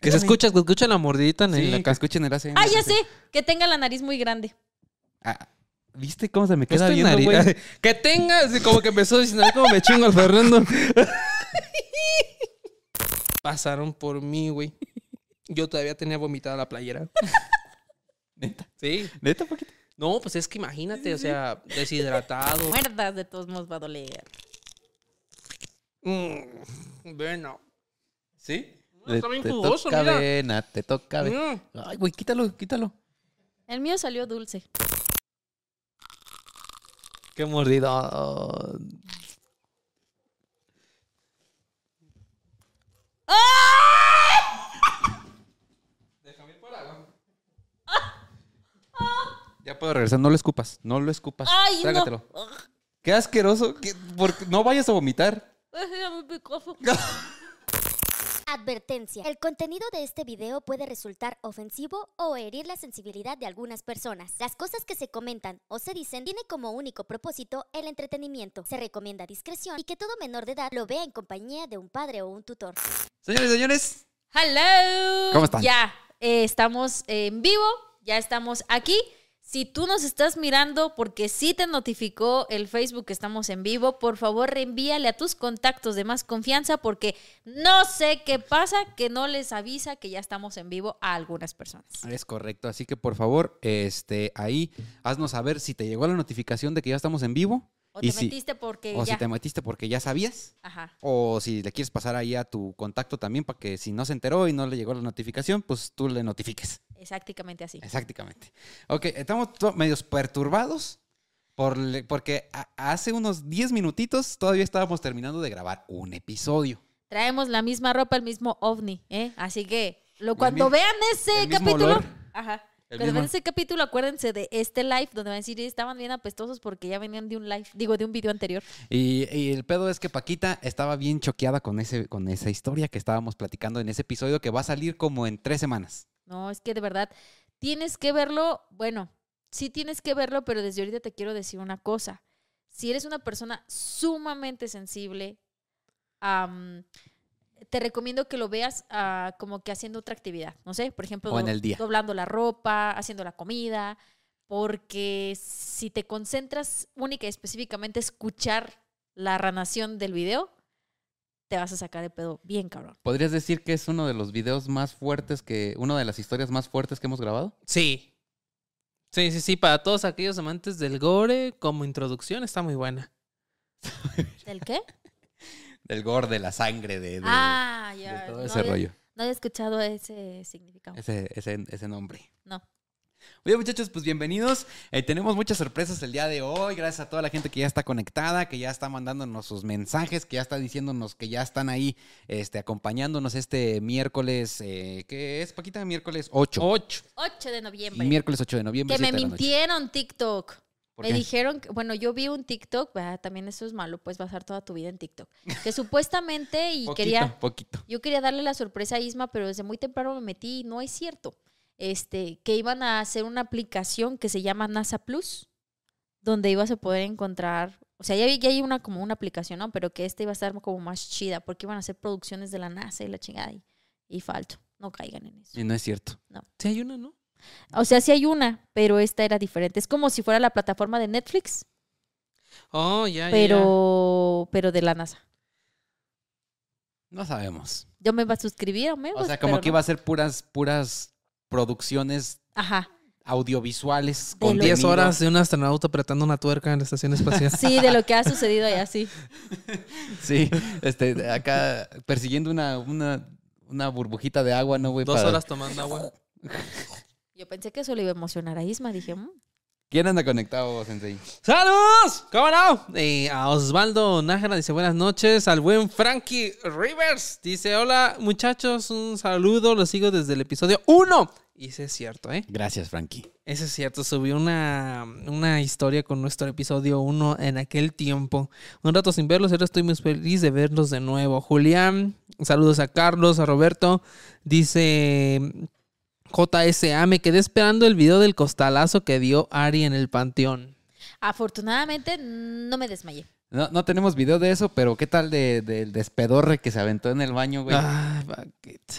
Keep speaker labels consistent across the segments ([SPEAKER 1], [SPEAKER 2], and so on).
[SPEAKER 1] Que se
[SPEAKER 2] Ay.
[SPEAKER 1] escucha, que escucha la mordidita en
[SPEAKER 2] Sí,
[SPEAKER 1] la
[SPEAKER 2] que
[SPEAKER 1] casca.
[SPEAKER 2] escuchen el ACM.
[SPEAKER 3] Ah, ya sé. Que tenga la nariz muy grande.
[SPEAKER 2] Ah, ¿Viste cómo se me queda
[SPEAKER 1] Estoy
[SPEAKER 2] viendo,
[SPEAKER 1] nari-
[SPEAKER 2] güey?
[SPEAKER 1] Que tengas, y como que empezó diciendo, "Ay, como me chingo al Fernando. Pasaron por mí, güey. Yo todavía tenía vomitada la playera.
[SPEAKER 2] ¿Neta?
[SPEAKER 1] Sí.
[SPEAKER 2] ¿Neta, Paquita?
[SPEAKER 1] No, pues es que imagínate, o sea, deshidratado.
[SPEAKER 3] Muerdas, de todos modos va a doler.
[SPEAKER 1] Mm, bueno.
[SPEAKER 2] ¿Sí?
[SPEAKER 1] No, está bien
[SPEAKER 2] te
[SPEAKER 1] jugoso,
[SPEAKER 2] toca
[SPEAKER 1] mira.
[SPEAKER 2] vena, te toca vena.
[SPEAKER 1] Mm.
[SPEAKER 2] Ay, güey, quítalo, quítalo.
[SPEAKER 3] El mío salió dulce.
[SPEAKER 1] Qué mordida.
[SPEAKER 2] Ya puedo regresar, no lo escupas, no lo escupas.
[SPEAKER 3] Ay,
[SPEAKER 2] Trágatelo.
[SPEAKER 3] no. Ugh,
[SPEAKER 2] Qué asqueroso. qué- porque no vayas a vomitar.
[SPEAKER 3] era muy picoso.
[SPEAKER 4] Advertencia. El contenido de este video puede resultar ofensivo o herir la sensibilidad de algunas personas. Las cosas que se comentan o se dicen tienen como único propósito el entretenimiento. Se recomienda discreción y que todo menor de edad lo vea en compañía de un padre o un tutor.
[SPEAKER 2] Señores, señores.
[SPEAKER 3] Hello.
[SPEAKER 2] ¿Cómo están?
[SPEAKER 3] Ya, eh, estamos en vivo, ya estamos aquí. Si tú nos estás mirando porque sí te notificó el Facebook que estamos en vivo, por favor reenvíale a tus contactos de más confianza porque no sé qué pasa que no les avisa que ya estamos en vivo a algunas personas.
[SPEAKER 2] Es correcto, así que por favor, este, ahí haznos saber si te llegó la notificación de que ya estamos en vivo.
[SPEAKER 3] O
[SPEAKER 2] y
[SPEAKER 3] te
[SPEAKER 2] si-
[SPEAKER 3] metiste porque
[SPEAKER 2] o
[SPEAKER 3] ya.
[SPEAKER 2] si te metiste porque ya sabías.
[SPEAKER 3] Ajá.
[SPEAKER 2] O si le quieres pasar ahí a tu contacto también para que si no se enteró y no le llegó la notificación, pues tú le notifiques.
[SPEAKER 3] Exactamente así.
[SPEAKER 2] Exactamente. Ok, estamos to- medios perturbados por le- porque a- hace unos 10 minutitos todavía estábamos terminando de grabar un episodio.
[SPEAKER 3] Traemos la misma ropa, el mismo ovni, ¿eh? Así que lo,
[SPEAKER 2] El
[SPEAKER 3] cuando
[SPEAKER 2] mi-
[SPEAKER 3] vean ese
[SPEAKER 2] el mismo
[SPEAKER 3] capítulo,
[SPEAKER 2] olor.
[SPEAKER 3] ajá.
[SPEAKER 2] El
[SPEAKER 3] Cuando vean
[SPEAKER 2] mismo-
[SPEAKER 3] ese capítulo, acuérdense de este live donde van a decir estaban bien apestosos porque ya venían de un live, digo, de un video anterior.
[SPEAKER 2] Y, y el pedo es que Paquita estaba bien choqueada con, ese, con esa historia que estábamos platicando en ese episodio que va a salir como en tres semanas.
[SPEAKER 3] No, es que de verdad tienes que verlo, bueno, sí tienes que verlo, pero desde ahorita te quiero decir una cosa. Si eres una persona sumamente sensible, am, te recomiendo que lo veas ah, como que haciendo otra actividad, no sé, por ejemplo,
[SPEAKER 2] O en
[SPEAKER 3] do-
[SPEAKER 2] el día.
[SPEAKER 3] doblando la ropa, haciendo la comida, porque si te concentras única y específicamente escuchar la ranación del video, te vas a sacar de pedo bien cabrón.
[SPEAKER 2] ¿Podrías decir que es uno de los videos más fuertes que, una de las historias más fuertes que hemos grabado?
[SPEAKER 1] Sí. Sí, sí, sí, para todos aquellos amantes del gore, como introducción está muy buena.
[SPEAKER 3] ¿Del qué?
[SPEAKER 2] Del gore, de la sangre, de, de-
[SPEAKER 3] ah, ya.
[SPEAKER 2] de todo
[SPEAKER 3] no
[SPEAKER 2] ese
[SPEAKER 3] había-
[SPEAKER 2] rollo,
[SPEAKER 3] No había escuchado ese significado.
[SPEAKER 2] ese, ese, ese nombre.
[SPEAKER 3] No.
[SPEAKER 2] Oye muchachos, pues bienvenidos. Eh, tenemos muchas sorpresas el día de hoy. Gracias a toda la gente que ya está conectada, que ya está mandándonos sus mensajes, que ya está diciéndonos que ya están ahí este, acompañándonos este miércoles, eh, ¿qué es, Paquita? Miércoles 8.
[SPEAKER 1] Ocho.
[SPEAKER 3] 8 de noviembre.
[SPEAKER 2] miércoles 8 de noviembre.
[SPEAKER 3] que me
[SPEAKER 2] siete de la noche.
[SPEAKER 3] mintieron TikTok.
[SPEAKER 2] ¿Por
[SPEAKER 3] Me
[SPEAKER 2] qué?
[SPEAKER 3] dijeron, que- bueno, yo vi un TikTok, ah, también eso es malo, pues basar toda tu vida en TikTok. Que supuestamente y
[SPEAKER 2] Poquito,
[SPEAKER 3] quería
[SPEAKER 2] Poquito.
[SPEAKER 3] yo quería darle la sorpresa a Isma, pero desde muy temprano me metí y no es cierto. Este, que iban a hacer una aplicación que se llama NASA Plus, donde ibas a poder encontrar, o sea, ya, vi- ya hay una como una aplicación, ¿no? Pero que esta iba a estar como más chida, porque iban a hacer producciones de la NASA y la chingada y, y falto. No caigan en eso.
[SPEAKER 2] Y no es cierto.
[SPEAKER 1] Sí, hay una, ¿no?
[SPEAKER 3] O sea, sí hay una, pero esta era diferente. Es como si fuera la plataforma de Netflix,
[SPEAKER 1] Oh, ya,
[SPEAKER 2] Ah,
[SPEAKER 1] ya,
[SPEAKER 3] pero, pero de la NASA.
[SPEAKER 2] No sabemos.
[SPEAKER 3] Yo me iba a suscribir, me
[SPEAKER 2] O sea, como que iba a ser puras, puras producciones
[SPEAKER 3] Ajá.
[SPEAKER 2] audiovisuales
[SPEAKER 3] De
[SPEAKER 1] Con
[SPEAKER 3] lo-
[SPEAKER 1] 10 horas de un astronauta apretando una tuerca en la estación espacial.
[SPEAKER 3] Sí, de lo que ha sucedido allá, sí.
[SPEAKER 2] Sí, este, acá persiguiendo una, una, una burbujita de agua, ¿no, güey?
[SPEAKER 1] Dos
[SPEAKER 2] Para-
[SPEAKER 1] horas tomando agua.
[SPEAKER 3] Yo pensé que eso le iba a emocionar a Isma. Dije, "Mm,
[SPEAKER 2] ¿Quién anda conectado, Sensei?
[SPEAKER 1] ¡Saludos! ¿Cómo no? Eh, a Osvaldo Nájera dice buenas noches. Al buen Frankie Rivers dice: Hola, muchachos, un saludo. Los sigo desde el episodio 1. Y ese es cierto, ¿eh?
[SPEAKER 2] Gracias, Frankie.
[SPEAKER 1] Eso es cierto, subí una, una historia con nuestro episodio 1 en aquel tiempo. Un rato sin verlos, ahora estoy muy feliz de verlos de nuevo. Julián, saludos a Carlos, a Roberto. Dice JSA, me quedé esperando el video del costalazo que dio Ari en el panteón.
[SPEAKER 3] Afortunadamente no me desmayé.
[SPEAKER 2] No, no tenemos video de eso, Ah, pero ¿qué tal de- del despedorre que se aventó en el baño, güey?
[SPEAKER 1] Ay, Paquita.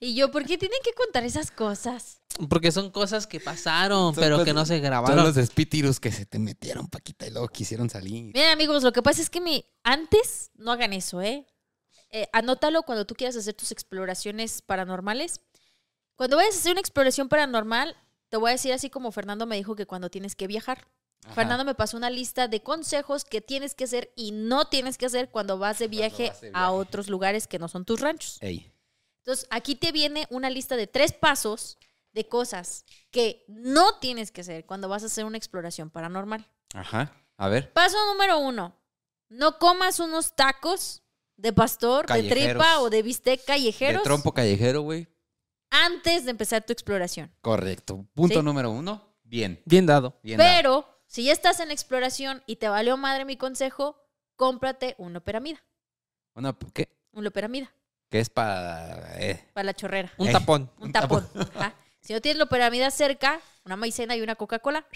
[SPEAKER 3] Y yo, ¿por qué tienen que contar esas cosas?
[SPEAKER 1] Porque son cosas que pasaron,
[SPEAKER 2] Son
[SPEAKER 1] pero que
[SPEAKER 2] cosas-
[SPEAKER 1] no se
[SPEAKER 2] Son
[SPEAKER 1] grabaron.
[SPEAKER 2] los espíritus que se te metieron, Paquita, y luego quisieron salir.
[SPEAKER 3] Miren, amigos, lo que pasa es que mi, antes no hagan eso, ¿eh? Eh, Anótalo cuando tú quieras hacer tus exploraciones paranormales. Cuando vayas a hacer una exploración paranormal, te voy a decir así como Fernando me dijo que cuando tienes que viajar.
[SPEAKER 2] Ajá.
[SPEAKER 3] Fernando me pasó una lista de consejos que tienes que hacer y no tienes que hacer cuando vas de
[SPEAKER 2] Cuando
[SPEAKER 3] viaje,
[SPEAKER 2] vas de
[SPEAKER 3] a
[SPEAKER 2] viaje.
[SPEAKER 3] otros lugares que no son tus ranchos.
[SPEAKER 2] Ey.
[SPEAKER 3] Entonces, aquí te viene una lista de tres pasos de cosas que no tienes que hacer cuando vas a hacer una exploración paranormal.
[SPEAKER 2] Ajá. A ver.
[SPEAKER 3] Paso número uno, no comas unos tacos de pastor, de
[SPEAKER 2] Callejeros.
[SPEAKER 3] tripa o de bistec
[SPEAKER 2] De
[SPEAKER 3] callejeros
[SPEAKER 2] trompo callejero, güey.
[SPEAKER 3] antes de empezar tu exploración.
[SPEAKER 2] Correcto. Punto
[SPEAKER 3] Sí.
[SPEAKER 2] número uno. Bien.
[SPEAKER 1] Bien dado.
[SPEAKER 2] Bien. dado.
[SPEAKER 3] Pero, si ya estás en la exploración y te valió madre mi consejo, cómprate un loperamida.
[SPEAKER 2] Una, ¿qué?
[SPEAKER 3] Un loperamida
[SPEAKER 2] ¿Qué es para...? eh,
[SPEAKER 3] para la chorrera.
[SPEAKER 1] Un
[SPEAKER 2] Ey.
[SPEAKER 1] tapón.
[SPEAKER 2] Ah,
[SPEAKER 3] Un tapón. Ajá. Si no tienes loperamida cerca, una maicena y una Coca-Cola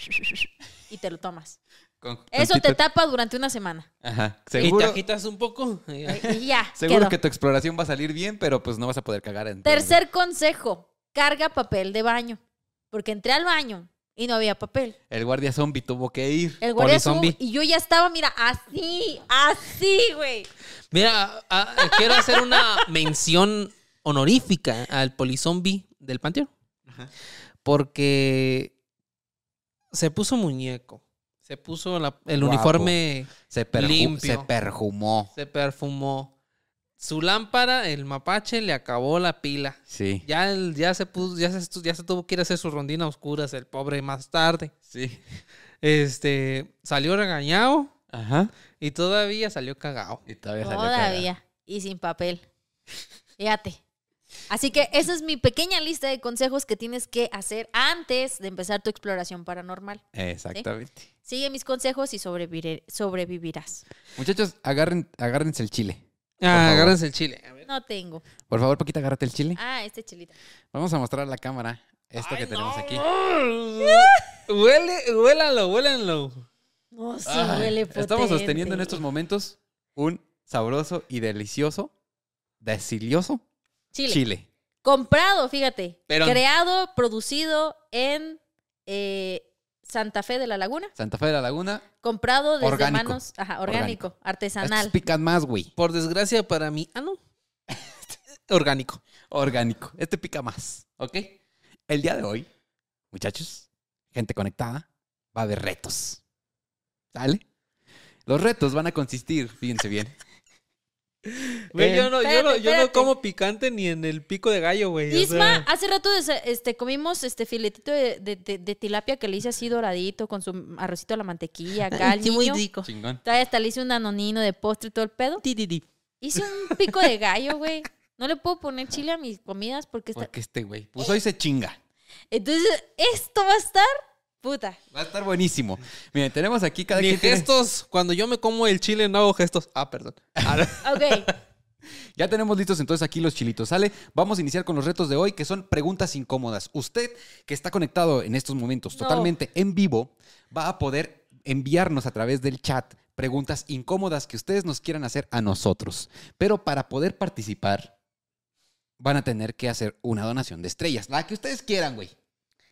[SPEAKER 3] y te lo tomas.
[SPEAKER 2] con-
[SPEAKER 3] Eso te
[SPEAKER 2] tantito-
[SPEAKER 3] tapa durante una semana.
[SPEAKER 2] Ajá.
[SPEAKER 1] ¿Y
[SPEAKER 2] Seguro,
[SPEAKER 1] te agitas un poco?
[SPEAKER 3] Y ya.
[SPEAKER 2] seguro
[SPEAKER 3] quedó.
[SPEAKER 2] que tu exploración va a salir bien, pero pues no vas a poder cagar en...
[SPEAKER 3] Tercer consejo, carga papel de baño. Porque entré al baño y no había papel.
[SPEAKER 2] El guardia zombie tuvo que ir.
[SPEAKER 3] El guardia
[SPEAKER 1] Polizombie.
[SPEAKER 3] subo y yo ya estaba, mira, así, así, güey.
[SPEAKER 1] Mira, ah, ah, quiero hacer una mención honorífica al polizombi del panteón. Porque se puso muñeco, se puso la- el
[SPEAKER 2] Guapo.
[SPEAKER 1] uniforme,
[SPEAKER 2] Se, perju-
[SPEAKER 1] Limpio.
[SPEAKER 2] se perjumó.
[SPEAKER 1] se perfumó. Su lámpara, el mapache, le acabó la pila.
[SPEAKER 2] Sí.
[SPEAKER 1] Ya, el- ya, se puso, ya, se, estu- ya se tuvo que ir a hacer su rondina a oscuras, el pobre más tarde.
[SPEAKER 2] Sí.
[SPEAKER 1] Este, salió regañado
[SPEAKER 2] Ajá.
[SPEAKER 1] y todavía salió cagado.
[SPEAKER 2] Y todavía Pues salió cagado.
[SPEAKER 3] Todavía. Y sin papel. Fíjate. Así que esa es mi pequeña lista de consejos que tienes que hacer antes de empezar tu exploración paranormal.
[SPEAKER 2] Exactamente.
[SPEAKER 3] Sigue mis consejos y sobrevivir- sobrevivirás.
[SPEAKER 2] Muchachos, agarren, agárrense el chile.
[SPEAKER 1] Ah,
[SPEAKER 2] favor.
[SPEAKER 1] agárrense el chile. A ver.
[SPEAKER 3] No tengo.
[SPEAKER 2] Por favor, Paquita, agárrate el chile.
[SPEAKER 3] Ah, este chilito.
[SPEAKER 2] Vamos a mostrar a la cámara esto que tenemos aquí.
[SPEAKER 1] Huele, huélalo, huélenlo.
[SPEAKER 3] No, sí,
[SPEAKER 2] Ay,
[SPEAKER 3] huele
[SPEAKER 2] estamos
[SPEAKER 3] potente.
[SPEAKER 2] sosteniendo en estos momentos un sabroso y delicioso, desilioso
[SPEAKER 3] Chile.
[SPEAKER 2] chile.
[SPEAKER 3] Comprado, fíjate.
[SPEAKER 1] Pero-
[SPEAKER 3] Creado, producido en eh, Santa Fe de la Laguna.
[SPEAKER 2] Santa Fe de la Laguna.
[SPEAKER 3] Comprado desde
[SPEAKER 2] Orgánico.
[SPEAKER 3] manos. Ajá, orgánico,
[SPEAKER 2] Estos
[SPEAKER 3] artesanal.
[SPEAKER 2] pican más, güey.
[SPEAKER 1] Por desgracia para mí. Ah, no. Orgánico.
[SPEAKER 2] Orgánico. Este pica más, ¿ok? El día de hoy, muchachos, gente conectada, va a haber retos. ¿Sale? Los retos van a consistir, fíjense bien.
[SPEAKER 1] Güey,
[SPEAKER 2] Eh,
[SPEAKER 1] yo, no, yo, no,
[SPEAKER 3] espérate,
[SPEAKER 1] yo no
[SPEAKER 3] espérate.
[SPEAKER 1] como picante ni en el pico de gallo, güey. o
[SPEAKER 3] Isma,
[SPEAKER 1] sea,
[SPEAKER 3] hace rato des- este, comimos este filetito de, de- de- de tilapia que le hice así doradito con su arrocito a la mantequilla, acá al
[SPEAKER 1] sí, muy
[SPEAKER 3] niño.
[SPEAKER 1] rico.
[SPEAKER 2] Chingón.
[SPEAKER 3] Todavía hasta le hice un anonino de postre y todo el pedo.
[SPEAKER 1] Ti, ti, ti.
[SPEAKER 3] Hice un pico de gallo, güey. No le puedo poner chile a mis comidas porque está...
[SPEAKER 2] Porque este güey, pues hoy se chinga.
[SPEAKER 3] Entonces, esto va a estar puta.
[SPEAKER 2] Va a estar buenísimo. Miren, tenemos aquí cada
[SPEAKER 1] Ni
[SPEAKER 2] quien tiene-
[SPEAKER 1] gestos. Cuando yo me como el chile no hago gestos. Ah, perdón. Ahora-
[SPEAKER 3] Ok.
[SPEAKER 2] Ya tenemos listos entonces aquí los chilitos, ¿sale? Vamos a iniciar con los retos de hoy, que son preguntas incómodas. Usted, que está conectado en estos momentos
[SPEAKER 3] No.
[SPEAKER 2] totalmente en vivo, va a poder enviarnos a través del chat preguntas incómodas que ustedes nos quieran hacer a nosotros. Pero para poder participar, van a tener que hacer una donación de estrellas, la que ustedes quieran, güey.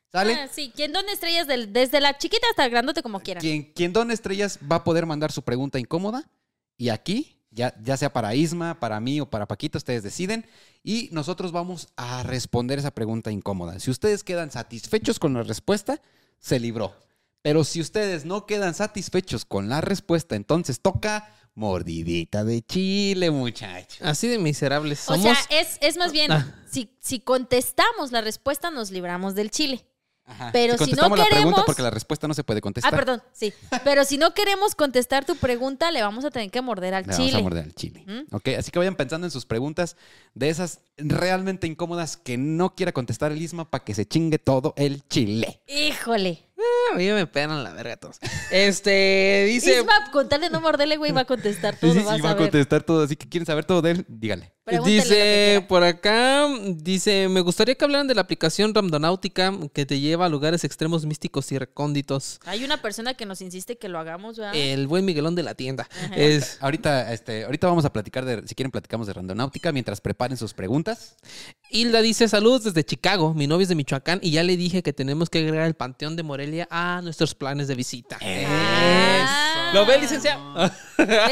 [SPEAKER 2] ¿Sale?
[SPEAKER 3] Ah, sí, quien dona estrellas del- desde la chiquita hasta el grandote como quieran.
[SPEAKER 2] Quien, quien done estrellas va a poder mandar su pregunta incómoda. Y aquí, ya, ya sea para Isma, para mí o para Paquito, ustedes deciden. Y nosotros vamos a responder esa pregunta incómoda. Si ustedes quedan satisfechos con la respuesta, se libró. Pero si ustedes no quedan satisfechos con la respuesta, entonces toca mordidita de chile,
[SPEAKER 3] Ah.
[SPEAKER 2] muchachos.
[SPEAKER 1] Así de miserables
[SPEAKER 3] O
[SPEAKER 1] somos.
[SPEAKER 3] sea, es, es más bien,
[SPEAKER 1] Ah.
[SPEAKER 3] si, si contestamos la respuesta, nos libramos del chile.
[SPEAKER 2] Ajá.
[SPEAKER 3] Pero si no
[SPEAKER 2] contestamos la pregunta
[SPEAKER 3] queremos-
[SPEAKER 2] porque la respuesta no se puede
[SPEAKER 3] Ah,
[SPEAKER 2] contestar.
[SPEAKER 3] perdón, sí. Pero si no queremos contestar tu pregunta, le vamos a tener que morder al
[SPEAKER 2] Le
[SPEAKER 3] chile.
[SPEAKER 2] Vamos a morder al chile.
[SPEAKER 3] ¿Mm?
[SPEAKER 2] Ok, así que vayan pensando en sus preguntas de esas realmente incómodas que no quiera contestar el Isma para que se chingue todo el chile.
[SPEAKER 3] Híjole.
[SPEAKER 1] A mí me pegan la verga todos. Este, dice...
[SPEAKER 3] Isma, con tal de no morderle, güey, va a contestar todo.
[SPEAKER 2] Sí, sí,
[SPEAKER 3] vas
[SPEAKER 2] sí,
[SPEAKER 3] a
[SPEAKER 2] va a
[SPEAKER 3] ver.
[SPEAKER 2] contestar todo, así que quieren saber todo de él, dígale.
[SPEAKER 3] Pregúntale lo que
[SPEAKER 1] Dice
[SPEAKER 3] quiera.
[SPEAKER 2] pues,
[SPEAKER 1] por acá, dice, me gustaría que hablaran de la aplicación Ramdonáutica que te lleva a lugares extremos místicos y recónditos.
[SPEAKER 3] Hay una persona que nos insiste que lo hagamos, ¿verdad?
[SPEAKER 2] eh,
[SPEAKER 1] El buen Miguelón de la tienda. Es,
[SPEAKER 2] Ahorita, este, ahorita vamos a platicar de, si quieren platicamos de randonáutica mientras preparen sus preguntas.
[SPEAKER 1] Hilda dice, saludos desde Chicago, mi novio es de Michoacán y ya le dije que tenemos que agregar el Panteón de Morelia a nuestros planes de visita.
[SPEAKER 2] Eh,
[SPEAKER 3] Ah.
[SPEAKER 1] ¿Lo ve, licenciado?
[SPEAKER 3] Ve,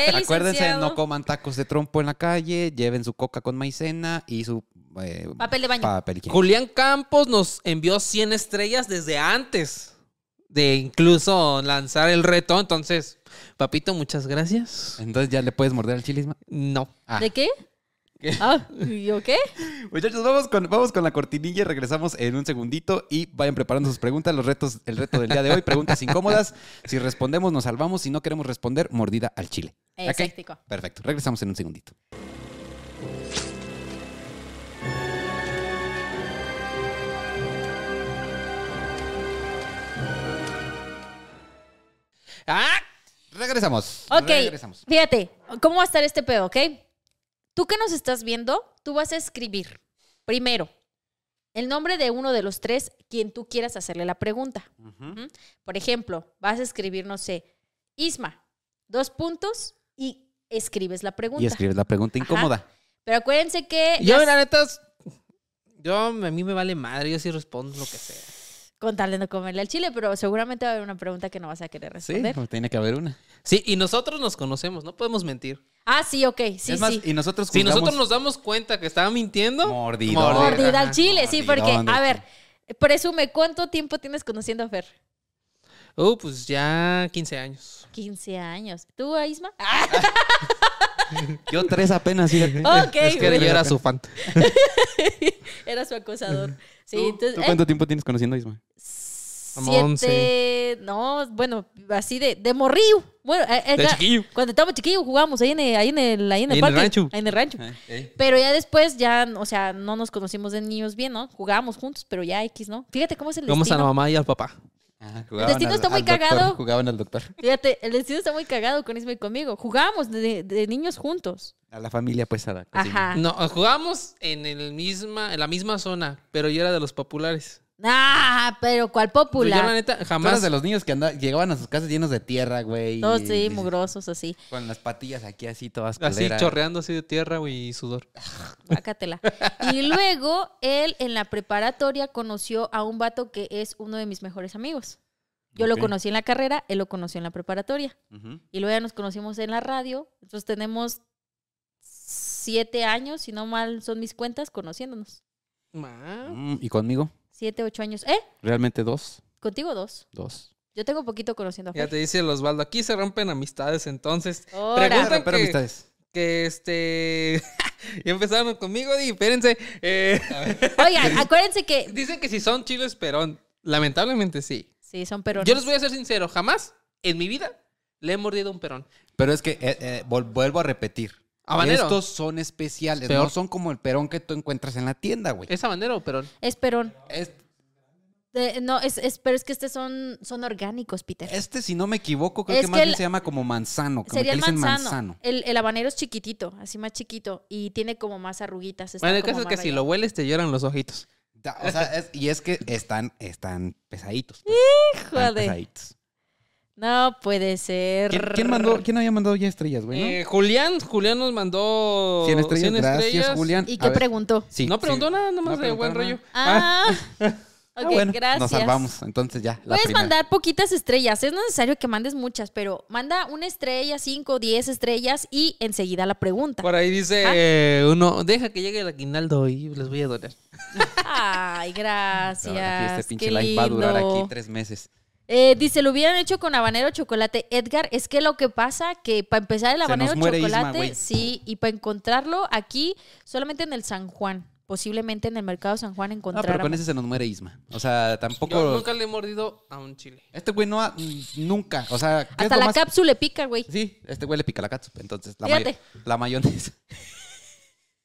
[SPEAKER 2] Acuérdense,
[SPEAKER 3] licenciado.
[SPEAKER 2] no coman tacos de trompo en la calle, lleven su coca con maicena y su eh,
[SPEAKER 3] Papel de baño.
[SPEAKER 2] papel higiénico.
[SPEAKER 1] Julián Campos nos envió 100 estrellas desde antes de incluso lanzar el reto. Entonces, papito, muchas gracias.
[SPEAKER 2] Entonces ya le puedes morder al chilisma.
[SPEAKER 1] No.
[SPEAKER 2] Ah.
[SPEAKER 3] ¿De qué? Ah, ¿y ¿yo qué?
[SPEAKER 2] Muchachos, vamos con, vamos con la cortinilla y regresamos en un segundito y vayan preparando sus preguntas, los retos, el reto del día de hoy, preguntas incómodas. Si respondemos, nos salvamos. Si no queremos responder, mordida al chile. ¿Ok?
[SPEAKER 3] Exacto.
[SPEAKER 2] Perfecto. Regresamos en un segundito.
[SPEAKER 1] ¡Ah!
[SPEAKER 2] Regresamos.
[SPEAKER 3] Ok,
[SPEAKER 2] Regresamos.
[SPEAKER 3] fíjate, ¿cómo va a estar este pedo, ok? Tú que nos estás viendo, tú vas a escribir primero el nombre de uno de los tres quien tú quieras hacerle la pregunta. Ujú. Por ejemplo, vas a escribir, no sé, Isma, dos puntos y escribes la pregunta.
[SPEAKER 2] Y escribes la pregunta
[SPEAKER 3] Ajá.
[SPEAKER 2] incómoda.
[SPEAKER 3] Pero acuérdense que
[SPEAKER 1] Yo,
[SPEAKER 3] las-
[SPEAKER 1] la neta, es- yo, a mí me vale madre. Yo sí respondo lo que sea.
[SPEAKER 3] con tal de no comerle al chile, pero seguramente va a haber una pregunta que no vas a querer
[SPEAKER 2] Sí,
[SPEAKER 3] responder.
[SPEAKER 2] pues tiene que haber una.
[SPEAKER 1] Sí, y nosotros nos conocemos, no podemos mentir.
[SPEAKER 3] Ah, sí, ok, sí,
[SPEAKER 2] es más,
[SPEAKER 3] sí.
[SPEAKER 2] y nosotros
[SPEAKER 1] Si
[SPEAKER 2] juzgamos-
[SPEAKER 1] nosotros nos damos cuenta que estaba mintiendo,
[SPEAKER 2] Mordidón.
[SPEAKER 1] morder,
[SPEAKER 3] Mordida al
[SPEAKER 1] ajá.
[SPEAKER 3] chile, sí, porque,
[SPEAKER 2] Mordidón del
[SPEAKER 3] a ver, presume, ¿cuánto tiempo tienes conociendo a Fer?
[SPEAKER 1] Uh, pues ya 15 años.
[SPEAKER 3] 15 años. ¿Tú, Isma?
[SPEAKER 2] Yo tres apenas. sí.
[SPEAKER 3] ok,
[SPEAKER 1] es que
[SPEAKER 3] bueno.
[SPEAKER 1] yo era su fan.
[SPEAKER 3] Era su acosador. Sí,
[SPEAKER 2] ¿Tú,
[SPEAKER 3] entonces.
[SPEAKER 2] tú
[SPEAKER 3] eh,
[SPEAKER 2] cuánto tiempo tienes conociendo a Isma?
[SPEAKER 1] Como
[SPEAKER 3] siete-
[SPEAKER 1] once.
[SPEAKER 3] No, bueno, así de, de morrillo. Bueno, eh, eh,
[SPEAKER 1] De
[SPEAKER 3] ya-
[SPEAKER 1] chiquillo.
[SPEAKER 3] cuando estábamos chiquillos jugamos ahí en el, ahí en el, ahí en el
[SPEAKER 1] Ahí en el
[SPEAKER 3] parque.
[SPEAKER 1] rancho. Eh.
[SPEAKER 3] Ahí en el rancho. Pero ya después, ya, o sea, no nos conocimos de niños bien, ¿no? Jugábamos juntos, pero ya X, ¿no? Fíjate cómo es el
[SPEAKER 1] Vamos a la
[SPEAKER 3] destino.
[SPEAKER 1] mamá y al papá.
[SPEAKER 2] Ajá,
[SPEAKER 3] El destino
[SPEAKER 2] Ah, al-
[SPEAKER 3] está muy
[SPEAKER 2] al doctor,
[SPEAKER 3] cagado.
[SPEAKER 2] Jugaban al doctor.
[SPEAKER 3] Fíjate, el destino está muy cagado con Isma y conmigo. Jugábamos de, de niños juntos.
[SPEAKER 2] A la familia, pues, a la cocina.
[SPEAKER 3] Ajá.
[SPEAKER 1] No, jugamos en, el misma, en la misma zona, pero yo era de los populares. Pues
[SPEAKER 3] Ah, pero cuál popular.
[SPEAKER 1] Yo, la neta,
[SPEAKER 2] Tú eras
[SPEAKER 1] jamás.
[SPEAKER 2] de los niños que andaban, llegaban a sus casas llenos de tierra, güey.
[SPEAKER 3] Todos
[SPEAKER 2] y-
[SPEAKER 3] sí, mugrosos, así.
[SPEAKER 2] Con las patillas aquí así, todas
[SPEAKER 1] Así
[SPEAKER 2] culeras.
[SPEAKER 1] chorreando así de tierra güey, y sudor.
[SPEAKER 3] Guácatela. Y luego él en la preparatoria conoció a un vato que es uno de mis mejores amigos. Yo
[SPEAKER 2] Ok.
[SPEAKER 3] lo conocí en la carrera, él lo conoció en la preparatoria.
[SPEAKER 2] Ujú.
[SPEAKER 3] Y luego ya nos conocimos en la radio. Entonces tenemos siete años, si no mal son mis cuentas, conociéndonos.
[SPEAKER 2] Mm, ¿Y conmigo?
[SPEAKER 3] Siete, ocho años. ¿Eh?
[SPEAKER 2] ¿Realmente dos?
[SPEAKER 3] Contigo dos.
[SPEAKER 2] Dos.
[SPEAKER 3] Yo tengo poquito conociendo a
[SPEAKER 1] Ya
[SPEAKER 3] Fer.
[SPEAKER 1] te dice el Osvaldo, aquí se rompen amistades entonces.
[SPEAKER 3] Ahora.
[SPEAKER 1] Pregunta-
[SPEAKER 2] Pero
[SPEAKER 1] que-
[SPEAKER 2] amistades.
[SPEAKER 1] Que este... ya empezaron conmigo, y espérense. Eh,
[SPEAKER 3] Oigan, acuérdense que.
[SPEAKER 1] dicen que si son chiles perón. Lamentablemente sí.
[SPEAKER 3] Sí, son perones.
[SPEAKER 1] Yo les voy a ser sincero, jamás en mi vida le he mordido un perón.
[SPEAKER 2] Pero es que eh, eh, vol- vuelvo a repetir.
[SPEAKER 1] Habanero.
[SPEAKER 2] Estos son especiales,
[SPEAKER 1] Peor.
[SPEAKER 2] no son como el perón que tú encuentras en la tienda, güey.
[SPEAKER 1] ¿Es habanero o perón?
[SPEAKER 3] Es perón.
[SPEAKER 2] Es-
[SPEAKER 3] Eh, no, es, es- pero es que estos son, son orgánicos, Peter.
[SPEAKER 2] Este, si no me equivoco, creo
[SPEAKER 3] Es
[SPEAKER 2] que más
[SPEAKER 3] que
[SPEAKER 2] bien
[SPEAKER 3] el-
[SPEAKER 2] se llama como manzano. Como
[SPEAKER 3] Sería
[SPEAKER 2] que
[SPEAKER 3] el
[SPEAKER 2] le dicen
[SPEAKER 3] manzano. El, el habanero es chiquitito, así más chiquito. Y tiene como más arruguitas. está
[SPEAKER 1] Bueno, el
[SPEAKER 3] como
[SPEAKER 1] caso es
[SPEAKER 3] más
[SPEAKER 1] que si lo
[SPEAKER 3] rayado.
[SPEAKER 1] hueles te lloran los ojitos.
[SPEAKER 2] Da- o sea, es- y es que están, están pesaditos. pues, están
[SPEAKER 3] Joder,
[SPEAKER 2] pesaditos.
[SPEAKER 3] no puede ser.
[SPEAKER 2] ¿Quién, quién mandó, ¿Quién había mandado ya estrellas, güey? no?
[SPEAKER 1] Eh, Julián, Julián nos mandó
[SPEAKER 2] 100 estrellas,
[SPEAKER 1] 100
[SPEAKER 2] gracias,
[SPEAKER 1] estrellas.
[SPEAKER 2] Julián.
[SPEAKER 3] ¿Y
[SPEAKER 2] A
[SPEAKER 3] qué
[SPEAKER 2] ver,
[SPEAKER 3] preguntó?
[SPEAKER 2] sí,
[SPEAKER 1] no preguntó
[SPEAKER 2] sí.
[SPEAKER 1] nada, nada
[SPEAKER 2] No
[SPEAKER 1] más de
[SPEAKER 2] preguntó
[SPEAKER 1] buen
[SPEAKER 2] nada.
[SPEAKER 1] rollo.
[SPEAKER 3] Ah,
[SPEAKER 2] Ah,
[SPEAKER 3] ok,
[SPEAKER 2] bueno,
[SPEAKER 3] gracias.
[SPEAKER 2] Nos salvamos, entonces ya. la
[SPEAKER 3] Puedes
[SPEAKER 2] primera.
[SPEAKER 3] mandar poquitas estrellas. Es necesario que mandes muchas, pero manda una estrella, cinco, diez estrellas y enseguida la pregunta.
[SPEAKER 1] Por ahí dice
[SPEAKER 3] Ah.
[SPEAKER 1] eh, uno, deja que llegue el aguinaldo y les voy a donar.
[SPEAKER 3] Ay, gracias.
[SPEAKER 2] Pero aquí este pinche
[SPEAKER 3] qué
[SPEAKER 2] live va a durar aquí
[SPEAKER 3] lindo.
[SPEAKER 2] tres meses. Ah,
[SPEAKER 3] Eh, dice, lo hubieran hecho con habanero chocolate. Edgar, es que lo que pasa que para empezar el
[SPEAKER 2] Se nos
[SPEAKER 3] habanero
[SPEAKER 2] muere Isma,
[SPEAKER 3] chocolate,
[SPEAKER 2] güey.
[SPEAKER 3] sí, y para encontrarlo aquí, solamente en el San Juan, posiblemente en el mercado San Juan
[SPEAKER 2] No, Ah, pero
[SPEAKER 3] encontráramos.
[SPEAKER 2] con ese se nos muere Isma. O sea, tampoco.
[SPEAKER 1] Yo nunca le he mordido a un chile.
[SPEAKER 2] Este güey no ha. Nunca. O sea, ¿qué es
[SPEAKER 3] Hasta
[SPEAKER 2] lo
[SPEAKER 3] la
[SPEAKER 2] más-
[SPEAKER 3] cápsula le pica, güey.
[SPEAKER 2] Sí, este güey le pica la catsup. Entonces, la,
[SPEAKER 3] Fíjate.
[SPEAKER 2] mayo- la mayonesa.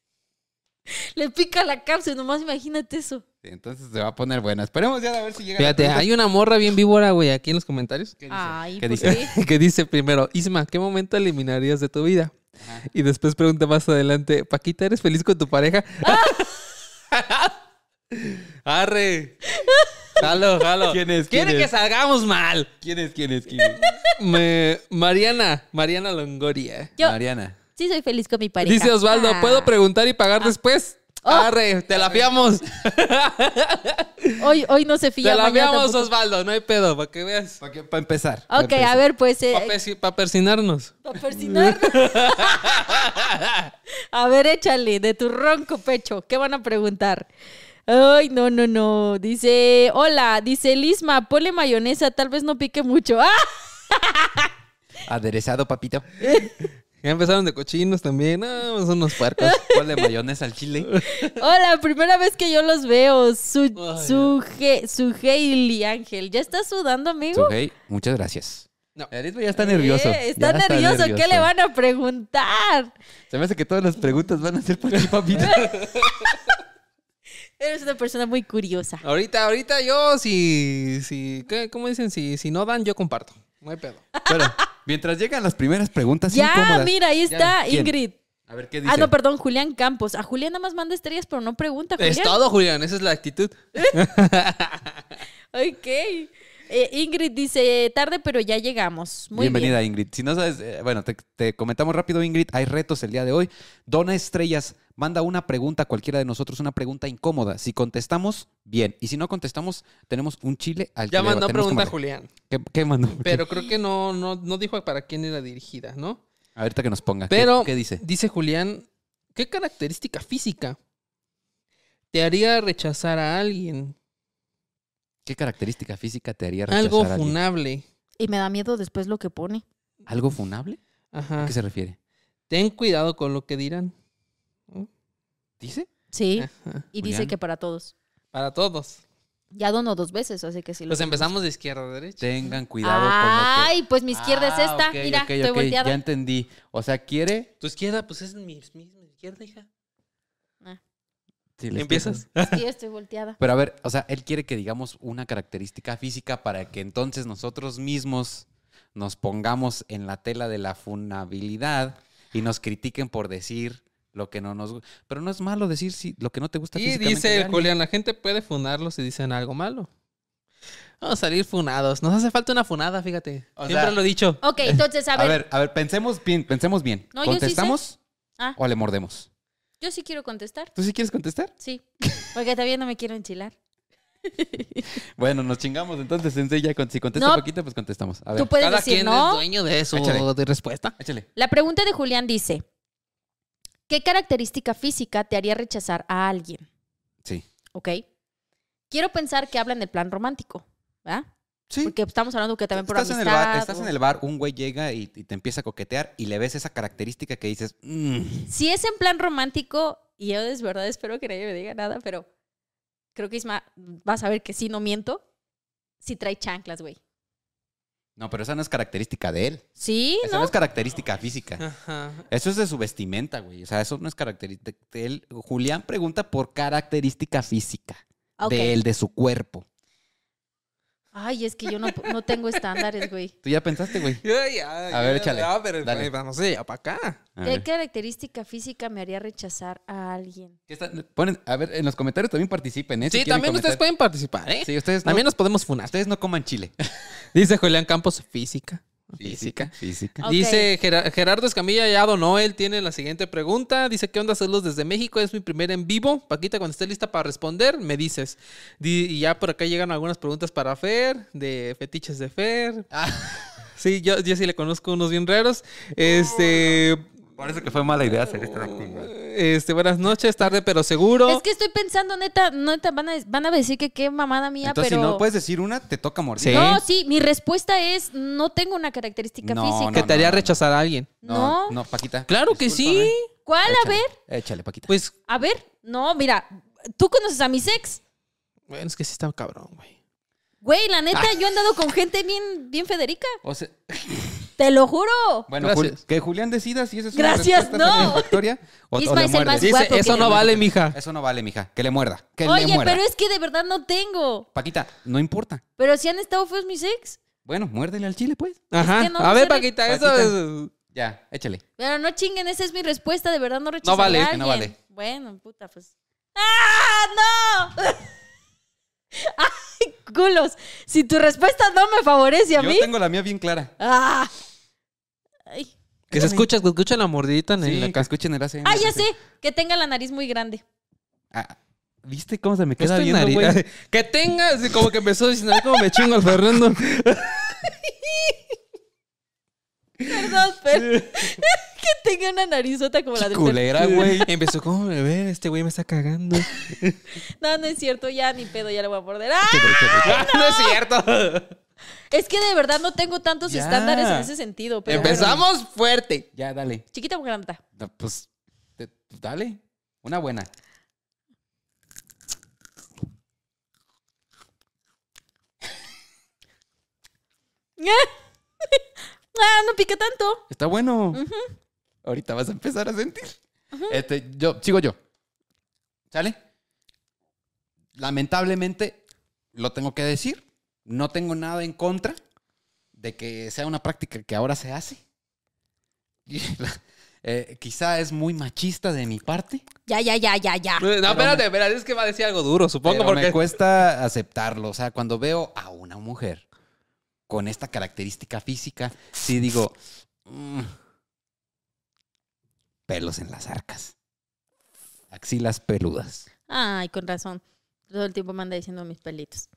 [SPEAKER 3] Le pica la cápsula, nomás imagínate eso.
[SPEAKER 2] Sí, entonces se va a poner buena. Esperemos ya a ver si llega. la
[SPEAKER 1] Fíjate,
[SPEAKER 2] pregunta.
[SPEAKER 1] hay una morra bien víbora, güey, aquí en los comentarios.
[SPEAKER 2] ¿Qué dice?
[SPEAKER 3] Ay, pues
[SPEAKER 2] ¿Qué
[SPEAKER 3] ¿por
[SPEAKER 2] dice?
[SPEAKER 3] qué?
[SPEAKER 1] Que dice primero, Isma, ¿qué momento eliminarías de tu vida? Y después pregunta más adelante, Paquita, ¿eres feliz con tu pareja? ¡Arre! ¡Jalo, jalo!
[SPEAKER 2] ¿Quién es?
[SPEAKER 1] ¿Quiere
[SPEAKER 2] ¿Quién
[SPEAKER 1] que
[SPEAKER 2] es?
[SPEAKER 1] salgamos mal?
[SPEAKER 2] ¿Quién es? ¿Quién es? ¿Quién es?
[SPEAKER 1] Me- Mariana, Mariana Longoria.
[SPEAKER 3] Yo
[SPEAKER 2] Mariana.
[SPEAKER 3] sí soy feliz con mi pareja.
[SPEAKER 1] Dice Osvaldo,
[SPEAKER 3] Ah. Oh.
[SPEAKER 1] ¿puedo preguntar y pagar después? Arre, te la fiamos.
[SPEAKER 3] Hoy, hoy no se fía.
[SPEAKER 1] Te la
[SPEAKER 3] mañana
[SPEAKER 1] fiamos,
[SPEAKER 3] tampoco.
[SPEAKER 1] Osvaldo. No hay pedo, para que veas.
[SPEAKER 2] Para empezar. pa'
[SPEAKER 3] Ok,
[SPEAKER 2] empezar.
[SPEAKER 3] a ver, pues. eh,
[SPEAKER 1] Para persinarnos.
[SPEAKER 3] pa' persinar. a ver, échale, de tu ronco pecho. ¿Qué van a preguntar? Ay, no, no, no. Dice, hola, dice Lisma, ponle mayonesa, tal vez no pique mucho. ¡Ah!
[SPEAKER 2] Aderezado, papito. Pues,
[SPEAKER 1] Ya empezaron de cochinos también. No, son unos puercos.
[SPEAKER 2] Ponle mayonesa al chile.
[SPEAKER 3] Hola, primera vez que yo los veo. Su,
[SPEAKER 1] Ay,
[SPEAKER 3] su, su Ángel. ¿Ya está sudando, amigo?
[SPEAKER 2] Sugey, muchas gracias.
[SPEAKER 1] No.
[SPEAKER 2] Aritmo ya está nervioso.
[SPEAKER 3] Eh, está,
[SPEAKER 2] ya
[SPEAKER 3] nervioso. ¿Qué le
[SPEAKER 2] nervioso.
[SPEAKER 3] van a preguntar?
[SPEAKER 2] Se me hace que todas las preguntas van a ser para ti, papito.
[SPEAKER 3] Eres una persona muy curiosa.
[SPEAKER 2] Ah,
[SPEAKER 1] Ahorita, ahorita yo, si. si ¿qué? ¿Cómo dicen? Si, si no dan, yo comparto. No hay pedo.
[SPEAKER 3] Ah,
[SPEAKER 2] Bueno, mientras llegan las primeras preguntas
[SPEAKER 3] ya,
[SPEAKER 2] incómodas.
[SPEAKER 3] mira, ahí está
[SPEAKER 2] ¿Quién?
[SPEAKER 3] Ingrid.
[SPEAKER 2] A ver qué dice.
[SPEAKER 3] Ah, no, perdón, Julián Campos. A Julián nada más manda estrellas, pero no pregunta, Julián.
[SPEAKER 1] Es todo, Julián. Esa es la actitud.
[SPEAKER 3] Ok. Eh, Ingrid dice, tarde, pero ya llegamos. Muy
[SPEAKER 2] Bienvenida,
[SPEAKER 3] bien.
[SPEAKER 2] Ingrid. Si no sabes, eh, bueno, te, te comentamos rápido, Ingrid. Hay retos el día de hoy. Dona Estrellas manda una pregunta a cualquiera de nosotros, una pregunta incómoda. Si contestamos, bien. Y si no contestamos, tenemos un chile al
[SPEAKER 1] Ya
[SPEAKER 2] que le
[SPEAKER 1] mandó
[SPEAKER 2] tenemos que
[SPEAKER 1] pregunta a
[SPEAKER 2] mandar.
[SPEAKER 1] Julián.
[SPEAKER 2] ¿Qué, qué mandó?
[SPEAKER 1] Pero creo que no, no, no dijo para quién era dirigida, ¿no?
[SPEAKER 2] Ahorita que nos ponga. ¿Qué-
[SPEAKER 1] Pero
[SPEAKER 2] ¿Qué, dice?
[SPEAKER 1] Dice Julián, ¿qué característica física te haría rechazar a alguien?
[SPEAKER 2] ¿Qué característica física te haría rechazar
[SPEAKER 1] Algo
[SPEAKER 2] a alguien?
[SPEAKER 1] funable.
[SPEAKER 3] Y me da miedo después lo que pone.
[SPEAKER 2] ¿Algo funable? ¿A
[SPEAKER 1] Ajá.
[SPEAKER 2] qué se refiere?
[SPEAKER 1] Ten cuidado con lo que dirán.
[SPEAKER 2] ¿Dice?
[SPEAKER 3] Sí.
[SPEAKER 1] Ajá.
[SPEAKER 3] Y
[SPEAKER 2] Eh, Julián.
[SPEAKER 3] dice que para todos.
[SPEAKER 1] Para todos.
[SPEAKER 3] Ya donó dos veces, así que sí. lo
[SPEAKER 1] Pues
[SPEAKER 3] tenemos.
[SPEAKER 1] empezamos de izquierda a derecha.
[SPEAKER 2] Tengan cuidado con lo que...
[SPEAKER 3] Ay, pues mi izquierda es
[SPEAKER 2] Ah,
[SPEAKER 3] esta.
[SPEAKER 2] ok,
[SPEAKER 3] Mira,
[SPEAKER 2] ok,
[SPEAKER 3] estoy
[SPEAKER 2] ok,
[SPEAKER 3] volteada.
[SPEAKER 2] Ya entendí. O sea, quiere...
[SPEAKER 1] Tu izquierda, pues es mi, mi- mi izquierda, hija.
[SPEAKER 2] Sí, le estoy
[SPEAKER 1] ¿Empiezas?
[SPEAKER 3] Sí, estoy volteada.
[SPEAKER 2] Pero a ver, o sea, él quiere que digamos una característica física para que entonces nosotros mismos nos pongamos en la tela de la funabilidad y nos critiquen por decir lo que no nos gusta. Pero no es malo decir si lo que no te gusta
[SPEAKER 1] Y
[SPEAKER 2] físicamente de
[SPEAKER 1] dice el
[SPEAKER 2] alguien.
[SPEAKER 1] Julián, la gente puede funarlo si dicen algo malo. Vamos a salir funados. Nos hace falta una funada, fíjate.
[SPEAKER 2] O
[SPEAKER 1] Siempre
[SPEAKER 2] sea-
[SPEAKER 1] lo he dicho.
[SPEAKER 3] Ok, entonces,
[SPEAKER 2] Eh, A ver, a ver, pensemos bien, pensemos bien.
[SPEAKER 3] No, yo sí sé.
[SPEAKER 2] ¿Contestamos
[SPEAKER 3] Ah.
[SPEAKER 2] o le mordemos?
[SPEAKER 3] Yo sí quiero contestar,
[SPEAKER 2] ¿Tú sí quieres contestar?
[SPEAKER 3] sí. Porque todavía no me quiero enchilar.
[SPEAKER 2] Bueno, nos chingamos entonces, Sensei, ya con- si contesta
[SPEAKER 3] No.
[SPEAKER 2] Paquita, pues contestamos. A ver,
[SPEAKER 3] Tú puedes
[SPEAKER 1] Cada
[SPEAKER 3] decir
[SPEAKER 1] quien es
[SPEAKER 3] no.
[SPEAKER 1] dueño de su
[SPEAKER 2] Échale.
[SPEAKER 1] de respuesta.
[SPEAKER 2] échale.
[SPEAKER 3] La pregunta de Julián dice: ¿Qué característica física te haría rechazar a alguien?
[SPEAKER 2] Sí.
[SPEAKER 3] ¿Ok? Quiero pensar que hablan del plan romántico, ¿verdad?
[SPEAKER 2] Sí.
[SPEAKER 3] Porque estamos hablando que también por
[SPEAKER 2] estás, en el
[SPEAKER 3] amistad.
[SPEAKER 2] bar, estás
[SPEAKER 3] o-
[SPEAKER 2] en el bar, un güey llega y, y te empieza a coquetear y le ves esa característica que dices, "Mm,
[SPEAKER 3] Si es en plan romántico, y yo es verdad espero que nadie me diga nada, pero creo que Isma va a saber que sí, no miento. Si trae chanclas, güey.
[SPEAKER 2] no, pero esa no es característica de él.
[SPEAKER 3] Sí,
[SPEAKER 2] Esa no,
[SPEAKER 3] ¿no?
[SPEAKER 2] es característica física.
[SPEAKER 1] Ajá.
[SPEAKER 2] Eso es de su vestimenta, güey. O sea, eso no es característica de él. Julián pregunta por característica física
[SPEAKER 3] Ok.
[SPEAKER 2] de él, de su cuerpo.
[SPEAKER 3] Ay, es que yo no, no tengo estándares, güey.
[SPEAKER 2] ¿Tú ya pensaste, güey?
[SPEAKER 1] Ya, ya,
[SPEAKER 2] A ver,
[SPEAKER 1] ya,
[SPEAKER 2] échale.
[SPEAKER 1] ya, pero
[SPEAKER 2] Dale.
[SPEAKER 1] eh, vamos allá para acá.
[SPEAKER 2] A
[SPEAKER 3] ¿Qué
[SPEAKER 2] ver.
[SPEAKER 3] característica física me haría rechazar a alguien?
[SPEAKER 2] ¿Qué está- ponen- a ver, en los comentarios también participen, ¿eh? Si
[SPEAKER 1] Sí,
[SPEAKER 2] quieren
[SPEAKER 1] también
[SPEAKER 2] comentar.
[SPEAKER 1] ustedes pueden participar, ¿eh?
[SPEAKER 2] Sí, ustedes no,
[SPEAKER 1] También nos podemos funar.
[SPEAKER 2] ustedes no coman chile.
[SPEAKER 1] Dice Julián Campos, física. Física.
[SPEAKER 2] Física.
[SPEAKER 3] Ok.
[SPEAKER 1] Dice Gera- Gerardo Escamilla ya donó, él tiene la siguiente pregunta. Dice, ¿qué onda saludos desde México? Es mi primer en vivo. Paquita, cuando esté lista para responder, me dices. Di- y ya por acá llegan algunas preguntas para Fer, de fetiches de Fer. Sí, yo, yo sí le conozco unos bien raros. Este,
[SPEAKER 2] Parece que fue mala idea hacer esta actividad.
[SPEAKER 1] este buenas noches, tarde pero seguro.
[SPEAKER 3] Es que estoy pensando, neta, neta, van a, van a decir que qué mamada mía,
[SPEAKER 2] Entonces, si
[SPEAKER 3] pero.
[SPEAKER 2] no pues, puedes decir una, te toca morder.
[SPEAKER 1] Sí.
[SPEAKER 3] No, sí, mi respuesta es: no tengo una característica
[SPEAKER 2] No,
[SPEAKER 1] que
[SPEAKER 3] física.
[SPEAKER 2] no,
[SPEAKER 1] te haría
[SPEAKER 2] no.
[SPEAKER 1] rechazar a alguien.
[SPEAKER 2] No,
[SPEAKER 3] No.
[SPEAKER 2] no, Paquita.
[SPEAKER 1] Claro que sí.
[SPEAKER 3] ¿Cuál? A
[SPEAKER 2] Échale,
[SPEAKER 3] ver,
[SPEAKER 2] Échale, Paquita.
[SPEAKER 1] Pues,
[SPEAKER 3] a ver. No, mira, tú conoces a mis ex.
[SPEAKER 1] bueno, es que sí está cabrón, güey.
[SPEAKER 3] Güey, la
[SPEAKER 2] Ah.
[SPEAKER 3] neta, yo he andado con gente bien, bien Federica.
[SPEAKER 2] O sea,
[SPEAKER 3] Te lo juro.
[SPEAKER 2] bueno,
[SPEAKER 1] Gracias.
[SPEAKER 2] Jul- que Julián decida si esa es
[SPEAKER 3] Gracias,
[SPEAKER 2] una respuesta
[SPEAKER 3] no.
[SPEAKER 2] satisfactoria o, o
[SPEAKER 3] Isma
[SPEAKER 2] le
[SPEAKER 3] es el
[SPEAKER 2] muerdes.
[SPEAKER 3] más Sí,
[SPEAKER 1] Dice,
[SPEAKER 3] Guapo
[SPEAKER 1] eso
[SPEAKER 3] que-
[SPEAKER 1] no vale, mija.
[SPEAKER 2] Eso no vale, mija. Que le muerda. Que le
[SPEAKER 3] Oye,
[SPEAKER 2] muerda.
[SPEAKER 3] pero es que de verdad no tengo.
[SPEAKER 2] Paquita, no importa.
[SPEAKER 3] Pero si han estado feos mis ex.
[SPEAKER 2] Bueno, muérdele al chile, pues.
[SPEAKER 1] Ajá.
[SPEAKER 3] que no
[SPEAKER 1] a
[SPEAKER 3] me
[SPEAKER 1] ver,
[SPEAKER 3] sale-
[SPEAKER 1] Paquita, eso
[SPEAKER 2] Paquita.
[SPEAKER 1] es...
[SPEAKER 2] Ya, échale.
[SPEAKER 3] Pero no chinguen, esa es mi respuesta, de verdad no rechazar
[SPEAKER 1] No vale,
[SPEAKER 3] a
[SPEAKER 1] es
[SPEAKER 2] que no
[SPEAKER 3] alguien.
[SPEAKER 2] vale.
[SPEAKER 3] Bueno, puta, pues. ¡Ah, no! ¡Ay, culos! Si tu respuesta no me favorece a
[SPEAKER 2] Yo
[SPEAKER 3] mí.
[SPEAKER 2] tengo la mía bien clara.
[SPEAKER 3] ¡Ah! Ay.
[SPEAKER 1] Que se escucha, que escucha la mordidita en
[SPEAKER 2] Sí,
[SPEAKER 1] la
[SPEAKER 2] que
[SPEAKER 1] casa.
[SPEAKER 2] escuchen el ACM.
[SPEAKER 3] ¡Ah, ya sé! Que tenga la nariz muy grande.
[SPEAKER 2] Ah, ¿Viste cómo se me queda
[SPEAKER 1] Estoy
[SPEAKER 2] viendo,
[SPEAKER 1] nariz-
[SPEAKER 2] güey?
[SPEAKER 1] Que tengas, y como que empezó diciendo, "Ay, ¿cómo me chingo al Fernando?
[SPEAKER 3] Perdón, pero que tenga una narizota como la del Fer.
[SPEAKER 2] Culera, güey.
[SPEAKER 1] Empezó, ¿cómo me ve? Este güey me está cagando.
[SPEAKER 3] No, no es cierto, ya ni pedo, ya le voy a morder. ¡Ah!
[SPEAKER 1] ¡Ah, no! es cierto.
[SPEAKER 3] Es que de verdad no tengo tantos
[SPEAKER 2] Ya.
[SPEAKER 3] estándares en ese sentido. Pero bueno.
[SPEAKER 1] Empezamos fuerte.
[SPEAKER 2] Ya, dale.
[SPEAKER 3] chiquita o grandota.
[SPEAKER 2] No, Pues, te- dale. Una buena.
[SPEAKER 3] Ah, no pica tanto.
[SPEAKER 2] Está bueno. Ahorita vas a empezar a sentir. Este, yo, sigo yo. ¿Sale? Lamentablemente, lo tengo que decir. No tengo nada en contra de que sea una práctica que ahora se hace. Y la- eh, quizá es muy machista de mi parte.
[SPEAKER 3] Ya, ya, ya, ya, ya.
[SPEAKER 1] No, espérate, espérate, es que va a decir algo duro, supongo,
[SPEAKER 2] Pero
[SPEAKER 1] porque.
[SPEAKER 2] me cuesta aceptarlo. O sea, cuando veo a una mujer con esta característica física, sí digo. "Mm, pelos en las arcas. Axilas peludas.
[SPEAKER 3] Ay, con razón. Todo el tiempo me anda diciendo mis pelitos.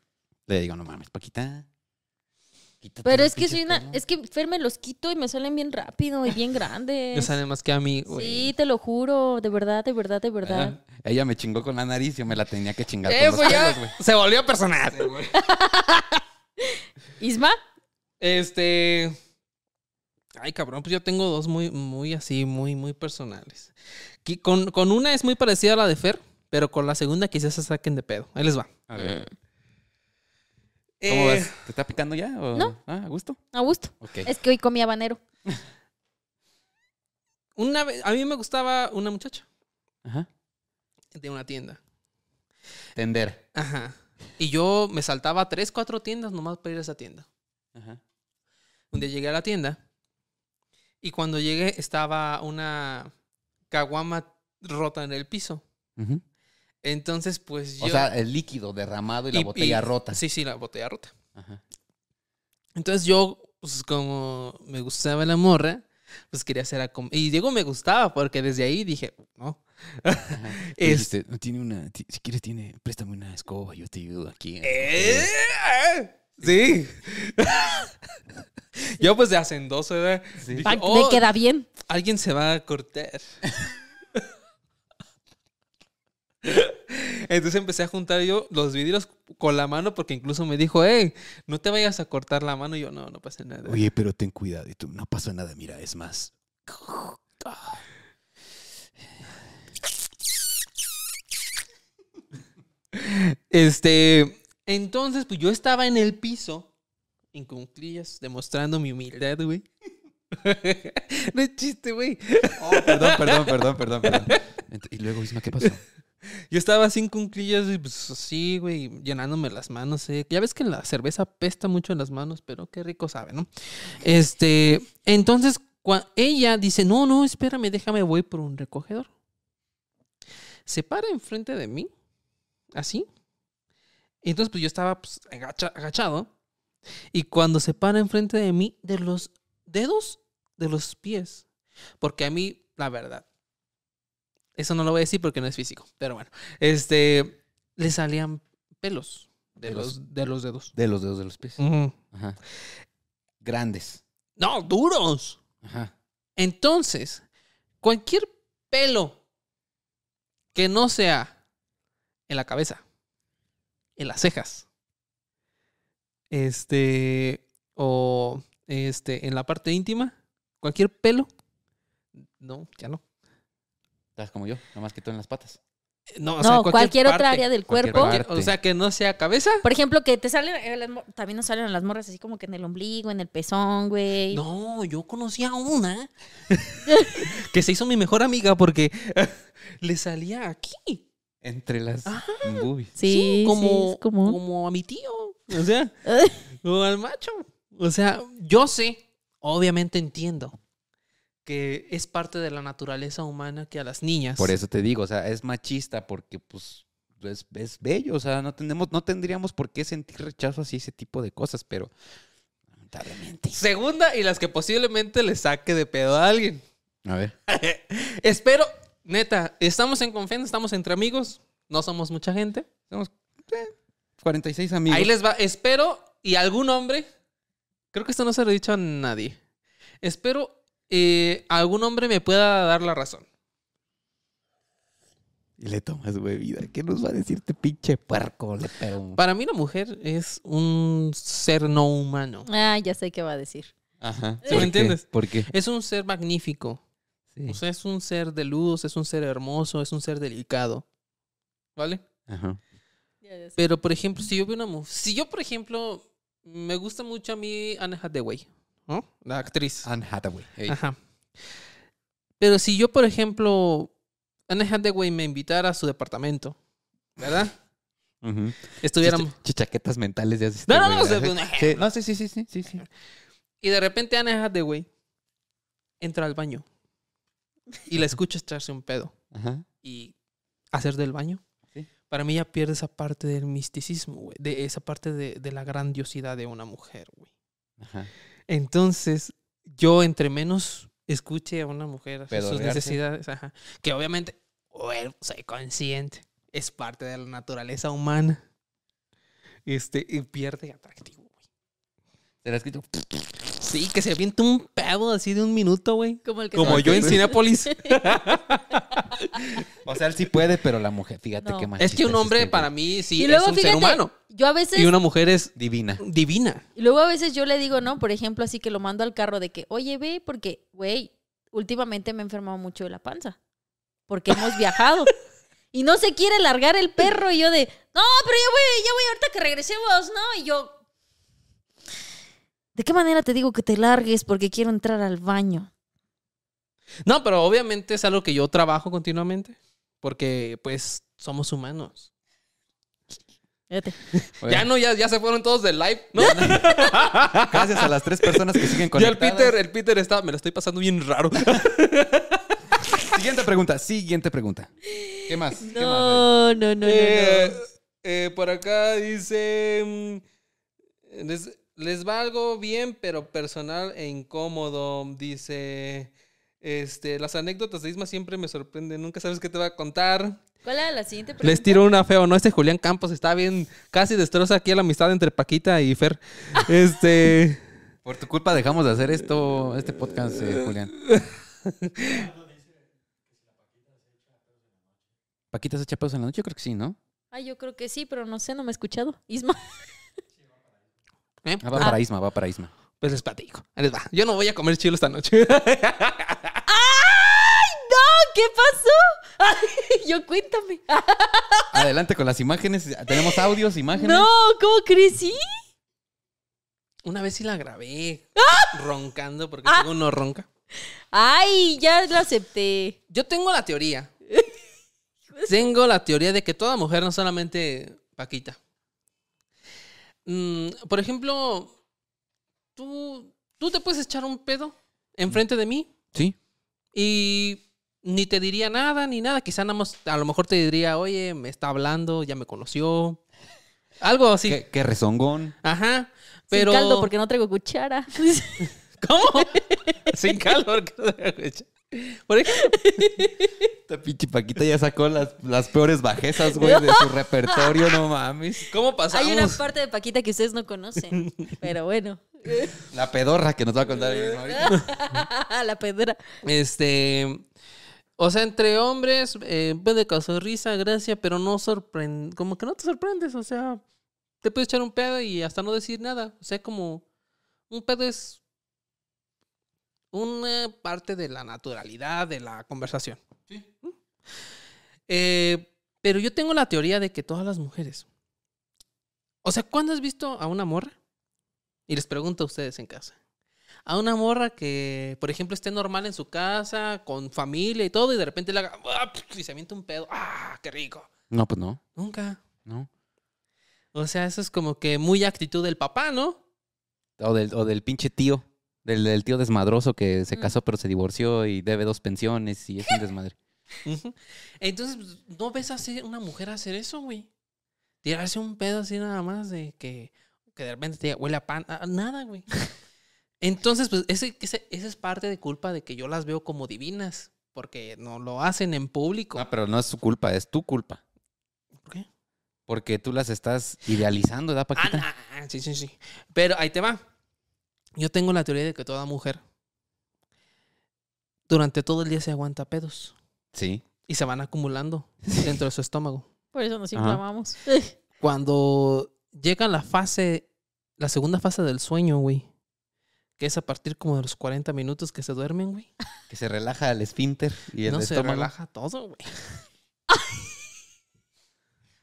[SPEAKER 2] Le digo, no mames, Paquita. quítate
[SPEAKER 3] Pero
[SPEAKER 2] los
[SPEAKER 3] es que soy
[SPEAKER 2] pinches
[SPEAKER 3] una.
[SPEAKER 2] pelos".
[SPEAKER 3] Es que Fer me los quito y me salen bien rápido y bien
[SPEAKER 1] No
[SPEAKER 3] grandes.
[SPEAKER 1] sabe más que a mí,
[SPEAKER 3] Sí,
[SPEAKER 1] güey.
[SPEAKER 3] te lo juro. De verdad, de verdad, de verdad.
[SPEAKER 2] Ah, Ella me chingó con la nariz, yo me la tenía que chingar
[SPEAKER 1] Eh,
[SPEAKER 2] con los
[SPEAKER 1] pues ya
[SPEAKER 2] pelos, güey.
[SPEAKER 1] se volvió personal.
[SPEAKER 3] Isma,
[SPEAKER 1] Este. Ay, cabrón, pues yo tengo dos muy, muy así, muy, muy personales. Qui- Con, con una es muy parecida a la de Fer, pero con la segunda quizás se saquen de pedo. Ahí les va.
[SPEAKER 2] A ver,
[SPEAKER 1] Eh,
[SPEAKER 2] ¿Cómo ves? ¿Te está picando ya? o-
[SPEAKER 3] No.
[SPEAKER 2] Ah, ¿A gusto?
[SPEAKER 3] a gusto.
[SPEAKER 2] Ok.
[SPEAKER 3] Es que hoy comí habanero.
[SPEAKER 1] Una vez, a mí me gustaba una muchacha
[SPEAKER 2] Ajá.
[SPEAKER 1] de una tienda.
[SPEAKER 2] Tender.
[SPEAKER 1] Ajá. Y yo me saltaba tres, cuatro tiendas nomás para ir a esa tienda.
[SPEAKER 2] Ajá.
[SPEAKER 1] Un día llegué a la tienda y cuando llegué estaba una caguama rota en el piso.
[SPEAKER 2] Ujú.
[SPEAKER 1] Entonces, pues yo...
[SPEAKER 2] O sea, el líquido derramado y la
[SPEAKER 1] y-
[SPEAKER 2] botella
[SPEAKER 1] y-
[SPEAKER 2] rota.
[SPEAKER 1] Sí, sí, la botella rota.
[SPEAKER 2] Ajá.
[SPEAKER 1] Entonces yo, pues como me gustaba la morra, pues quería hacer a... com- Y digo, me gustaba porque desde ahí dije, no.
[SPEAKER 2] Y
[SPEAKER 1] Es-
[SPEAKER 2] dijiste, tiene una, ti- si quieres tiene, préstame una escoba, yo te ayudo aquí.
[SPEAKER 1] Eh, Sí. Yo pues de hacendoso, ¿verdad? Dije,
[SPEAKER 3] Pa-
[SPEAKER 1] "Oh,
[SPEAKER 3] Me queda bien.
[SPEAKER 1] alguien se va a cortar. Entonces empecé a juntar yo los vidrios con la mano porque incluso me dijo, hey, no te vayas a cortar la mano. Y yo, no, no pasa nada.
[SPEAKER 2] Oye, pero ten cuidado, y tú, no pasa nada, mira, es más.
[SPEAKER 1] Este, entonces, pues yo estaba en el piso, en cunclillas, demostrando mi humildad, güey. no es chiste, güey.
[SPEAKER 2] Oh, perdón, perdón, perdón, perdón, perdón. Ent- Y luego, Isma, ¿qué pasó?
[SPEAKER 1] Yo estaba así en cunclillas, y, pues así, güey, llenándome las manos. eh. Ya ves que la cerveza pesta mucho en las manos, pero qué rico sabe, ¿no? Este, entonces cua- ella dice, no, no, espérame, déjame, voy por un recogedor. Se para enfrente de mí, así. Entonces, pues yo estaba pues, agacha- agachado. Y cuando se para enfrente de mí, de los dedos de los pies. Porque a mí, la verdad, eso no lo voy a decir porque no es físico, pero bueno. Este, le salían pelos de,
[SPEAKER 2] Pelos.
[SPEAKER 1] los, de los dedos.
[SPEAKER 2] De los dedos de los pies.
[SPEAKER 1] Ujú.
[SPEAKER 2] Ajá. Mm. Grandes.
[SPEAKER 1] No, duros.
[SPEAKER 2] Ajá.
[SPEAKER 1] Entonces, cualquier pelo que no sea en la cabeza, en las cejas, este, o este, en la parte íntima, cualquier pelo, no, ya no.
[SPEAKER 2] Estás como yo, nomás que tú en las patas.
[SPEAKER 1] No, o
[SPEAKER 3] No,
[SPEAKER 1] sea,
[SPEAKER 3] cualquier, otra área del
[SPEAKER 2] cualquier
[SPEAKER 3] cuerpo.
[SPEAKER 2] parte.
[SPEAKER 1] O sea, que no sea cabeza.
[SPEAKER 3] Por ejemplo, que te salen, eh, las mo- también nos salen las morras así como que en el ombligo, en el pezón, güey.
[SPEAKER 1] No, yo conocía una que se hizo mi mejor amiga porque le salía aquí.
[SPEAKER 2] Entre las boobies.
[SPEAKER 3] Sí,
[SPEAKER 1] como,
[SPEAKER 3] sí, es común.
[SPEAKER 1] como a mi tío, o sea, o al macho. O sea, yo sé, obviamente entiendo que es parte de la naturaleza humana que a las niñas.
[SPEAKER 2] Por eso te digo, o sea, es machista porque, pues, es, es bello. O sea, no, tenemos, no tendríamos por qué sentir rechazo así ese tipo de cosas, pero lamentablemente.
[SPEAKER 1] Segunda y las que posiblemente le saque de pedo a alguien.
[SPEAKER 2] A ver.
[SPEAKER 1] Espero, neta, estamos en confianza, estamos entre amigos. No somos mucha gente.
[SPEAKER 2] Somos eh, 46 amigos.
[SPEAKER 1] Ahí les va. Espero y algún hombre. Creo que esto no se lo he dicho a nadie. Espero eh, algún hombre me pueda dar la razón.
[SPEAKER 2] Y le tomas bebida. ¿Qué nos va a decirte, pinche puerco? Le pego.
[SPEAKER 1] Para mí la mujer es un ser no humano.
[SPEAKER 3] Ah, ya sé qué va a decir.
[SPEAKER 2] Ajá.
[SPEAKER 1] ¿Sí me
[SPEAKER 2] ¿Por qué?
[SPEAKER 1] entiendes?
[SPEAKER 2] ¿Por qué?
[SPEAKER 1] Es un ser magnífico.
[SPEAKER 2] Sí.
[SPEAKER 1] O sea, es un ser de luz, es un ser hermoso, es un ser delicado. ¿Vale?
[SPEAKER 2] Ajá.
[SPEAKER 1] Pero, por ejemplo, si yo veo una mujer... Si yo, por ejemplo, me gusta mucho a mí Anne Hathaway, ¿no? La actriz.
[SPEAKER 2] Anne Hathaway. Ey.
[SPEAKER 1] Ajá. Pero si yo, por ejemplo, Anne Hathaway me invitara a su departamento, ¿verdad?
[SPEAKER 2] Ujú.
[SPEAKER 1] Estuviéramos...
[SPEAKER 2] Chicha- Chichaquetas mentales de este asistente.
[SPEAKER 1] No, no, no, o sea, pues, un
[SPEAKER 2] Sí,
[SPEAKER 1] ejemplo.
[SPEAKER 2] no, sí, sí, sí, sí, sí, sí.
[SPEAKER 1] Y de repente Anne Hathaway entra al baño y la escucho echarse un pedo.
[SPEAKER 2] Ajá.
[SPEAKER 1] y hacer del baño.
[SPEAKER 2] Sí.
[SPEAKER 1] Para mí ya pierde esa parte del misticismo, güey. De esa parte de, de la grandiosidad de una mujer, güey.
[SPEAKER 2] Ajá.
[SPEAKER 1] Entonces, yo entre menos escuche a una mujer hacer sus
[SPEAKER 2] Pedorrearse.
[SPEAKER 1] necesidades, ajá, que obviamente, güey, soy consciente, es parte de la naturaleza humana. Este, y pierde atractivo, güey.
[SPEAKER 2] Será escrito.
[SPEAKER 1] Sí, que se avienta un pedo así de un minuto, güey.
[SPEAKER 3] Como el que
[SPEAKER 1] Como
[SPEAKER 3] se-
[SPEAKER 1] yo en Cinépolis.
[SPEAKER 3] Ah,
[SPEAKER 2] O sea, él sí puede, pero la mujer, fíjate
[SPEAKER 3] No.
[SPEAKER 2] qué este más.
[SPEAKER 1] es que un hombre para mí sí
[SPEAKER 3] Y luego,
[SPEAKER 1] es un
[SPEAKER 3] fíjate,
[SPEAKER 1] ser humano.
[SPEAKER 3] Yo a veces
[SPEAKER 1] Y una mujer es
[SPEAKER 2] Divina.
[SPEAKER 1] divina.
[SPEAKER 3] Y luego a veces yo le digo, ¿no? Por ejemplo, así que lo mando al carro de que, oye, ve, porque, güey, últimamente me he enfermado mucho de la panza. Porque hemos viajado. Y no se quiere largar el perro. Y yo de, no, pero ya voy, ya voy, ahorita que regresemos, ¿no? Y yo, ¿de qué manera te digo que te largues porque quiero entrar al baño?
[SPEAKER 1] No, pero obviamente es algo que yo trabajo continuamente. Porque, pues, somos humanos.
[SPEAKER 3] Fíjate.
[SPEAKER 2] Oye,
[SPEAKER 1] Ya no, ya, ya se fueron todos del live. ¿no?
[SPEAKER 2] Gracias a las tres personas que siguen
[SPEAKER 1] y el
[SPEAKER 2] conectadas.
[SPEAKER 1] Peter, el Peter está, me lo estoy pasando bien raro.
[SPEAKER 2] Siguiente pregunta, siguiente pregunta. ¿Qué más? ¿Qué más?
[SPEAKER 3] No, no, no, no,
[SPEAKER 1] Eh,
[SPEAKER 3] no.
[SPEAKER 1] eh, por acá dice. mm, Les, les va algo bien, pero personal e incómodo. Dice. Este, las anécdotas de Isma siempre me sorprenden. Nunca sabes qué te va a contar.
[SPEAKER 3] ¿Cuál era la siguiente pregunta?
[SPEAKER 1] Les tiro una feo, ¿no? Este Julián Campos está bien, casi destroza aquí la amistad entre Paquita y Fer. Este.
[SPEAKER 2] Por tu culpa dejamos de hacer esto, este podcast, eh, Julián. ¿Paquita se echa pedos en la noche? Yo creo que sí, ¿no?
[SPEAKER 3] Ay, Ah, yo creo que sí, pero no sé, no me he escuchado. Isma.
[SPEAKER 1] ¿eh?
[SPEAKER 2] Ah, va para Isma, va para Isma.
[SPEAKER 1] Pues les platico. Ahí les va. Yo no voy a comer chilo esta noche.
[SPEAKER 3] ¡Ay, no! ¿Qué pasó? Ah, Ay, yo cuéntame.
[SPEAKER 2] Adelante con las imágenes. Tenemos audios, imágenes.
[SPEAKER 3] No, ¿cómo crecí?
[SPEAKER 1] Una vez sí la grabé. Roncando, porque tengo uno ronca.
[SPEAKER 3] Ay, ya lo acepté.
[SPEAKER 1] Yo tengo la teoría. tengo la teoría de que toda mujer, no solamente Paquita. Mm, por ejemplo, tú, tú te puedes echar un pedo enfrente de mí
[SPEAKER 2] Sí.
[SPEAKER 1] y ni te diría nada, ni nada. Quizá nada más, a lo mejor te diría, oye, me está hablando, ya me conoció. Algo así.
[SPEAKER 2] Qué, qué rezongón.
[SPEAKER 1] Ajá. Pero.
[SPEAKER 3] Pero... Sin caldo porque no traigo cuchara.
[SPEAKER 1] ¿Cómo? Sin calor. Por ejemplo,
[SPEAKER 2] Esta pinche Paquita ya sacó las, las peores bajezas, güey, de su repertorio, no mames.
[SPEAKER 1] ¿cómo pasamos?
[SPEAKER 3] Hay una parte de Paquita que ustedes no conocen. Pero bueno.
[SPEAKER 2] La pedorra que nos va a contar Irma ahorita.
[SPEAKER 3] La pedra.
[SPEAKER 1] Este. O sea, entre hombres eh, puede causar risa, gracia, pero no sorprende. Como que no te sorprendes, o sea, te puedes echar un pedo y hasta no decir nada. O sea, como. Un pedo es. Una parte de la naturalidad de la conversación. ¿Mm? Eh, pero yo tengo la teoría de que todas las mujeres. O sea, ¿cuándo has visto a una morra? Y les pregunto a ustedes en casa a una morra que, por ejemplo, esté normal en su casa, con familia y todo, y de repente le haga ¡ah! y se avienta un pedo. ¡Ah, qué rico!
[SPEAKER 2] No, pues no,
[SPEAKER 1] Nunca.
[SPEAKER 2] no.
[SPEAKER 1] O sea, eso es como que muy actitud del papá, ¿no?
[SPEAKER 2] O del, o del pinche tío. Del, del tío desmadroso que se
[SPEAKER 3] Mm.
[SPEAKER 2] casó pero se divorció y debe dos pensiones y es un desmadre.
[SPEAKER 1] Ujú. Entonces, pues, no ves a una mujer hacer eso, güey. Tirarse un pedo así nada más de que, que de repente te diga, huele a pan, a- a nada, güey. Entonces, pues ese, ese- esa es parte de culpa de que yo las veo como divinas, porque no lo hacen en público.
[SPEAKER 2] Ah, pero no es su culpa, es tu culpa.
[SPEAKER 1] ¿Por qué?
[SPEAKER 2] Porque tú las estás idealizando, ¿verdad,
[SPEAKER 1] Ah,
[SPEAKER 2] Paquita?
[SPEAKER 1] nah, sí, sí, sí. Pero ahí te va. Yo tengo la teoría de que toda mujer durante todo el día se aguanta pedos
[SPEAKER 2] Sí.
[SPEAKER 1] y se van acumulando dentro de su estómago.
[SPEAKER 3] Por eso nos
[SPEAKER 2] Ajá.
[SPEAKER 3] inflamamos.
[SPEAKER 1] Cuando llega la fase, la segunda fase del sueño, güey, que es a partir como de los 40 minutos que se duermen, güey.
[SPEAKER 2] Que se relaja el esfínter y el
[SPEAKER 1] No se
[SPEAKER 2] estómago.
[SPEAKER 1] relaja todo, güey.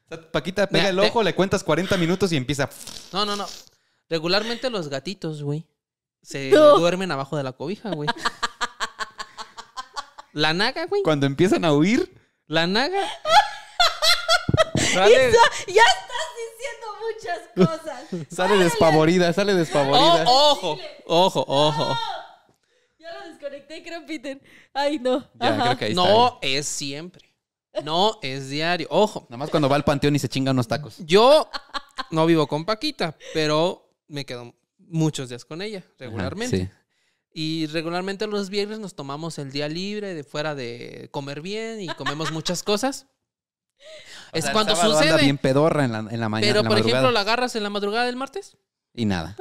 [SPEAKER 2] O sea, Paquita pega
[SPEAKER 1] Mira,
[SPEAKER 2] el
[SPEAKER 1] te-
[SPEAKER 2] ojo, le cuentas 40 minutos y empieza.
[SPEAKER 1] No, no, no. Regularmente los gatitos, güey, se
[SPEAKER 3] No.
[SPEAKER 1] duermen abajo de la cobija, güey. La naga, güey.
[SPEAKER 2] Cuando empiezan a huir,
[SPEAKER 1] La naga. Sale,
[SPEAKER 3] ya estás diciendo muchas cosas.
[SPEAKER 2] sale despavorida, sale despavorida.
[SPEAKER 1] Oh, ojo, ojo, ojo.
[SPEAKER 3] Ya lo desconecté, creo, Peter. Ay, no.
[SPEAKER 2] Ya,
[SPEAKER 3] Ajá.
[SPEAKER 2] creo que ahí está.
[SPEAKER 1] oh,
[SPEAKER 2] ¿eh?
[SPEAKER 1] No es siempre. No es diario. Ojo.
[SPEAKER 2] Nada más cuando va al panteón y se chinga unos tacos.
[SPEAKER 1] Yo no vivo con Paquita, pero me quedo muchos días con ella regularmente.
[SPEAKER 2] Ajá,
[SPEAKER 1] Y regularmente los viernes nos tomamos el día libre de fuera de comer bien y comemos muchas cosas.
[SPEAKER 2] sí.
[SPEAKER 1] es
[SPEAKER 2] O sea, el
[SPEAKER 1] cuando
[SPEAKER 2] sábado anda
[SPEAKER 1] sucede.
[SPEAKER 2] bien pedorra en la, en la mañana.
[SPEAKER 1] pero,
[SPEAKER 2] en la
[SPEAKER 1] por
[SPEAKER 2] madrugada.
[SPEAKER 1] ejemplo, la agarras en la madrugada del martes,
[SPEAKER 2] Y nada.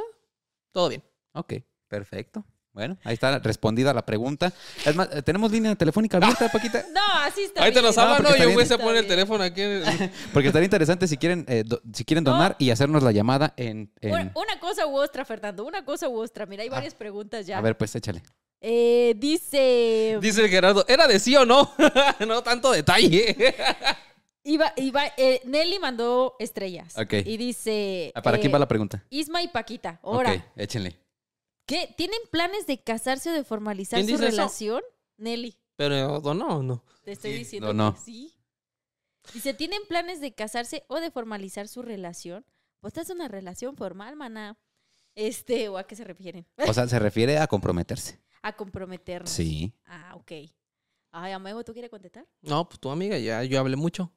[SPEAKER 1] todo bien.
[SPEAKER 2] Ok, perfecto. Bueno, ahí está respondida la pregunta. Es más, eh, tenemos línea telefónica abierta, Paquita.
[SPEAKER 3] No, así está.
[SPEAKER 1] Ahorita
[SPEAKER 3] bien.
[SPEAKER 1] nos hablan,
[SPEAKER 2] porque
[SPEAKER 1] ¿no?
[SPEAKER 2] está
[SPEAKER 1] Yo
[SPEAKER 2] bien.
[SPEAKER 1] voy a
[SPEAKER 3] Está
[SPEAKER 1] poner el
[SPEAKER 3] bien.
[SPEAKER 1] teléfono aquí. en el-
[SPEAKER 2] Porque estaría interesante si quieren, eh, do- si quieren donar y hacernos la llamada en. en-
[SPEAKER 3] Una, una cosa u otra, Fernando. Una cosa u otra. Mira, hay
[SPEAKER 2] Eh. Ah.
[SPEAKER 3] varias preguntas ya.
[SPEAKER 2] A ver, pues échale.
[SPEAKER 3] Eh, dice
[SPEAKER 1] Dice el Gerardo, ¿era de sí o no? no tanto detalle.
[SPEAKER 3] Iba, Iba- eh, Nelly mandó estrellas.
[SPEAKER 2] Ok.
[SPEAKER 3] Y dice.
[SPEAKER 2] Ah, ¿Para
[SPEAKER 3] eh,
[SPEAKER 2] quién va la pregunta?
[SPEAKER 3] Isma y Paquita. Ahora,
[SPEAKER 2] Ok, échenle.
[SPEAKER 3] ¿qué? ¿Tienen planes de casarse o de formalizar
[SPEAKER 1] ¿Quién
[SPEAKER 3] su
[SPEAKER 1] dice eso?
[SPEAKER 3] relación? Nelly,
[SPEAKER 1] Pero donó o no.
[SPEAKER 3] te estoy
[SPEAKER 2] Sí,
[SPEAKER 3] diciendo
[SPEAKER 2] no, no.
[SPEAKER 3] que sí. Dice, ¿tienen planes de casarse o de formalizar su relación? Pues esta es una relación formal, maná. Este, ¿o a qué se refieren?
[SPEAKER 2] O sea, se refiere a comprometerse.
[SPEAKER 3] A comprometernos.
[SPEAKER 2] Sí.
[SPEAKER 3] Ah, ok. Ay, amigo, ¿tú quieres contestar?
[SPEAKER 1] No, pues tu amiga, ya yo hablé mucho.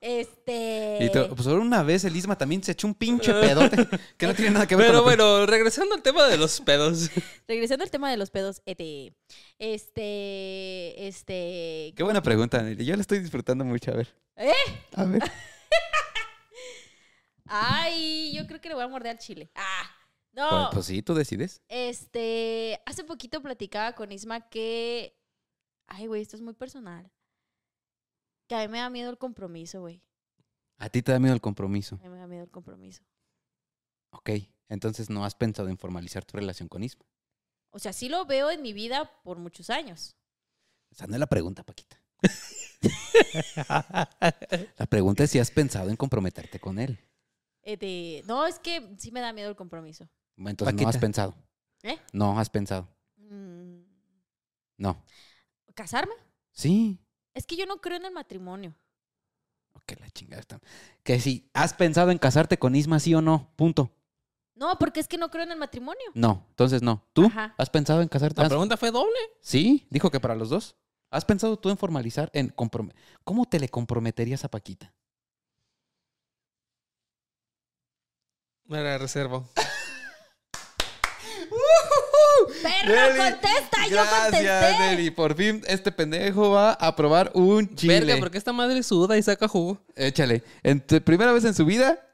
[SPEAKER 3] Este.
[SPEAKER 2] Y te- pues solo una vez el Isma también se echó un pinche pedote que no tiene nada que ver
[SPEAKER 1] Pero
[SPEAKER 2] con la
[SPEAKER 1] bueno, regresando al tema de los pedos.
[SPEAKER 3] Regresando al tema de los pedos, este, este, este,
[SPEAKER 2] Qué buena pregunta, Nelly. Yo la estoy disfrutando mucho, a ver.
[SPEAKER 3] ¿Eh?
[SPEAKER 2] A ver.
[SPEAKER 3] ay, yo creo que le voy a morder al chile. Ah, no,
[SPEAKER 2] Pues, pues sí, tú decides.
[SPEAKER 3] este, hace poquito platicaba con Isma que, ay, güey, esto es muy personal, que a mí me da miedo el compromiso, güey,
[SPEAKER 2] A ti te da miedo el compromiso.
[SPEAKER 3] a mí me da miedo el compromiso.
[SPEAKER 2] Ok. Entonces no has pensado en formalizar tu relación con Isma.
[SPEAKER 3] O sea, sí lo veo en mi vida por muchos años.
[SPEAKER 2] Esa no es la pregunta, Paquita. La pregunta es si has pensado en comprometerte con él.
[SPEAKER 3] Este, no, es que sí me da miedo el compromiso.
[SPEAKER 2] Entonces no
[SPEAKER 1] Paquita.
[SPEAKER 2] has pensado.
[SPEAKER 3] ¿Eh?
[SPEAKER 2] No has pensado.
[SPEAKER 3] Mm,
[SPEAKER 2] No.
[SPEAKER 3] ¿Casarme?
[SPEAKER 2] Sí.
[SPEAKER 3] Es que yo no creo en el matrimonio.
[SPEAKER 2] Ok, la chingada está. Que si has pensado en casarte con Isma, sí o no. Punto.
[SPEAKER 3] No, porque es que no creo en el matrimonio.
[SPEAKER 2] No. Entonces no. ¿Tú
[SPEAKER 3] Ajá.
[SPEAKER 2] has pensado en casarte?
[SPEAKER 1] La
[SPEAKER 2] ¿Has-
[SPEAKER 1] pregunta fue doble.
[SPEAKER 2] Sí, dijo que para los dos. ¿Has pensado tú en formalizar, en comprom- ¿Cómo te le comprometerías a Paquita?
[SPEAKER 1] Me la reservo.
[SPEAKER 3] Perro,
[SPEAKER 2] Nelly,
[SPEAKER 3] contesta, yo
[SPEAKER 2] Gracias,
[SPEAKER 3] contesté.
[SPEAKER 2] Nelly. Por fin este pendejo va a probar un chile.
[SPEAKER 1] Verga, porque esta madre suda y saca jugo.
[SPEAKER 2] Échale. En tu primera vez en su vida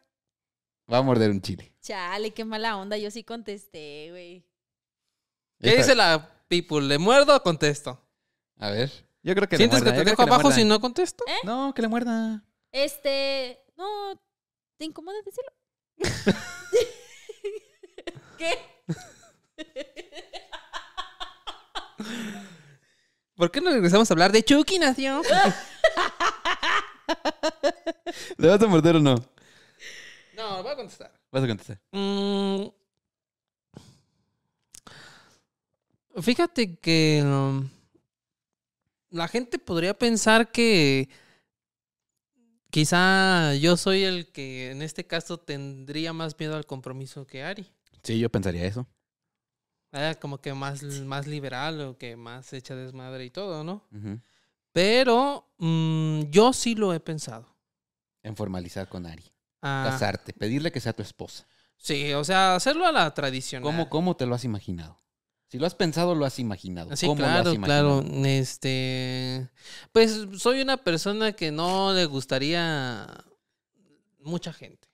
[SPEAKER 2] va a morder un chile.
[SPEAKER 3] Chale, qué mala onda, yo sí contesté, güey.
[SPEAKER 1] ¿Qué
[SPEAKER 2] Esta-
[SPEAKER 1] dice la people? ¿Le muerdo o contesto?
[SPEAKER 2] A ver. Yo creo que le
[SPEAKER 1] ¿Sientes
[SPEAKER 2] muerda.
[SPEAKER 1] que
[SPEAKER 2] yo creo
[SPEAKER 1] te dejo
[SPEAKER 2] que le
[SPEAKER 1] abajo
[SPEAKER 2] muerda.
[SPEAKER 1] si no contesto?
[SPEAKER 2] No, que le muerda.
[SPEAKER 3] Este, no, ¿te incomoda decirlo? ¿Qué?
[SPEAKER 1] ¿Por qué no regresamos a hablar de Chucky Nación?
[SPEAKER 2] ¿Le vas a morder o no?
[SPEAKER 1] No, voy a contestar.
[SPEAKER 2] Vas a contestar.
[SPEAKER 1] Mm. Fíjate que um, la gente podría pensar que quizá yo soy el que en este caso tendría más miedo al compromiso que Ari.
[SPEAKER 2] Sí, yo pensaría eso.
[SPEAKER 1] Era como que más, más liberal o que más hecha desmadre y todo, ¿no? Pero mm, yo sí lo he pensado.
[SPEAKER 2] En formalizar con Ari.
[SPEAKER 1] Ah,
[SPEAKER 2] Casarte, pedirle que sea tu esposa.
[SPEAKER 1] sí, o sea, hacerlo a la tradicional.
[SPEAKER 2] ¿Cómo, ¿Cómo te lo has imaginado? Si lo has pensado, lo has imaginado.
[SPEAKER 1] Sí,
[SPEAKER 2] ¿Cómo lo has
[SPEAKER 1] claro,
[SPEAKER 2] imaginado?
[SPEAKER 1] claro. Este, pues soy una persona que no le gustaría mucha gente.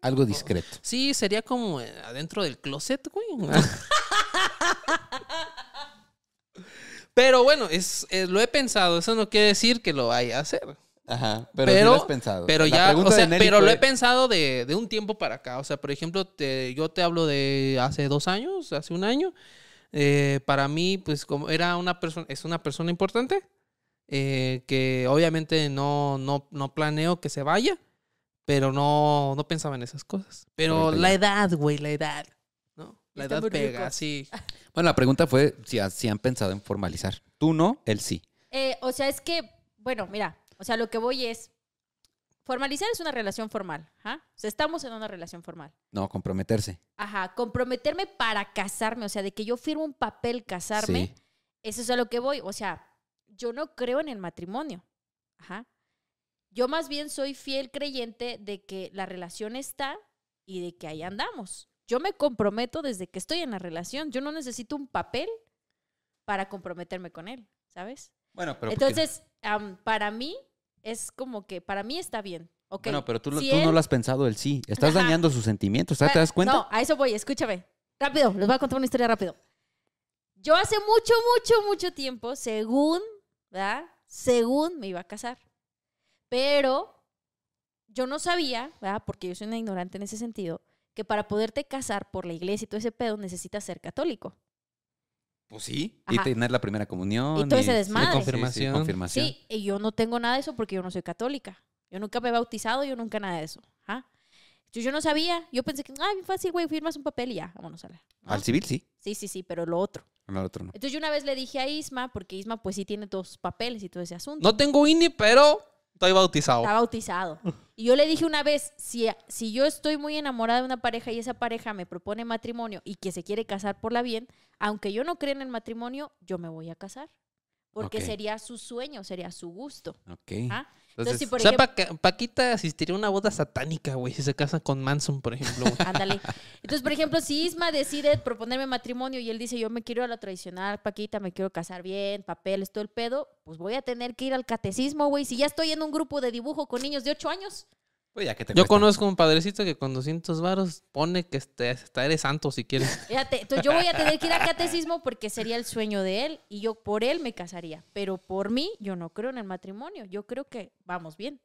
[SPEAKER 2] Algo discreto.
[SPEAKER 1] Sí, sería como eh, adentro del closet, güey. Pero bueno, es, es- lo he pensado. Eso no quiere decir que lo vaya a hacer.
[SPEAKER 2] Ajá,
[SPEAKER 1] Pero,
[SPEAKER 2] sí lo has pensado.
[SPEAKER 1] pero
[SPEAKER 2] La
[SPEAKER 1] ya,
[SPEAKER 2] pregunta
[SPEAKER 1] o sea,
[SPEAKER 2] de Nelly
[SPEAKER 1] pero lo
[SPEAKER 2] fue-
[SPEAKER 1] he pensado de, de un tiempo para acá. O sea, por ejemplo, te- yo te hablo de hace dos años, hace un año. Eh, para mí, pues, como era una persona, es una persona importante. eh, que obviamente no, no, no planeo que se vaya, pero no, no pensaba en esas cosas. Pero
[SPEAKER 2] Ahorita
[SPEAKER 1] la
[SPEAKER 2] ya.
[SPEAKER 1] edad, güey, la edad. ¿no? La
[SPEAKER 3] Está
[SPEAKER 1] edad
[SPEAKER 3] muy rico.
[SPEAKER 1] pega, sí.
[SPEAKER 2] Bueno, la pregunta fue si, ha- si han pensado en formalizar. Tú no, él sí.
[SPEAKER 3] Eh, o sea, es que, bueno, mira, o sea, lo que voy es, formalizar es una relación formal, ¿ah? O sea, estamos en una relación formal.
[SPEAKER 2] No, comprometerse.
[SPEAKER 3] Ajá, comprometerme para casarme, o sea, de que yo firmo un papel casarme,
[SPEAKER 2] Sí.
[SPEAKER 3] eso es a lo que voy, o sea, yo no creo en el matrimonio, ajá. Yo más bien soy fiel creyente de que la relación está y de que ahí andamos. Yo me comprometo desde que estoy en la relación, yo no necesito un papel para comprometerme con él, ¿sabes?
[SPEAKER 2] Bueno, pero.
[SPEAKER 3] Entonces, am, para mí es como que, para mí está bien. Okay.
[SPEAKER 2] Bueno, pero tú, lo-
[SPEAKER 3] si
[SPEAKER 2] tú no
[SPEAKER 3] él-
[SPEAKER 2] lo has pensado, él sí. Estás
[SPEAKER 3] Ajá.
[SPEAKER 2] dañando sus sentimientos. ¿Te das cuenta?
[SPEAKER 3] No, a eso voy, escúchame. Rápido, les voy a contar una historia rápido. Yo hace mucho, mucho, mucho tiempo, según, ¿verdad? Según me iba a casar. Pero yo no sabía, ¿verdad? Porque yo soy una ignorante en ese sentido, que para poderte casar por la iglesia y todo ese pedo necesitas ser católico.
[SPEAKER 2] Pues sí. Y
[SPEAKER 3] Ajá.
[SPEAKER 2] tener la primera comunión.
[SPEAKER 3] Y todo ese desmadre.
[SPEAKER 2] sí, sí,
[SPEAKER 1] Confirmación.
[SPEAKER 2] confirmación.
[SPEAKER 3] Sí, y yo no tengo nada de eso porque yo no soy católica. Yo nunca me he bautizado, yo nunca nada de eso. Ajá. Yo, yo no sabía, yo pensé que, ah, bien fácil, güey, firmas un papel y ya, vámonos a la. ¿no?
[SPEAKER 2] Al civil sí.
[SPEAKER 3] Sí, sí, sí, pero lo otro.
[SPEAKER 2] Al otro no.
[SPEAKER 3] Entonces yo una vez le dije a Isma, porque Isma pues sí tiene todos sus papeles y todo ese asunto.
[SPEAKER 1] No tengo INI, pero estoy bautizado.
[SPEAKER 3] Está bautizado. Y yo le dije una vez, si, si yo estoy muy enamorada de una pareja y esa pareja me propone matrimonio y que se quiere casar por la bien, aunque yo no crea en el matrimonio, yo me voy a casar. Porque
[SPEAKER 2] Ok.
[SPEAKER 3] sería su sueño, sería su gusto.
[SPEAKER 2] Ok.
[SPEAKER 3] Eh, Ajá.
[SPEAKER 2] Entonces,
[SPEAKER 3] Entonces, si por
[SPEAKER 1] o sea,
[SPEAKER 3] ejemplo...
[SPEAKER 1] Paca- Paquita asistiría a una boda satánica, güey, si se casa con Manson, por ejemplo. güey.
[SPEAKER 3] Ándale. Entonces, por ejemplo, si Isma decide proponerme matrimonio y él dice, yo me quiero ir a la tradicional, Paquita, me quiero casar bien, papeles, todo el pedo, pues voy a tener que ir al catecismo, güey. Si ya estoy en un grupo de dibujo con niños de 8 años.
[SPEAKER 2] pues ya que te
[SPEAKER 1] Yo
[SPEAKER 2] cuesta.
[SPEAKER 1] conozco un padrecito que con 200 varos pone que este, hasta eres santo si quieres.
[SPEAKER 3] Fíjate, entonces yo voy a tener que ir al catecismo porque sería el sueño de él y yo por él me casaría. Pero por mí, yo no creo en el matrimonio. Yo creo que vamos bien.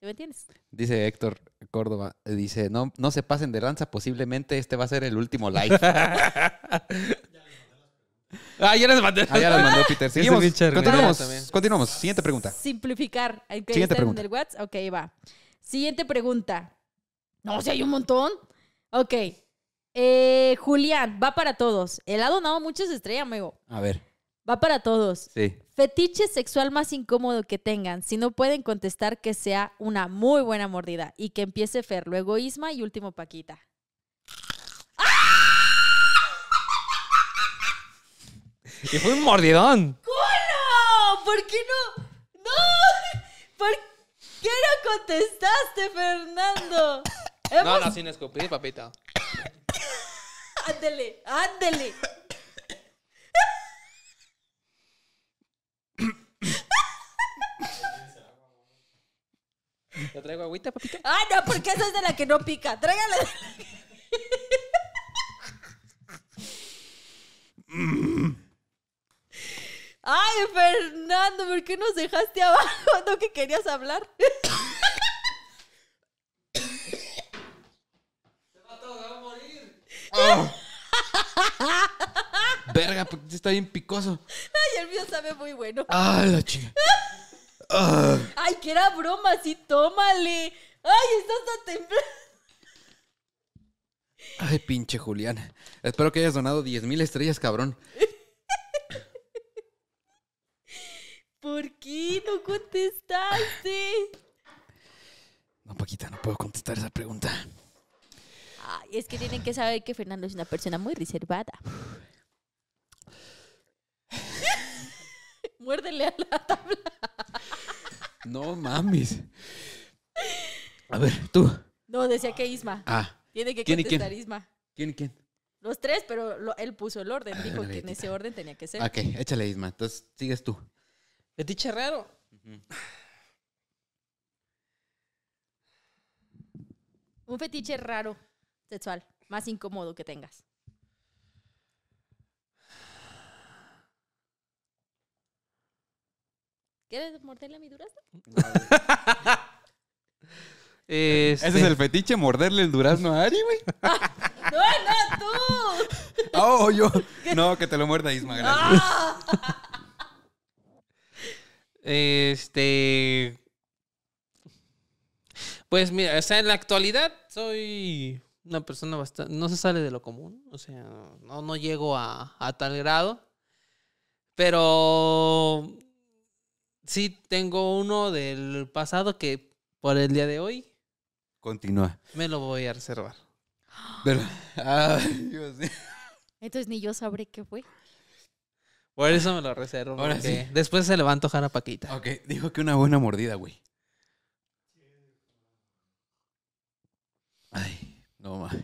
[SPEAKER 3] ¿Sí me entiendes?
[SPEAKER 2] Dice Héctor Córdoba, eh, dice, no, no se pasen de lanza, posiblemente este va a ser el último live.
[SPEAKER 1] ah, ya les mandé.
[SPEAKER 2] Ah, ya las mandó Peter.
[SPEAKER 1] Sí,
[SPEAKER 2] Seguimos.
[SPEAKER 1] ese pinche Herrera también.
[SPEAKER 2] Continuamos, continuamos. Siguiente pregunta.
[SPEAKER 3] Simplificar. Aunque ahí
[SPEAKER 2] Siguiente
[SPEAKER 3] están en
[SPEAKER 2] pregunta.
[SPEAKER 3] el WhatsApp. Ok, va. Siguiente pregunta. No, si hay un montón. Ok. Eh, Julián, va para todos. El ha donado muchas estrellas, amigo.
[SPEAKER 2] A ver.
[SPEAKER 3] Va para todos.
[SPEAKER 2] Sí.
[SPEAKER 3] Fetiche sexual más incómodo que tengan. Si no pueden contestar, que sea una muy buena mordida. Y que empiece Fer, luego Isma y último Paquita.
[SPEAKER 1] Y fue un mordidón.
[SPEAKER 3] ¡No! ¿Por qué no? ¡No! ¿Por qué no contestaste, Fernando?
[SPEAKER 1] No, no, sin escupir, papita.
[SPEAKER 3] Ándele, ándele.
[SPEAKER 1] ¿Te traigo agüita, papita?
[SPEAKER 3] Ah, no, porque esa es de la que no pica. Tráigala. Ay, Fernando, ¿por qué nos dejaste abajo? No que querías hablar.
[SPEAKER 2] Verga, porque está bien picoso.
[SPEAKER 3] Ay, el mío sabe muy bueno.
[SPEAKER 2] Ah, la chica.
[SPEAKER 3] Ay, que era broma, sí, tómale. Ay, estás tan temblando.
[SPEAKER 2] Ay, pinche Julián. Espero que hayas donado 10 mil estrellas, cabrón.
[SPEAKER 3] ¿Por qué no contestaste?
[SPEAKER 2] No, Paquita, no puedo contestar esa pregunta.
[SPEAKER 3] Ay, es que tienen que saber que Fernando es una persona muy reservada. Muérdele a la tabla.
[SPEAKER 2] No mames. A ver, tú.
[SPEAKER 3] No, decía que Isma.
[SPEAKER 2] Ah,
[SPEAKER 3] Tiene que
[SPEAKER 2] ¿Quién y
[SPEAKER 3] contestar Isma.
[SPEAKER 2] ¿quién y quién?
[SPEAKER 3] Los tres, pero lo- él puso el orden.
[SPEAKER 2] la
[SPEAKER 3] Dijo que en
[SPEAKER 2] galletita.
[SPEAKER 3] ese orden tenía que ser.
[SPEAKER 2] Ah, Ok, échale, Isma. Entonces, sigues tú.
[SPEAKER 1] Fetiche raro.
[SPEAKER 3] Un fetiche raro, sexual, más incómodo que tengas.
[SPEAKER 5] ¿Quieres morderle a mi durazno?
[SPEAKER 1] Este,
[SPEAKER 2] ¿Ese es el fetiche? ¿Morderle el durazno a Ari, güey?
[SPEAKER 3] ¡No, no, tú!
[SPEAKER 2] Oh, yo. No, que te lo muerda Isma,
[SPEAKER 3] Ah.
[SPEAKER 2] gracias.
[SPEAKER 1] Este. Pues mira, o sea, en la actualidad soy una persona bastante. No se sale de lo común. O sea, no, no llego a, a tal grado. Pero. Sí, tengo uno del pasado que por el día de hoy
[SPEAKER 2] Continúa.
[SPEAKER 1] me lo voy a reservar.
[SPEAKER 2] Pero- Ay, Dios mío.
[SPEAKER 5] Entonces ni yo sabré qué fue.
[SPEAKER 1] Por eso me lo reservo.
[SPEAKER 2] Ahora
[SPEAKER 1] porque
[SPEAKER 2] sí.
[SPEAKER 1] Después se le va a antojar a Paquita.
[SPEAKER 2] Ok, dijo que una buena mordida, güey. Ay, no más.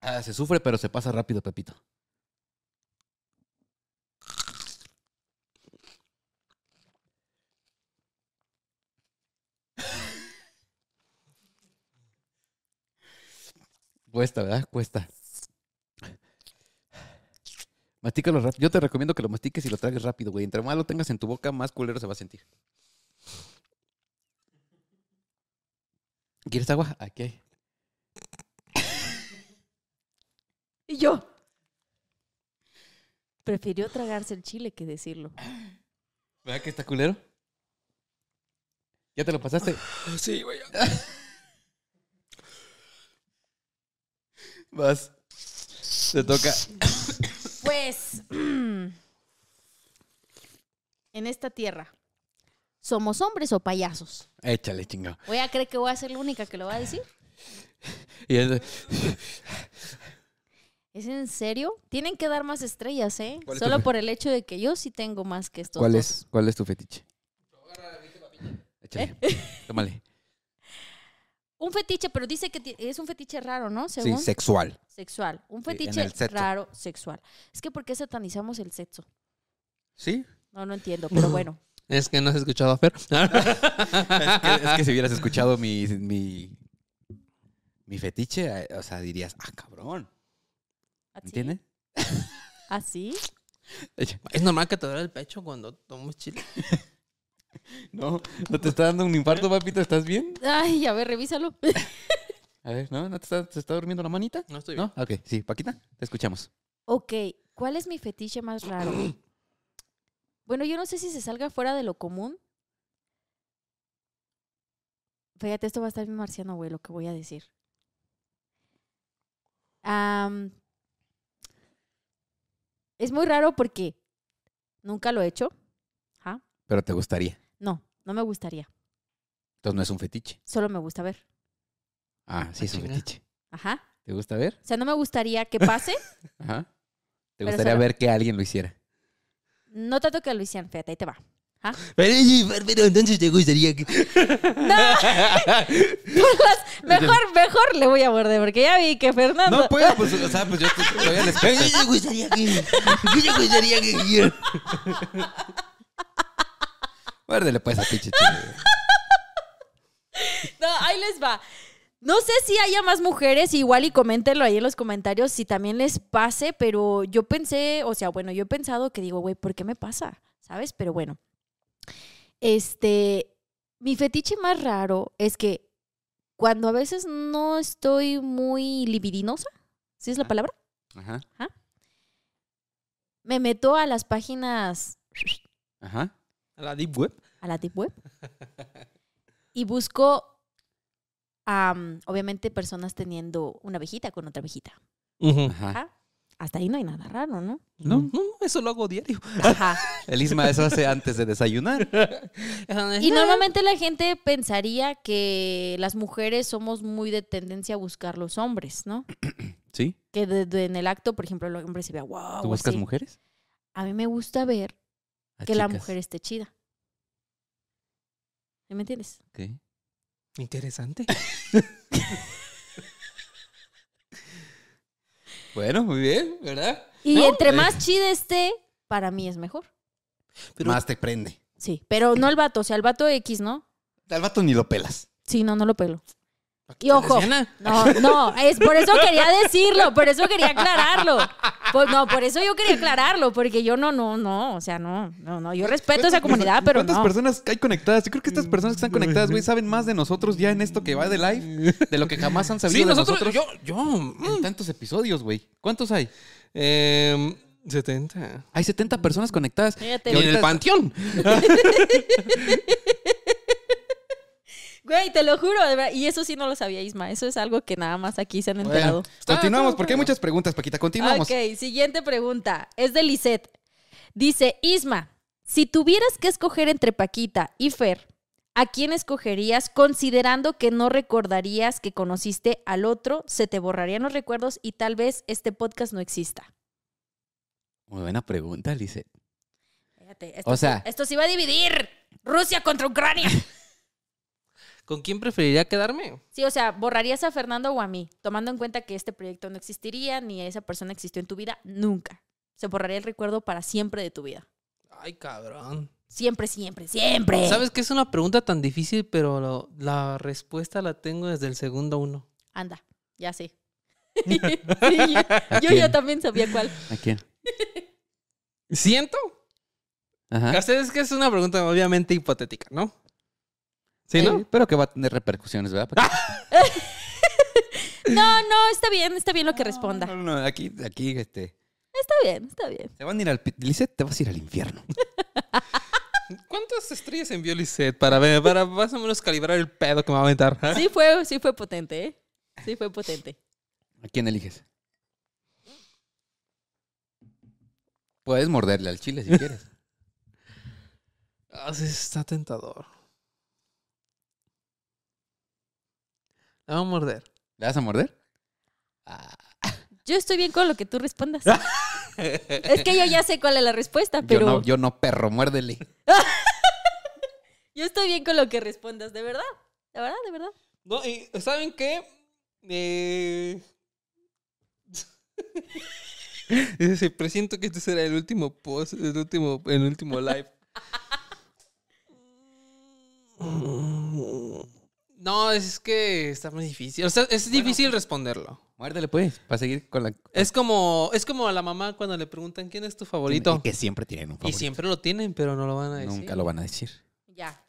[SPEAKER 2] Ah, se sufre, pero se pasa rápido, Pepito. Cuesta, ¿verdad? Cuesta. Mastícalo rápido. Yo te recomiendo que lo mastiques y lo tragues rápido, güey. Entre más lo tengas en tu boca, más culero se va a sentir. ¿Quieres agua? Aquí hay.
[SPEAKER 3] Y yo. Prefirió tragarse el chile que decirlo.
[SPEAKER 2] ¿Verdad que está culero? ¿Ya te lo pasaste?
[SPEAKER 1] Sí, güey.
[SPEAKER 2] Vas. Te toca.
[SPEAKER 3] Pues, en esta tierra, ¿somos hombres o payasos?
[SPEAKER 2] Échale, chingado.
[SPEAKER 5] Voy a creer que voy a ser la única que lo va a decir.
[SPEAKER 2] Y él-
[SPEAKER 3] ¿Es en serio? Tienen que dar más estrellas, ¿eh?
[SPEAKER 2] ¿Cuál es tu
[SPEAKER 3] Solo
[SPEAKER 2] fe-
[SPEAKER 3] por el hecho de que yo sí tengo más que estos
[SPEAKER 2] ¿Cuál
[SPEAKER 3] dos.
[SPEAKER 2] es, ¿Cuál es tu fetiche? Échale.
[SPEAKER 3] ¿Eh?
[SPEAKER 2] Tómale.
[SPEAKER 3] Un fetiche, pero dice que ti- es un fetiche raro, ¿no?
[SPEAKER 2] Sí,
[SPEAKER 3] Según
[SPEAKER 2] sexual.
[SPEAKER 3] sexual. Un
[SPEAKER 2] Sí, en
[SPEAKER 3] fetiche
[SPEAKER 2] el sexo.
[SPEAKER 3] raro sexual. Es que ¿por qué satanizamos el sexo?
[SPEAKER 2] ¿Sí?
[SPEAKER 3] No, no entiendo, pero bueno.
[SPEAKER 1] Es que no has escuchado a Fer.
[SPEAKER 2] Es que, es que si hubieras escuchado mi, mi, mi fetiche, eh, o sea, dirías, ah, cabrón.
[SPEAKER 3] ¿Así?
[SPEAKER 2] ¿Entiendes?
[SPEAKER 3] ¿Así?
[SPEAKER 1] Es normal que te duele el pecho cuando tomas chile.
[SPEAKER 2] No, no te está dando un infarto, papito, ¿estás bien?
[SPEAKER 3] Ay, a ver, revísalo.
[SPEAKER 2] A ver, ¿no? ¿No te está, te está durmiendo la manita?
[SPEAKER 1] No estoy bien.
[SPEAKER 2] ¿No? Ok, sí, Paquita, te escuchamos.
[SPEAKER 3] Ok, ¿cuál es mi fetiche más raro? Bueno, yo no sé si se salga fuera de lo común. Fíjate, esto va a estar bien marciano, güey, lo que voy a decir. Am, es muy raro porque nunca lo he hecho. Ajá.
[SPEAKER 2] Pero te gustaría.
[SPEAKER 3] No, no me gustaría.
[SPEAKER 2] Entonces no es un fetiche.
[SPEAKER 3] Solo me gusta ver.
[SPEAKER 2] Ah, sí, es un
[SPEAKER 1] chinga.
[SPEAKER 2] fetiche.
[SPEAKER 3] Ajá.
[SPEAKER 2] ¿Te gusta ver?
[SPEAKER 3] O sea, no me gustaría que pase.
[SPEAKER 2] Ajá. ¿Te
[SPEAKER 3] Pero
[SPEAKER 2] gustaría
[SPEAKER 3] solo-
[SPEAKER 2] ver que alguien lo hiciera?
[SPEAKER 3] No tanto que lo hicieran, fíjate, ahí te va.
[SPEAKER 1] Pero, pero entonces te gustaría que...
[SPEAKER 3] Mejor, mejor le voy a morder, porque ya vi que Fernando.
[SPEAKER 2] No, pues, pues, o sea, pues yo te- todavía les
[SPEAKER 1] Pero yo te gustaría que. Yo te gustaría que.
[SPEAKER 2] Muérdele pues a pinche chile.
[SPEAKER 3] No, ahí les va. No sé si haya más mujeres, igual y coméntenlo ahí en los comentarios si también les pase, pero yo pensé, o sea, bueno, yo he pensado que digo, güey, ¿por qué me pasa? ¿Sabes? Pero bueno. Este, mi fetiche más raro es que cuando a veces no estoy muy libidinosa, ¿sí es la
[SPEAKER 2] Ajá.
[SPEAKER 3] palabra?
[SPEAKER 2] Ajá,
[SPEAKER 3] Me meto a las páginas,
[SPEAKER 2] ajá.
[SPEAKER 1] La Deep Web.
[SPEAKER 3] a la deep web, y busco, am, obviamente, personas teniendo una abejita con otra abejita.
[SPEAKER 2] Ajá.
[SPEAKER 3] Ajá. Hasta ahí no hay nada raro, ¿no?
[SPEAKER 1] No, no, no, eso lo hago diario.
[SPEAKER 3] Ajá.
[SPEAKER 2] El Isma eso hace antes de desayunar.
[SPEAKER 3] Y normalmente la gente pensaría que las mujeres somos muy de tendencia a buscar los hombres, ¿no?
[SPEAKER 2] ¿Sí?
[SPEAKER 3] Que de- de- en el acto, por ejemplo, el hombre se vea wow.
[SPEAKER 2] ¿Tú buscas
[SPEAKER 3] así.
[SPEAKER 2] mujeres?
[SPEAKER 3] A mí me gusta ver
[SPEAKER 2] A
[SPEAKER 3] que la
[SPEAKER 2] chicas.
[SPEAKER 3] mujer esté chida. ¿Sí ¿Me entiendes?
[SPEAKER 2] Ok.
[SPEAKER 1] Interesante.
[SPEAKER 2] Bueno, muy bien, ¿verdad?
[SPEAKER 3] Y
[SPEAKER 2] No,
[SPEAKER 3] entre
[SPEAKER 2] eh,
[SPEAKER 3] más chida esté, para mí es mejor.
[SPEAKER 1] Pero-
[SPEAKER 2] Más te prende.
[SPEAKER 3] Sí, pero no el vato, o sea, el vato X, ¿no?
[SPEAKER 2] Al vato ni lo pelas.
[SPEAKER 3] Sí, no, no lo pelo. Y
[SPEAKER 1] ¿Qué
[SPEAKER 3] ojo,
[SPEAKER 1] lesbiana?
[SPEAKER 3] no, no, es por eso quería decirlo, por eso quería aclararlo. Por- no, por eso yo quería aclararlo, porque yo no, no, no, o sea, no, no, no, yo respeto esa comunidad, pero
[SPEAKER 2] ¿Cuántas
[SPEAKER 3] no.
[SPEAKER 2] personas hay conectadas? Yo creo que estas personas que están conectadas, güey, saben más de nosotros ya en esto que va de live, de lo que jamás han sabido
[SPEAKER 1] Sí,
[SPEAKER 2] de
[SPEAKER 1] nosotros,
[SPEAKER 2] nosotros.
[SPEAKER 1] yo, yo, mm,
[SPEAKER 2] En tantos episodios, güey. ¿Cuántos hay?
[SPEAKER 1] em, 70.
[SPEAKER 2] Hay 70 personas conectadas.
[SPEAKER 3] Fíjate,
[SPEAKER 1] Y
[SPEAKER 2] Y
[SPEAKER 1] en
[SPEAKER 2] ahorita-
[SPEAKER 1] el panteón.
[SPEAKER 3] Güey, te lo juro, de verdad, y eso sí no lo sabía Isma, eso es algo que nada más aquí se han enterado. Ah,
[SPEAKER 2] Bueno, continuamos porque hay muchas preguntas, Paquita. Continuamos.
[SPEAKER 3] Ok, siguiente pregunta. Es de Lisette. Dice, Isma, si tuvieras que escoger entre Paquita y Fer, ¿a quién escogerías considerando que no recordarías que conociste al otro, se te borrarían los recuerdos y tal vez este podcast no exista?
[SPEAKER 2] Muy buena pregunta, Lice.
[SPEAKER 3] Fíjate, esto,
[SPEAKER 2] O sea,
[SPEAKER 3] esto sí va a dividir. Rusia contra Ucrania.
[SPEAKER 1] ¿Con quién preferiría quedarme?
[SPEAKER 3] Sí, o sea, ¿borrarías a Fernando o a mí? Tomando en cuenta que este proyecto no existiría ni esa persona existió en tu vida nunca. Se borraría el recuerdo para siempre de tu vida.
[SPEAKER 1] Ay, cabrón.
[SPEAKER 3] Siempre, siempre, siempre.
[SPEAKER 1] ¿Sabes que es una pregunta tan difícil, pero lo- la respuesta la tengo desde el segundo uno?
[SPEAKER 3] Anda, ya sé. Sí, yo- yo ya
[SPEAKER 2] quién?
[SPEAKER 3] también sabía cuál.
[SPEAKER 2] ¿a quién?
[SPEAKER 1] ¿Siento?
[SPEAKER 2] Ajá.
[SPEAKER 1] Ustedes ¿Ah? Es que es una pregunta obviamente hipotética, ¿no? ¿Sí, no?
[SPEAKER 2] Eh, Pero que va a tener repercusiones, ¿verdad? Paquita?
[SPEAKER 3] No, no, está bien, está bien lo Ah, que
[SPEAKER 1] Ah.
[SPEAKER 3] responda.
[SPEAKER 2] No, no, no, aquí, aquí, este.
[SPEAKER 3] Está bien, está bien.
[SPEAKER 2] Te van a ir al. pi- Lisette, te vas a ir al infierno.
[SPEAKER 1] ¿Cuántas estrellas envió Lisette para ver, para más o menos calibrar el pedo que me va a aventar?
[SPEAKER 3] Sí fue, sí fue potente, ¿eh? Sí fue potente.
[SPEAKER 2] ¿A quién eliges? Puedes morderle al chile si quieres.
[SPEAKER 1] Ah, sí, está tentador. La va a morder.
[SPEAKER 2] ¿Le vas a morder?
[SPEAKER 3] Yo estoy bien con lo que tú respondas. Es que yo ya sé cuál es la respuesta, Ah, pero
[SPEAKER 2] Yo
[SPEAKER 3] yo,
[SPEAKER 2] no, yo no, perro, muérdele.
[SPEAKER 3] estoy bien con lo que respondas, de verdad. De verdad, de verdad.
[SPEAKER 1] No, y ¿saben qué? Eh... Dice, "Sí, presiento que este será el último post, el último, el último live. No, es que está muy difícil. O sea, es difícil responderlo.
[SPEAKER 2] Muérdele, pues, para seguir con la.
[SPEAKER 1] Es como, es como a la mamá cuando le preguntan quién es tu favorito.
[SPEAKER 2] Y que siempre tienen un
[SPEAKER 1] Y
[SPEAKER 2] favorito.
[SPEAKER 1] siempre lo tienen, pero no lo van a decir.
[SPEAKER 2] Nunca lo van a decir.
[SPEAKER 3] Ya.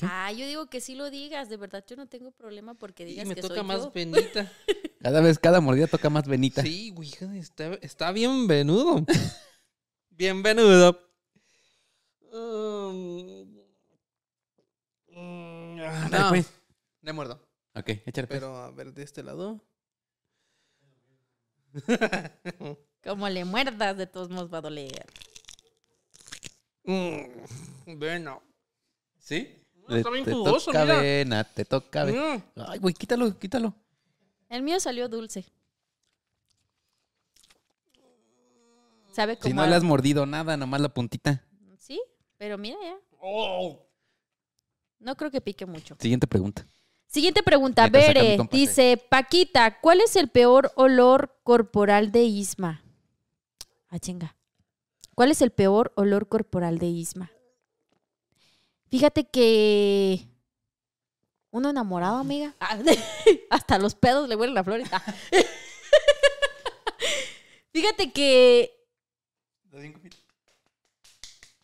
[SPEAKER 3] Ah, yo digo que sí lo digas, de verdad. Yo no tengo problema porque
[SPEAKER 1] Y
[SPEAKER 3] digas
[SPEAKER 1] me
[SPEAKER 3] que
[SPEAKER 1] toca
[SPEAKER 3] soy
[SPEAKER 1] más
[SPEAKER 3] yo.
[SPEAKER 1] bendita.
[SPEAKER 2] Cada vez, cada mordida toca más venita.
[SPEAKER 1] Sí, güey, hija, está, está bienvenudo. bienvenudo. Um, mm, ah,
[SPEAKER 2] Ándale,
[SPEAKER 1] no,
[SPEAKER 2] pues.
[SPEAKER 1] le muerdo.
[SPEAKER 2] Ok, échale. pues.
[SPEAKER 1] Pero a ver, de este lado.
[SPEAKER 3] Como le muerdas, de todos modos va a doler.
[SPEAKER 1] Mm, bueno. ¿Sí?
[SPEAKER 2] Le-
[SPEAKER 1] Está bien
[SPEAKER 2] te
[SPEAKER 1] jugoso,
[SPEAKER 2] toca
[SPEAKER 1] mira.
[SPEAKER 2] vena, te toca vena.
[SPEAKER 1] Mm.
[SPEAKER 2] Ay, güey, quítalo, quítalo.
[SPEAKER 3] El mío salió dulce. ¿Sabe cómo?
[SPEAKER 2] Si no le has mordido nada, nomás la puntita.
[SPEAKER 3] Sí, pero mira ya.
[SPEAKER 1] Oh.
[SPEAKER 3] No creo que pique mucho.
[SPEAKER 2] Siguiente pregunta.
[SPEAKER 3] Siguiente pregunta,
[SPEAKER 2] Mientras saca mi
[SPEAKER 3] Bere.
[SPEAKER 2] compa,
[SPEAKER 3] Dice, Paquita, ¿cuál es el peor olor corporal de Isma? Ah, chinga. ¿Cuál es el peor olor corporal de Isma? Fíjate que... Uno enamorado, amiga. Ah, Hasta los pedos le huelen la flores. Ah. Fíjate que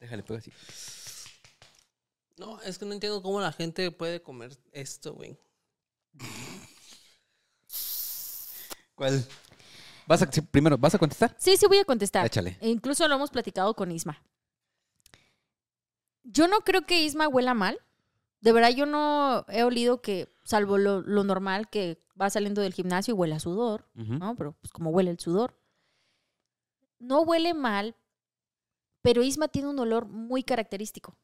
[SPEAKER 2] Déjale, pego así.
[SPEAKER 1] No, es que no entiendo cómo la gente puede comer esto, güey.
[SPEAKER 2] ¿Cuál? Vas a, sí, primero, ¿vas a contestar?
[SPEAKER 3] Sí, sí voy a contestar.
[SPEAKER 2] Échale.
[SPEAKER 3] E incluso lo hemos platicado con Isma. Yo no creo que Isma huela mal. De verdad, yo no he olido que, salvo lo, lo normal que va saliendo del gimnasio y huele a sudor,
[SPEAKER 2] Ujú.
[SPEAKER 3] ¿no? Pero pues como huele el sudor. No huele mal, pero Isma tiene un olor muy característico.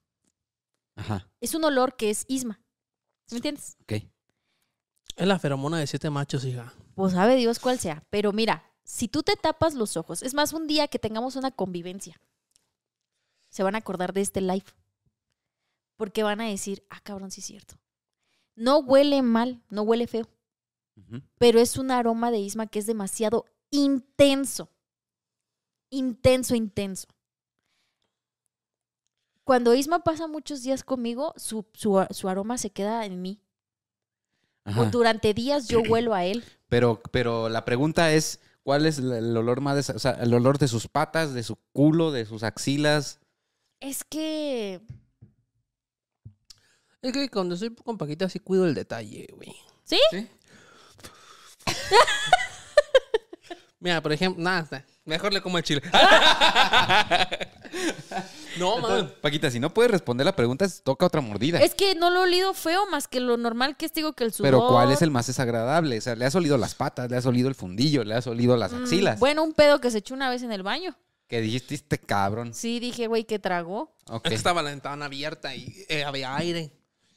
[SPEAKER 2] Ajá,
[SPEAKER 3] Es un olor que es Isma. ¿Me entiendes?
[SPEAKER 2] ok.
[SPEAKER 1] Es la feromona de siete machos, hija.
[SPEAKER 3] Pues sabe Dios cuál sea. Pero mira, si tú te tapas los ojos, es más, un día que tengamos una convivencia, se van a acordar de este live. Porque van a decir, ah, cabrón, sí es cierto. No huele mal, no huele feo.
[SPEAKER 2] Ujú.
[SPEAKER 3] pero es un aroma de Isma que es demasiado intenso. Intenso, intenso. Cuando Isma pasa muchos días conmigo, su, su- su aroma se queda en mí.
[SPEAKER 2] Ajá.
[SPEAKER 3] O durante días yo huelo a él.
[SPEAKER 2] Pero, pero la pregunta es, ¿cuál es la- el olor más, desa- o sea, el olor de sus patas, de su culo, de sus axilas?
[SPEAKER 3] Es que
[SPEAKER 1] Es que cuando estoy con Paquita sí cuido el detalle, güey.
[SPEAKER 3] ¿Sí?
[SPEAKER 2] ¿Sí?
[SPEAKER 1] Mira, por ejemplo, nada, mejor le como el chile. no, man.
[SPEAKER 2] Entonces, Paquita, si no puedes responder la pregunta, es- toca otra mordida.
[SPEAKER 3] es que no lo he olido feo más que lo normal que es digo que el sudor.
[SPEAKER 2] Pero ¿cuál es el más desagradable? O sea, le has olido las patas, le has olido el fundillo, le has olido las
[SPEAKER 3] Mm,
[SPEAKER 2] axilas.
[SPEAKER 3] bueno, un pedo que se echó una vez en el baño.
[SPEAKER 2] Que dijiste, este cabrón.
[SPEAKER 3] Sí, dije, güey, que tragó.
[SPEAKER 2] Ok.
[SPEAKER 1] Es que estaba la ventana abierta y eh, había aire.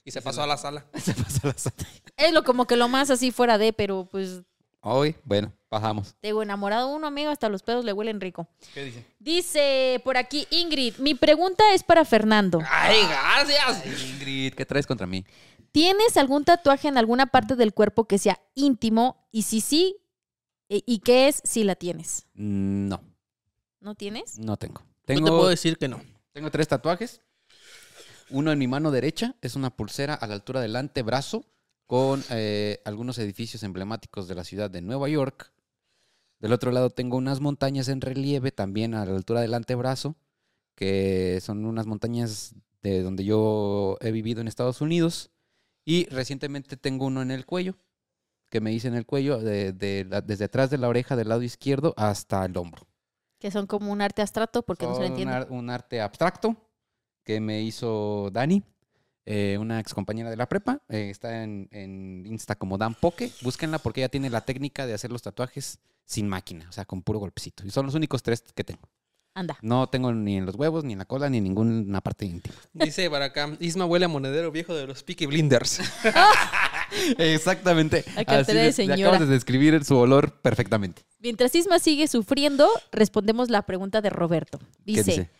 [SPEAKER 1] Y se pasó a la sala.
[SPEAKER 2] Se pasó la sal-
[SPEAKER 3] Es lo como que lo más así fuera de, pero pues
[SPEAKER 2] Hoy, bueno, bajamos.
[SPEAKER 3] Te digo, enamorado uno, amigo, hasta los pedos le huelen rico.
[SPEAKER 2] ¿Qué dice?
[SPEAKER 3] Dice por aquí Ingrid, mi pregunta es para Fernando.
[SPEAKER 1] ¡Ay, gracias!
[SPEAKER 2] Ingrid, ¿qué traes contra mí?
[SPEAKER 3] ¿Tienes algún tatuaje en alguna parte del cuerpo que sea íntimo? Y si sí, e- ¿y qué es si la tienes?
[SPEAKER 2] Mm, No,
[SPEAKER 3] ¿No tienes?
[SPEAKER 2] no tengo.
[SPEAKER 1] No
[SPEAKER 2] Tengo,
[SPEAKER 1] te puedo decir que no.
[SPEAKER 2] tengo tres tatuajes. Uno en mi mano derecha es una pulsera a la altura del antebrazo con eh, algunos edificios emblemáticos de la ciudad de Nueva York. Del otro lado tengo unas montañas en relieve también a la altura del antebrazo, que son unas montañas de donde yo he vivido en Estados Unidos. Y recientemente tengo uno en el cuello, que me hice en el cuello de- de la- desde atrás de la oreja del lado izquierdo hasta el hombro.
[SPEAKER 3] Que son como un arte abstracto porque no se lo
[SPEAKER 2] Son un,
[SPEAKER 3] entiende.
[SPEAKER 2] ar- un arte abstracto que me hizo Dani, eh, una ex compañera de la prepa. eh, está en, en Insta como Dan Poke. Búsquenla porque ella tiene la técnica de hacer los tatuajes sin máquina, o sea, con puro golpecito. Y son los únicos tres que tengo.
[SPEAKER 3] Anda.
[SPEAKER 2] No tengo ni en los huevos, ni en la cola, ni en ninguna parte íntima.
[SPEAKER 1] Dice para acá, Isma huele a monedero viejo de los Peaky Blinders.
[SPEAKER 2] Exactamente.
[SPEAKER 3] Ay, qué Así de- de- señora.
[SPEAKER 2] acabas
[SPEAKER 3] acabas
[SPEAKER 2] de
[SPEAKER 3] de
[SPEAKER 2] describir su olor perfectamente.
[SPEAKER 3] Mientras Isma sigue sufriendo, respondemos la pregunta de Roberto. Dice,
[SPEAKER 2] ¿Qué dice?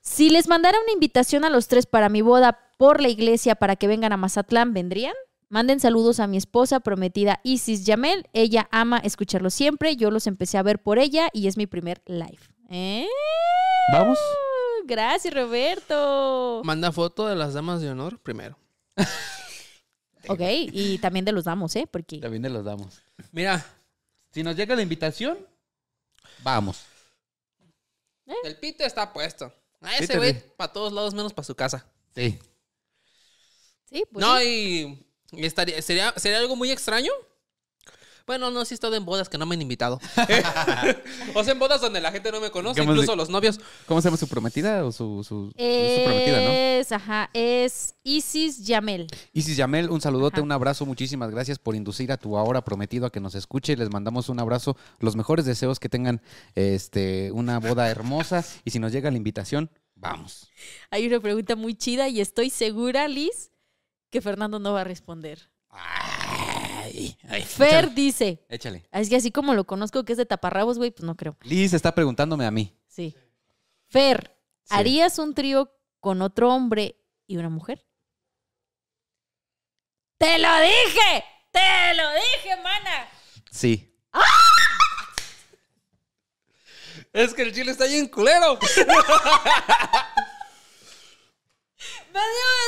[SPEAKER 3] si les mandara una invitación a los tres para mi boda por la iglesia para que vengan a Mazatlán, ¿vendrían? Manden saludos a mi esposa prometida Isis Yamel. Ella ama escucharlo siempre. Yo los empecé a ver por ella y es mi primer live. ¿Eh?
[SPEAKER 2] ¿Vamos?
[SPEAKER 3] Gracias, Roberto.
[SPEAKER 1] Manda foto de las damas de honor primero.
[SPEAKER 3] Ok, y también de los damos, ¿eh? Porque
[SPEAKER 2] También te los damos.
[SPEAKER 1] Mira,
[SPEAKER 2] Si nos llega la invitación, vamos.
[SPEAKER 1] el pito está puesto. A
[SPEAKER 2] Pito,
[SPEAKER 1] ese güey
[SPEAKER 2] sí.
[SPEAKER 1] para todos lados menos para su casa.
[SPEAKER 2] Sí.
[SPEAKER 3] sí, pues
[SPEAKER 1] no,
[SPEAKER 3] sí.
[SPEAKER 1] y y estaría, sería, sería algo muy extraño. Bueno, no, sí he estado en bodas que no me han invitado. o sea, en bodas donde la gente no me conoce,
[SPEAKER 2] ¿Cómo se-
[SPEAKER 1] incluso los novios.
[SPEAKER 2] ¿Cómo se llama su prometida o su, su,
[SPEAKER 3] Eh,
[SPEAKER 2] su prometida, no?
[SPEAKER 3] es, ajá, es Isis Yamel.
[SPEAKER 2] Isis Yamel, un saludote,
[SPEAKER 3] Ajá.
[SPEAKER 2] un abrazo, muchísimas gracias por inducir a tu ahora prometido a que nos escuche. Les mandamos un abrazo, los mejores deseos que tengan este, una boda hermosa y si nos llega la invitación, vamos.
[SPEAKER 3] Hay una pregunta muy chida y estoy segura, Liz, que Fernando no va a responder.
[SPEAKER 2] Ay, ay,
[SPEAKER 3] Fer
[SPEAKER 2] échale,
[SPEAKER 3] dice, "Ah,
[SPEAKER 2] échale.
[SPEAKER 3] Es que así como lo conozco que es de taparrabos, güey, pues no creo.
[SPEAKER 2] Liz está preguntándome a mí.
[SPEAKER 3] Sí. Fer,
[SPEAKER 2] Sí.
[SPEAKER 3] ¿harías un trío con otro hombre y una mujer? ¡Te lo dije! ¡Te lo dije, mana!
[SPEAKER 2] Sí.
[SPEAKER 1] Es que el chile está bien culero.
[SPEAKER 3] Me dio, me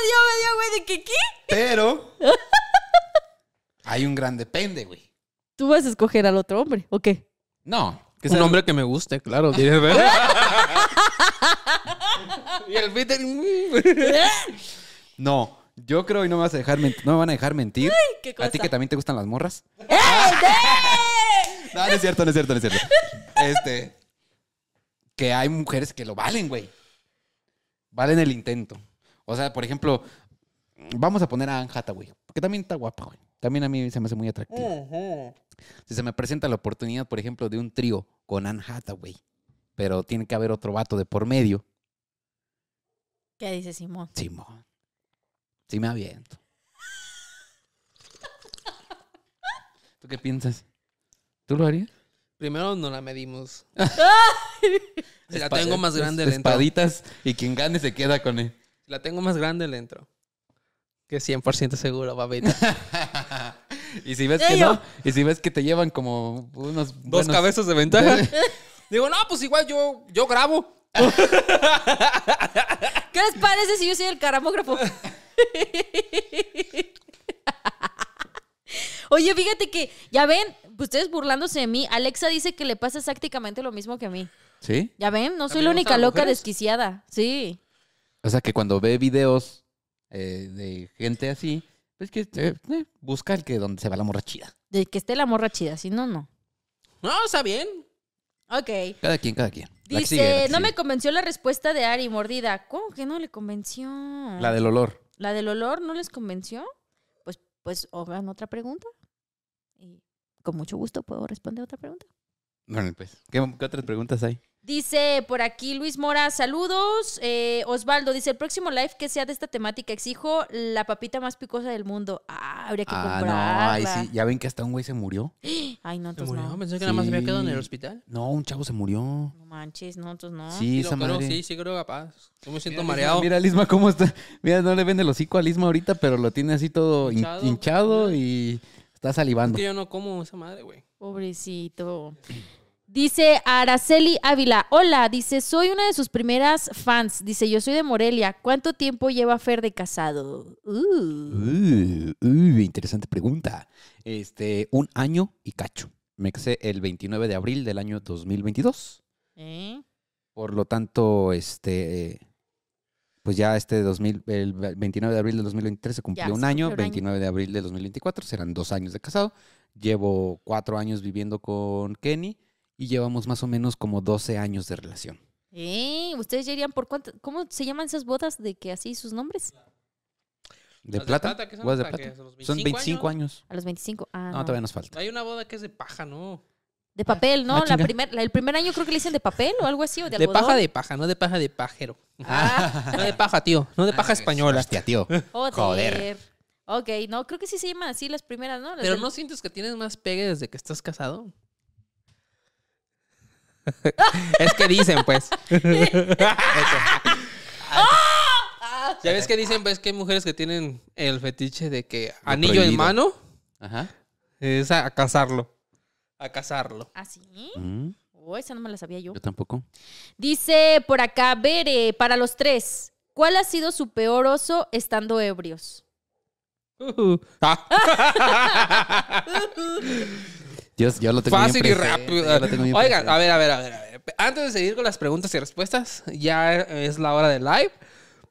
[SPEAKER 3] dio, me dio, güey, de que qué.
[SPEAKER 2] Pero hay un gran depende, güey.
[SPEAKER 3] ¿Tú vas a escoger al otro hombre o qué?
[SPEAKER 2] No. que
[SPEAKER 1] Es un
[SPEAKER 2] sea-
[SPEAKER 1] hombre que me guste, claro. y el Peter. mm.
[SPEAKER 2] No. Yo creo y no me vas a dejar ment- no me van a dejar mentir.
[SPEAKER 3] ¿Qué cosa?
[SPEAKER 2] ¿A ti que también te gustan las morras? No, no es cierto, no es cierto, no es cierto. Este. Que hay mujeres que lo valen, güey. Valen el intento. O sea, por ejemplo, vamos a poner a Anne Hathaway, porque también está guapa, güey. También a mí se me hace muy atractiva.
[SPEAKER 1] Mm.
[SPEAKER 2] Si se me presenta la oportunidad, por ejemplo, de un trío con Anne Hathaway, pero tiene que haber otro vato de por medio,
[SPEAKER 3] ¿Qué dice Simón?
[SPEAKER 2] Simón. Sí me aviento. ¿Tú qué piensas? ¿Tú lo harías?
[SPEAKER 1] Primero no la medimos. si la
[SPEAKER 2] Espa-
[SPEAKER 1] tengo más
[SPEAKER 2] es-
[SPEAKER 1] grande, le entro.
[SPEAKER 2] Espaditas y quien gane se queda con él.
[SPEAKER 1] Si la tengo más grande, le entro. Que 100% seguro, babita.
[SPEAKER 2] Y si ves que
[SPEAKER 6] Ello.
[SPEAKER 2] no, y si ves que te llevan como unos
[SPEAKER 1] Dos
[SPEAKER 2] buenos-
[SPEAKER 1] cabezas de ventaja. Digo, no, pues igual yo, yo grabo.
[SPEAKER 3] ¿Qué les parece si yo soy el caramógrafo? Oye, fíjate que, ya ven, ustedes burlándose de mí, Alexa dice que le pasa exactamente lo mismo que a mí.
[SPEAKER 2] ¿Sí?
[SPEAKER 3] Ya ven, no
[SPEAKER 1] ¿También
[SPEAKER 3] soy la
[SPEAKER 1] usa
[SPEAKER 3] única loca
[SPEAKER 1] mujeres?
[SPEAKER 3] desquiciada. Sí.
[SPEAKER 2] O sea, que cuando ve videos eh, de gente así, pues que eh, eh, busca el que donde se va la morra chida.
[SPEAKER 3] De que esté la morra chida, si no, no.
[SPEAKER 1] No, está bien.
[SPEAKER 3] Ok.
[SPEAKER 2] Cada quien, cada quien. La que
[SPEAKER 3] Dice,
[SPEAKER 2] sigue, la que
[SPEAKER 3] no me
[SPEAKER 2] sigue.
[SPEAKER 3] convenció la respuesta de Ari Mordida. ¿Cómo que no le convenció?
[SPEAKER 2] La del olor.
[SPEAKER 3] ¿La del olor no les convenció? Pues, pues, hagan otra pregunta. Y con mucho gusto puedo responder otra pregunta.
[SPEAKER 2] Bueno, pues, ¿qué, qué otras preguntas hay?
[SPEAKER 3] Dice por aquí Luis Mora, saludos. Eh, Osvaldo dice, el próximo live que sea de esta temática exijo la papita más picosa del mundo. Ah, habría que
[SPEAKER 2] Ah, no,
[SPEAKER 3] comprarla.
[SPEAKER 2] ay, sí. ¿Ya ven que hasta un güey se murió?
[SPEAKER 3] Ay,
[SPEAKER 1] Se
[SPEAKER 3] no, entonces
[SPEAKER 1] murió.
[SPEAKER 3] no.
[SPEAKER 1] Pues Pensé que nada más había quedado en el
[SPEAKER 2] Sí.
[SPEAKER 1] hospital.
[SPEAKER 2] No, un chavo se murió.
[SPEAKER 3] No manches, no, entonces Ah, no.
[SPEAKER 2] Sí, esa
[SPEAKER 1] lo creo,
[SPEAKER 2] madre.
[SPEAKER 1] sí, sí creo capaz. Yo me siento
[SPEAKER 2] Mira,
[SPEAKER 1] mareado.
[SPEAKER 2] Mira, Lisma, cómo está. Mira, no le vende el hocico a Lisma ahorita, pero lo tiene así todo hin-
[SPEAKER 1] Hinchado.
[SPEAKER 2] hinchado, y está salivando.
[SPEAKER 1] que yo no como esa madre, güey.
[SPEAKER 3] Pobrecito. Dice Araceli Ávila, hola, dice, soy una de sus primeras fans. Dice, yo soy de Morelia. ¿Cuánto tiempo lleva Fer de casado? Uh.
[SPEAKER 2] Uh, uh, interesante pregunta. Este, un año y cacho. Me casé el 29 de abril del año 2022.
[SPEAKER 3] ¿Eh?
[SPEAKER 2] Por lo tanto, este, pues ya este 2000, el 29 de abril del 2023 se cumplió
[SPEAKER 3] Ya,
[SPEAKER 2] un
[SPEAKER 3] se
[SPEAKER 2] año,
[SPEAKER 3] cumplió un año.
[SPEAKER 2] 29 de abril del 2024 serán dos años de casado. Llevo cuatro años viviendo con Kenny y llevamos más o menos como 12 años de relación.
[SPEAKER 3] ¿Eh? ¿Ustedes ya irían por cuánto? ¿Cómo se llaman esas bodas de que así sus nombres?
[SPEAKER 2] ¿De
[SPEAKER 1] Las
[SPEAKER 2] plata?
[SPEAKER 1] que son
[SPEAKER 2] ¿Bodas de
[SPEAKER 1] para
[SPEAKER 2] plata?
[SPEAKER 1] que a los
[SPEAKER 2] Son 25 años.
[SPEAKER 3] A los 25. Ah,
[SPEAKER 2] No,
[SPEAKER 3] no.
[SPEAKER 2] todavía nos falta.
[SPEAKER 1] Hay una boda que es de paja, ¿no?
[SPEAKER 3] De papel, ¿no?
[SPEAKER 2] ah,
[SPEAKER 3] la
[SPEAKER 2] chinga.
[SPEAKER 3] primer, la- el primer año creo que le dicen de papel o algo así, o de,
[SPEAKER 1] De
[SPEAKER 3] algodón.
[SPEAKER 1] paja de paja, no de paja de pajero.
[SPEAKER 2] Ah.
[SPEAKER 1] No de paja, tío. No de paja española.
[SPEAKER 2] Hostia, tío.
[SPEAKER 3] Joder.
[SPEAKER 2] Joder.
[SPEAKER 3] Ok, no, creo que sí se llaman así las primeras, ¿no? Las
[SPEAKER 1] Pero
[SPEAKER 3] del-
[SPEAKER 1] ¿no sientes que tienes más pegue desde que estás casado? es que dicen, pues. ya ves que dicen, pues, que hay mujeres que tienen el fetiche de que anillo en
[SPEAKER 2] prohibido.
[SPEAKER 1] mano
[SPEAKER 2] Ajá.
[SPEAKER 1] es a, a casarlo. A casarlo.
[SPEAKER 3] ¿Ah, sí?
[SPEAKER 2] Mm,
[SPEAKER 3] Oh, esa no me la sabía yo.
[SPEAKER 2] yo tampoco.
[SPEAKER 3] Dice por acá, Bere, para los tres, ¿cuál ha sido su peor oso estando ebrios?
[SPEAKER 1] Ah,
[SPEAKER 2] Yo, yo lo tengo bien
[SPEAKER 1] fácil y
[SPEAKER 2] presente,
[SPEAKER 1] rápido.
[SPEAKER 2] yo lo tengo bien
[SPEAKER 1] Oigan,
[SPEAKER 2] presente.
[SPEAKER 1] a ver, a ver, a ver, a ver. Antes de seguir con las preguntas y respuestas, ya es la hora del live.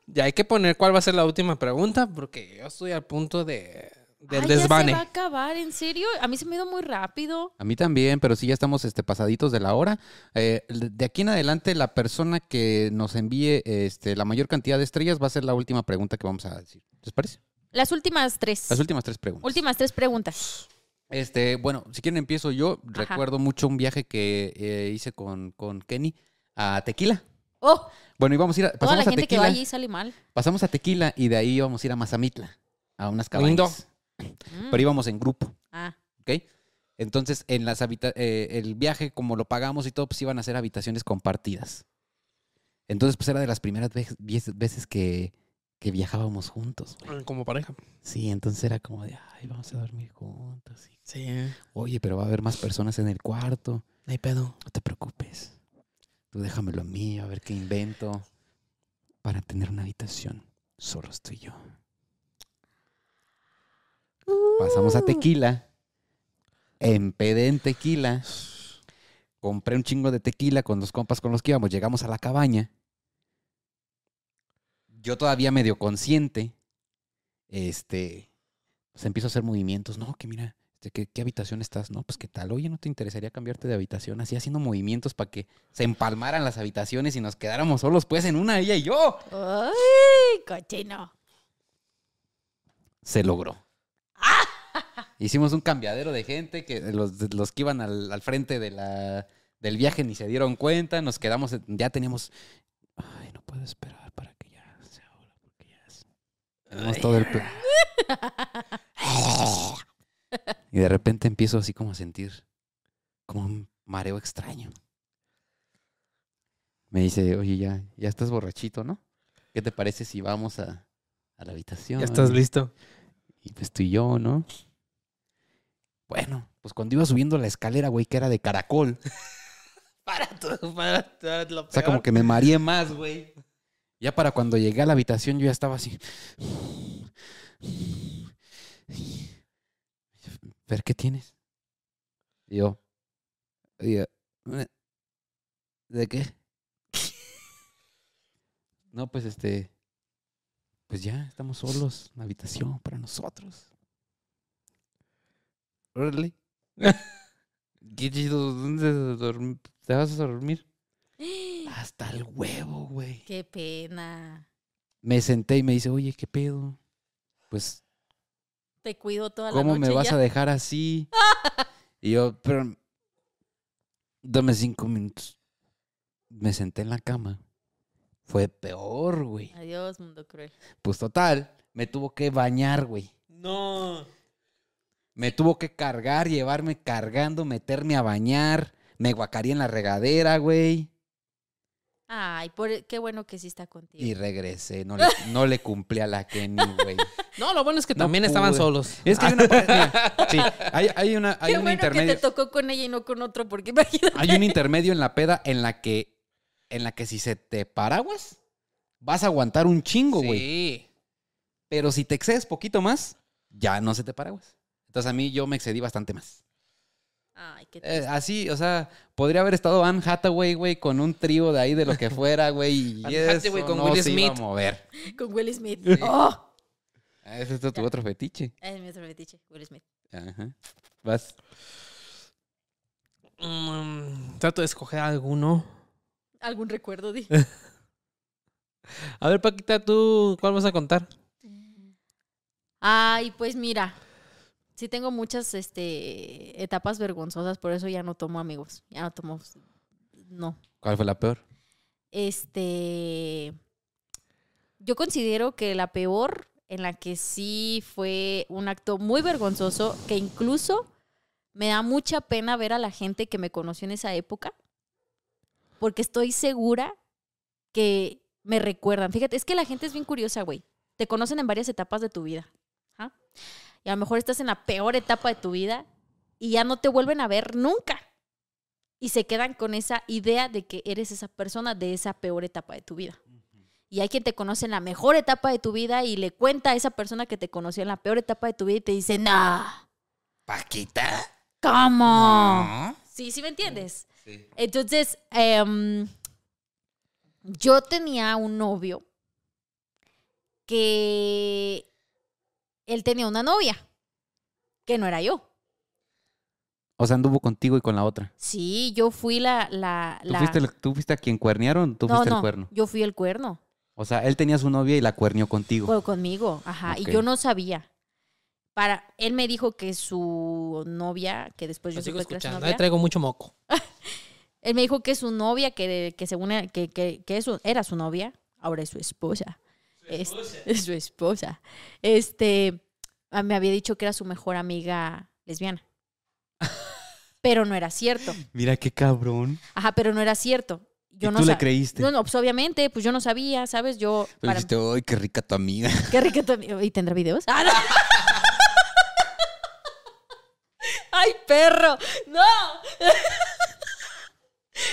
[SPEAKER 1] Ya hay que poner cuál va a ser la última pregunta, porque yo estoy al punto de, del
[SPEAKER 3] Ay,
[SPEAKER 1] desvane.
[SPEAKER 3] Ya se va a acabar, ¿en serio? A mí se me ha ido muy rápido.
[SPEAKER 2] A mí también, pero sí ya estamos este, pasaditos de la hora. Eh, de aquí en adelante, la persona que nos envíe este, la mayor cantidad de estrellas va a ser la última pregunta que vamos a decir. ¿Les parece?
[SPEAKER 3] Las últimas tres.
[SPEAKER 2] Las últimas tres preguntas.
[SPEAKER 3] últimas tres preguntas.
[SPEAKER 2] Este, bueno, si quieren empiezo yo. Recuerdo mucho un viaje que eh, hice con, con Kenny a Tequila.
[SPEAKER 3] Oh,
[SPEAKER 2] Bueno, íbamos a ir a,
[SPEAKER 3] toda
[SPEAKER 2] pasamos
[SPEAKER 3] la
[SPEAKER 2] a
[SPEAKER 3] gente que
[SPEAKER 2] Tequila.
[SPEAKER 3] va allí sale mal.
[SPEAKER 2] Pasamos a Tequila y de ahí íbamos a ir a Mazamitla, a unas cabañas.
[SPEAKER 1] Lindo.
[SPEAKER 3] Mm.
[SPEAKER 2] Pero íbamos en grupo.
[SPEAKER 3] Ah,
[SPEAKER 2] ¿ok? Entonces, en las habita- eh, el viaje, como lo pagamos y todo, pues iban a ser habitaciones compartidas. Entonces, pues era de las primeras vej- vies- veces que, que viajábamos juntos. güey.
[SPEAKER 1] Ah, Como pareja.
[SPEAKER 2] Sí, entonces era como de, ay, vamos a dormir juntos. y,
[SPEAKER 1] Sí,
[SPEAKER 2] Oye, pero va a haber más personas en el cuarto.
[SPEAKER 1] no hay pedo.
[SPEAKER 2] No te preocupes. Tú déjamelo a mí, a ver qué invento. Para tener una habitación, solo estoy yo. Pasamos a tequila. Empedé en tequila. Compré un chingo de tequila con los compas con los que íbamos. Llegamos a la cabaña. Yo todavía medio consciente. Este. Pues empiezo a hacer movimientos. No, que mira, este, ¿qué, qué habitación estás? No, pues qué tal. Oye, ¿no te interesaría cambiarte de habitación? Así haciendo movimientos para que se empalmaran las habitaciones y nos quedáramos solos, pues, en una, ella y yo.
[SPEAKER 3] ¡Ay, cochino!
[SPEAKER 2] se logró. Hicimos un cambiadero de gente, que los, los que iban al, al frente de la, del viaje ni se dieron cuenta, nos quedamos, ya teníamos... Ay, no puedo esperar para que ya sea hora, porque ya es- Tenemos todo el plan. y de repente empiezo así como a sentir como un mareo extraño. Me dice, oye, ya, ya estás borrachito, ¿no? ¿Qué te parece si vamos a, a la habitación?
[SPEAKER 1] Ya estás listo.
[SPEAKER 2] Y pues tú y yo, ¿no? Bueno, pues cuando iba subiendo la escalera, güey, que era de caracol.
[SPEAKER 1] Para todo, para todo, lo
[SPEAKER 2] O sea, como
[SPEAKER 1] peor.
[SPEAKER 2] que me mareé más, güey. Ya para cuando llegué a la habitación, yo ya estaba así. Ver, ¿qué tienes? Y yo. y yo, "Eh, ¿De qué? No, pues este. Pues ya, estamos solos. La habitación para nosotros. Órale. Qué chido. ¿Dónde dorm- te vas a dormir? Hasta el huevo, güey.
[SPEAKER 7] Qué pena.
[SPEAKER 2] Me senté y me dice, oye, ¿qué pedo? Pues,
[SPEAKER 7] Te cuido toda
[SPEAKER 2] ¿cómo
[SPEAKER 7] la noche.
[SPEAKER 2] me vas
[SPEAKER 7] ya.
[SPEAKER 2] a dejar así? y yo, pero, dame cinco minutos. Me senté en la cama. Fue peor, güey.
[SPEAKER 7] Adiós, mundo cruel.
[SPEAKER 2] Pues total, me tuvo que bañar, güey.
[SPEAKER 1] No.
[SPEAKER 2] Me tuvo que cargar, llevarme cargando, meterme a bañar. Me guacaría en la regadera, güey.
[SPEAKER 7] Ay, por, e, qué bueno que sí está contigo.
[SPEAKER 2] Y regresé. No le, no le cumplí a la Kenny, güey.
[SPEAKER 1] No, lo bueno es que
[SPEAKER 2] No
[SPEAKER 1] también estaban
[SPEAKER 2] pude.
[SPEAKER 1] solos.
[SPEAKER 2] Es que hay una... mira, sí, hay, hay una... Hay
[SPEAKER 7] qué
[SPEAKER 2] un
[SPEAKER 7] bueno que
[SPEAKER 2] intermedio.
[SPEAKER 7] te tocó con ella y no con otro, porque imagínate.
[SPEAKER 2] Hay un intermedio en la peda en la que en la que si se te paraguas vas a aguantar un chingo, güey.
[SPEAKER 1] Sí.
[SPEAKER 2] Pero si te excedes poquito más, ya no se te paraguas. Entonces a mí yo me excedí bastante más.
[SPEAKER 7] Ay, qué
[SPEAKER 2] Eh, así, o sea, podría haber estado Anne Hathaway, güey, con un trío de ahí de lo que fuera, güey. Y
[SPEAKER 1] Anne
[SPEAKER 2] eso
[SPEAKER 1] Hathaway con
[SPEAKER 2] no
[SPEAKER 1] Will
[SPEAKER 2] se iba a
[SPEAKER 1] Smith.
[SPEAKER 2] mover.
[SPEAKER 7] Con Will Smith.
[SPEAKER 2] Sí.
[SPEAKER 7] ¡Oh!
[SPEAKER 2] Ese es tu otro fetiche.
[SPEAKER 7] Es mi otro fetiche, Will Smith.
[SPEAKER 2] Ajá. Vas.
[SPEAKER 1] Mm, trato de escoger alguno.
[SPEAKER 7] ¿Algún recuerdo? Di?
[SPEAKER 1] A ver, Paquita, tú, ¿cuál vas a contar?
[SPEAKER 3] Ay, pues mira, sí tengo muchas este, etapas vergonzosas, por eso ya no tomo amigos, ya no tomo, no.
[SPEAKER 2] ¿Cuál fue la peor?
[SPEAKER 3] Este, yo considero que la peor en la que sí fue un acto muy vergonzoso, que incluso me da mucha pena ver a la gente que me conoció en esa época, porque estoy segura que me recuerdan. Fíjate, es que la gente es bien curiosa, güey. Te conocen en varias etapas de tu vida. ¿ah? Y a lo mejor estás en la peor etapa de tu vida y ya no te vuelven a ver nunca. Y se quedan con esa idea de que eres esa persona de esa peor etapa de tu vida. Y hay quien te conoce en la mejor etapa de tu vida y le cuenta a esa persona que te conoció en la peor etapa de tu vida y te dice, nah,
[SPEAKER 2] Paquita.
[SPEAKER 3] ¿cómo?
[SPEAKER 2] No.
[SPEAKER 3] Sí, sí me entiendes.
[SPEAKER 2] Sí.
[SPEAKER 3] Entonces, em, yo tenía un novio que él tenía una novia, que no era yo.
[SPEAKER 2] O sea, anduvo contigo y con la otra.
[SPEAKER 3] Sí, yo fui la... la,
[SPEAKER 2] ¿Tú,
[SPEAKER 3] la-
[SPEAKER 2] fuiste, el- tú fuiste a quien cuernearon? ¿Tú
[SPEAKER 3] No,
[SPEAKER 2] fuiste
[SPEAKER 3] no,
[SPEAKER 2] el cuerno?
[SPEAKER 3] Yo fui el cuerno.
[SPEAKER 2] O sea, él tenía su novia y la cuernió contigo.
[SPEAKER 3] Fue conmigo, ajá.
[SPEAKER 2] Ok.
[SPEAKER 3] Y yo no sabía. Para, él me dijo que su novia, que después yo
[SPEAKER 1] Lo sigo
[SPEAKER 3] supe que era su
[SPEAKER 1] escuchando.
[SPEAKER 3] novia,
[SPEAKER 1] Ahí traigo mucho moco.
[SPEAKER 3] Él me dijo que su novia, que, que según era- que, que, que eso era su novia, ahora es su esposa. Es, es su esposa. Este ah, me había dicho que era su mejor amiga lesbiana. Pero no era cierto.
[SPEAKER 2] Mira qué cabrón.
[SPEAKER 3] Ajá, pero no era cierto. Yo
[SPEAKER 2] y
[SPEAKER 3] no
[SPEAKER 2] tú le
[SPEAKER 3] sab-
[SPEAKER 2] creíste.
[SPEAKER 3] No, no, pues obviamente, pues yo no sabía, ¿sabes? Yo.
[SPEAKER 2] Tú
[SPEAKER 3] para-
[SPEAKER 2] dijiste, ¡ay, qué rica tu amiga!
[SPEAKER 3] Qué rico tu- ¿Y tendrá videos? ¡Ah, no! ¡Ay, perro! ¡No!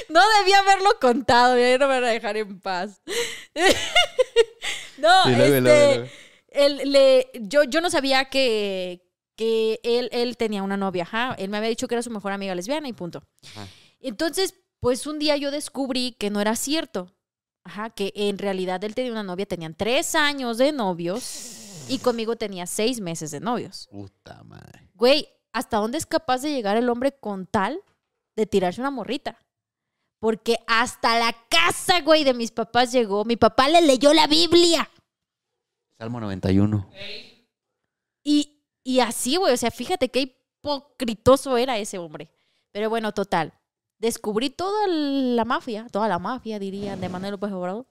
[SPEAKER 3] No debía haberlo contado, ya no me van a dejar en paz. No, este, él le- yo, yo no sabía que, que él, él tenía una novia, ajá. Él me había dicho que era su mejor amiga lesbiana y punto.
[SPEAKER 2] Ajá.
[SPEAKER 3] Entonces, pues un día yo descubrí que no era cierto. Ajá, que en realidad él tenía una novia, tenían tres años de novios y conmigo tenía seis meses de novios.
[SPEAKER 2] Puta madre.
[SPEAKER 3] Güey, ¿hasta dónde es capaz de llegar el hombre con tal de tirarse una morrita? Porque hasta la casa, güey, de mis papás llegó. Mi papá le leyó la Biblia.
[SPEAKER 2] Salmo 91.
[SPEAKER 3] Y, y así, güey, o sea, fíjate qué hipocritoso era ese hombre. Pero bueno, total. Descubrí toda la mafia, toda la mafia, dirían, de Manuel López Obrador.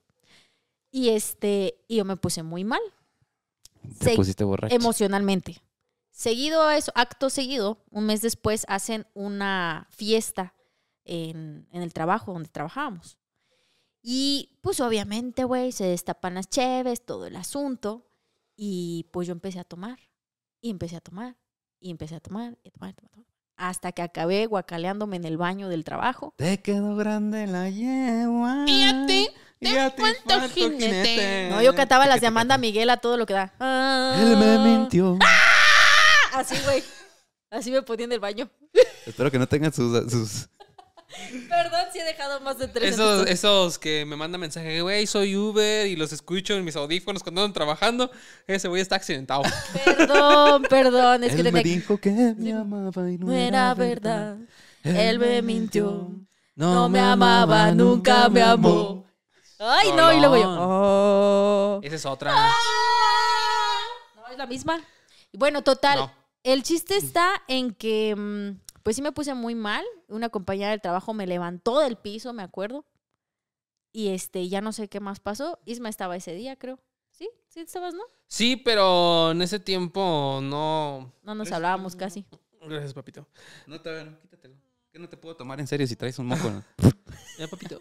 [SPEAKER 3] Y este, y yo me puse muy mal
[SPEAKER 2] Te
[SPEAKER 3] Sí.
[SPEAKER 2] pusiste borracho.
[SPEAKER 3] emocionalmente. Seguido a eso, acto seguido, un mes después hacen una fiesta en, en el trabajo donde trabajábamos. Y pues obviamente, güey, se destapan las cheves, todo el asunto. Y pues yo empecé a tomar. Y empecé a tomar. Y empecé a tomar, y a tomar, a tomar, a tomar, Hasta que acabé guacaleándome en el baño del trabajo.
[SPEAKER 2] Te quedó grande la yegua.
[SPEAKER 3] Y a ti te
[SPEAKER 2] Y a ti
[SPEAKER 3] faltó
[SPEAKER 2] faltó
[SPEAKER 3] jinete.
[SPEAKER 2] jinete.
[SPEAKER 3] No, yo cantaba las de Amanda Miguel a todo lo que da. Ah.
[SPEAKER 2] Él me mintió.
[SPEAKER 3] Así, güey. Así me ponía en el baño.
[SPEAKER 2] Espero que no tengan sus, sus-
[SPEAKER 3] Perdón si he dejado más de tres.
[SPEAKER 1] Esos, esos que me mandan mensaje, güey, soy Uber y los escucho en mis audífonos cuando andan trabajando. Ese güey está accidentado.
[SPEAKER 3] Perdón, perdón. Es que
[SPEAKER 2] Él me
[SPEAKER 3] tenía
[SPEAKER 2] dijo que me amaba y
[SPEAKER 3] No era verdad. Él me mintió.
[SPEAKER 2] No,
[SPEAKER 3] me amaba, nunca me amó. Ay, no, y luego yo.
[SPEAKER 1] Rolón.
[SPEAKER 3] "Oh".
[SPEAKER 1] Esa es otra.
[SPEAKER 3] No, es la misma. Y Bueno, total.
[SPEAKER 1] No.
[SPEAKER 3] El chiste está en que, mm, pues sí me puse muy mal. Una compañera del trabajo me levantó del piso, me acuerdo. Y este, ya no sé qué más pasó. Isma estaba ese día, creo. ¿Sí? ¿Sí estabas, no?
[SPEAKER 1] Sí, pero en ese tiempo no.
[SPEAKER 3] No nos hablábamos casi.
[SPEAKER 1] Gracias, papito.
[SPEAKER 2] No te no, quítatelo. Que no te puedo tomar en serio si traes un moco. ¿no?
[SPEAKER 1] Ya, papito.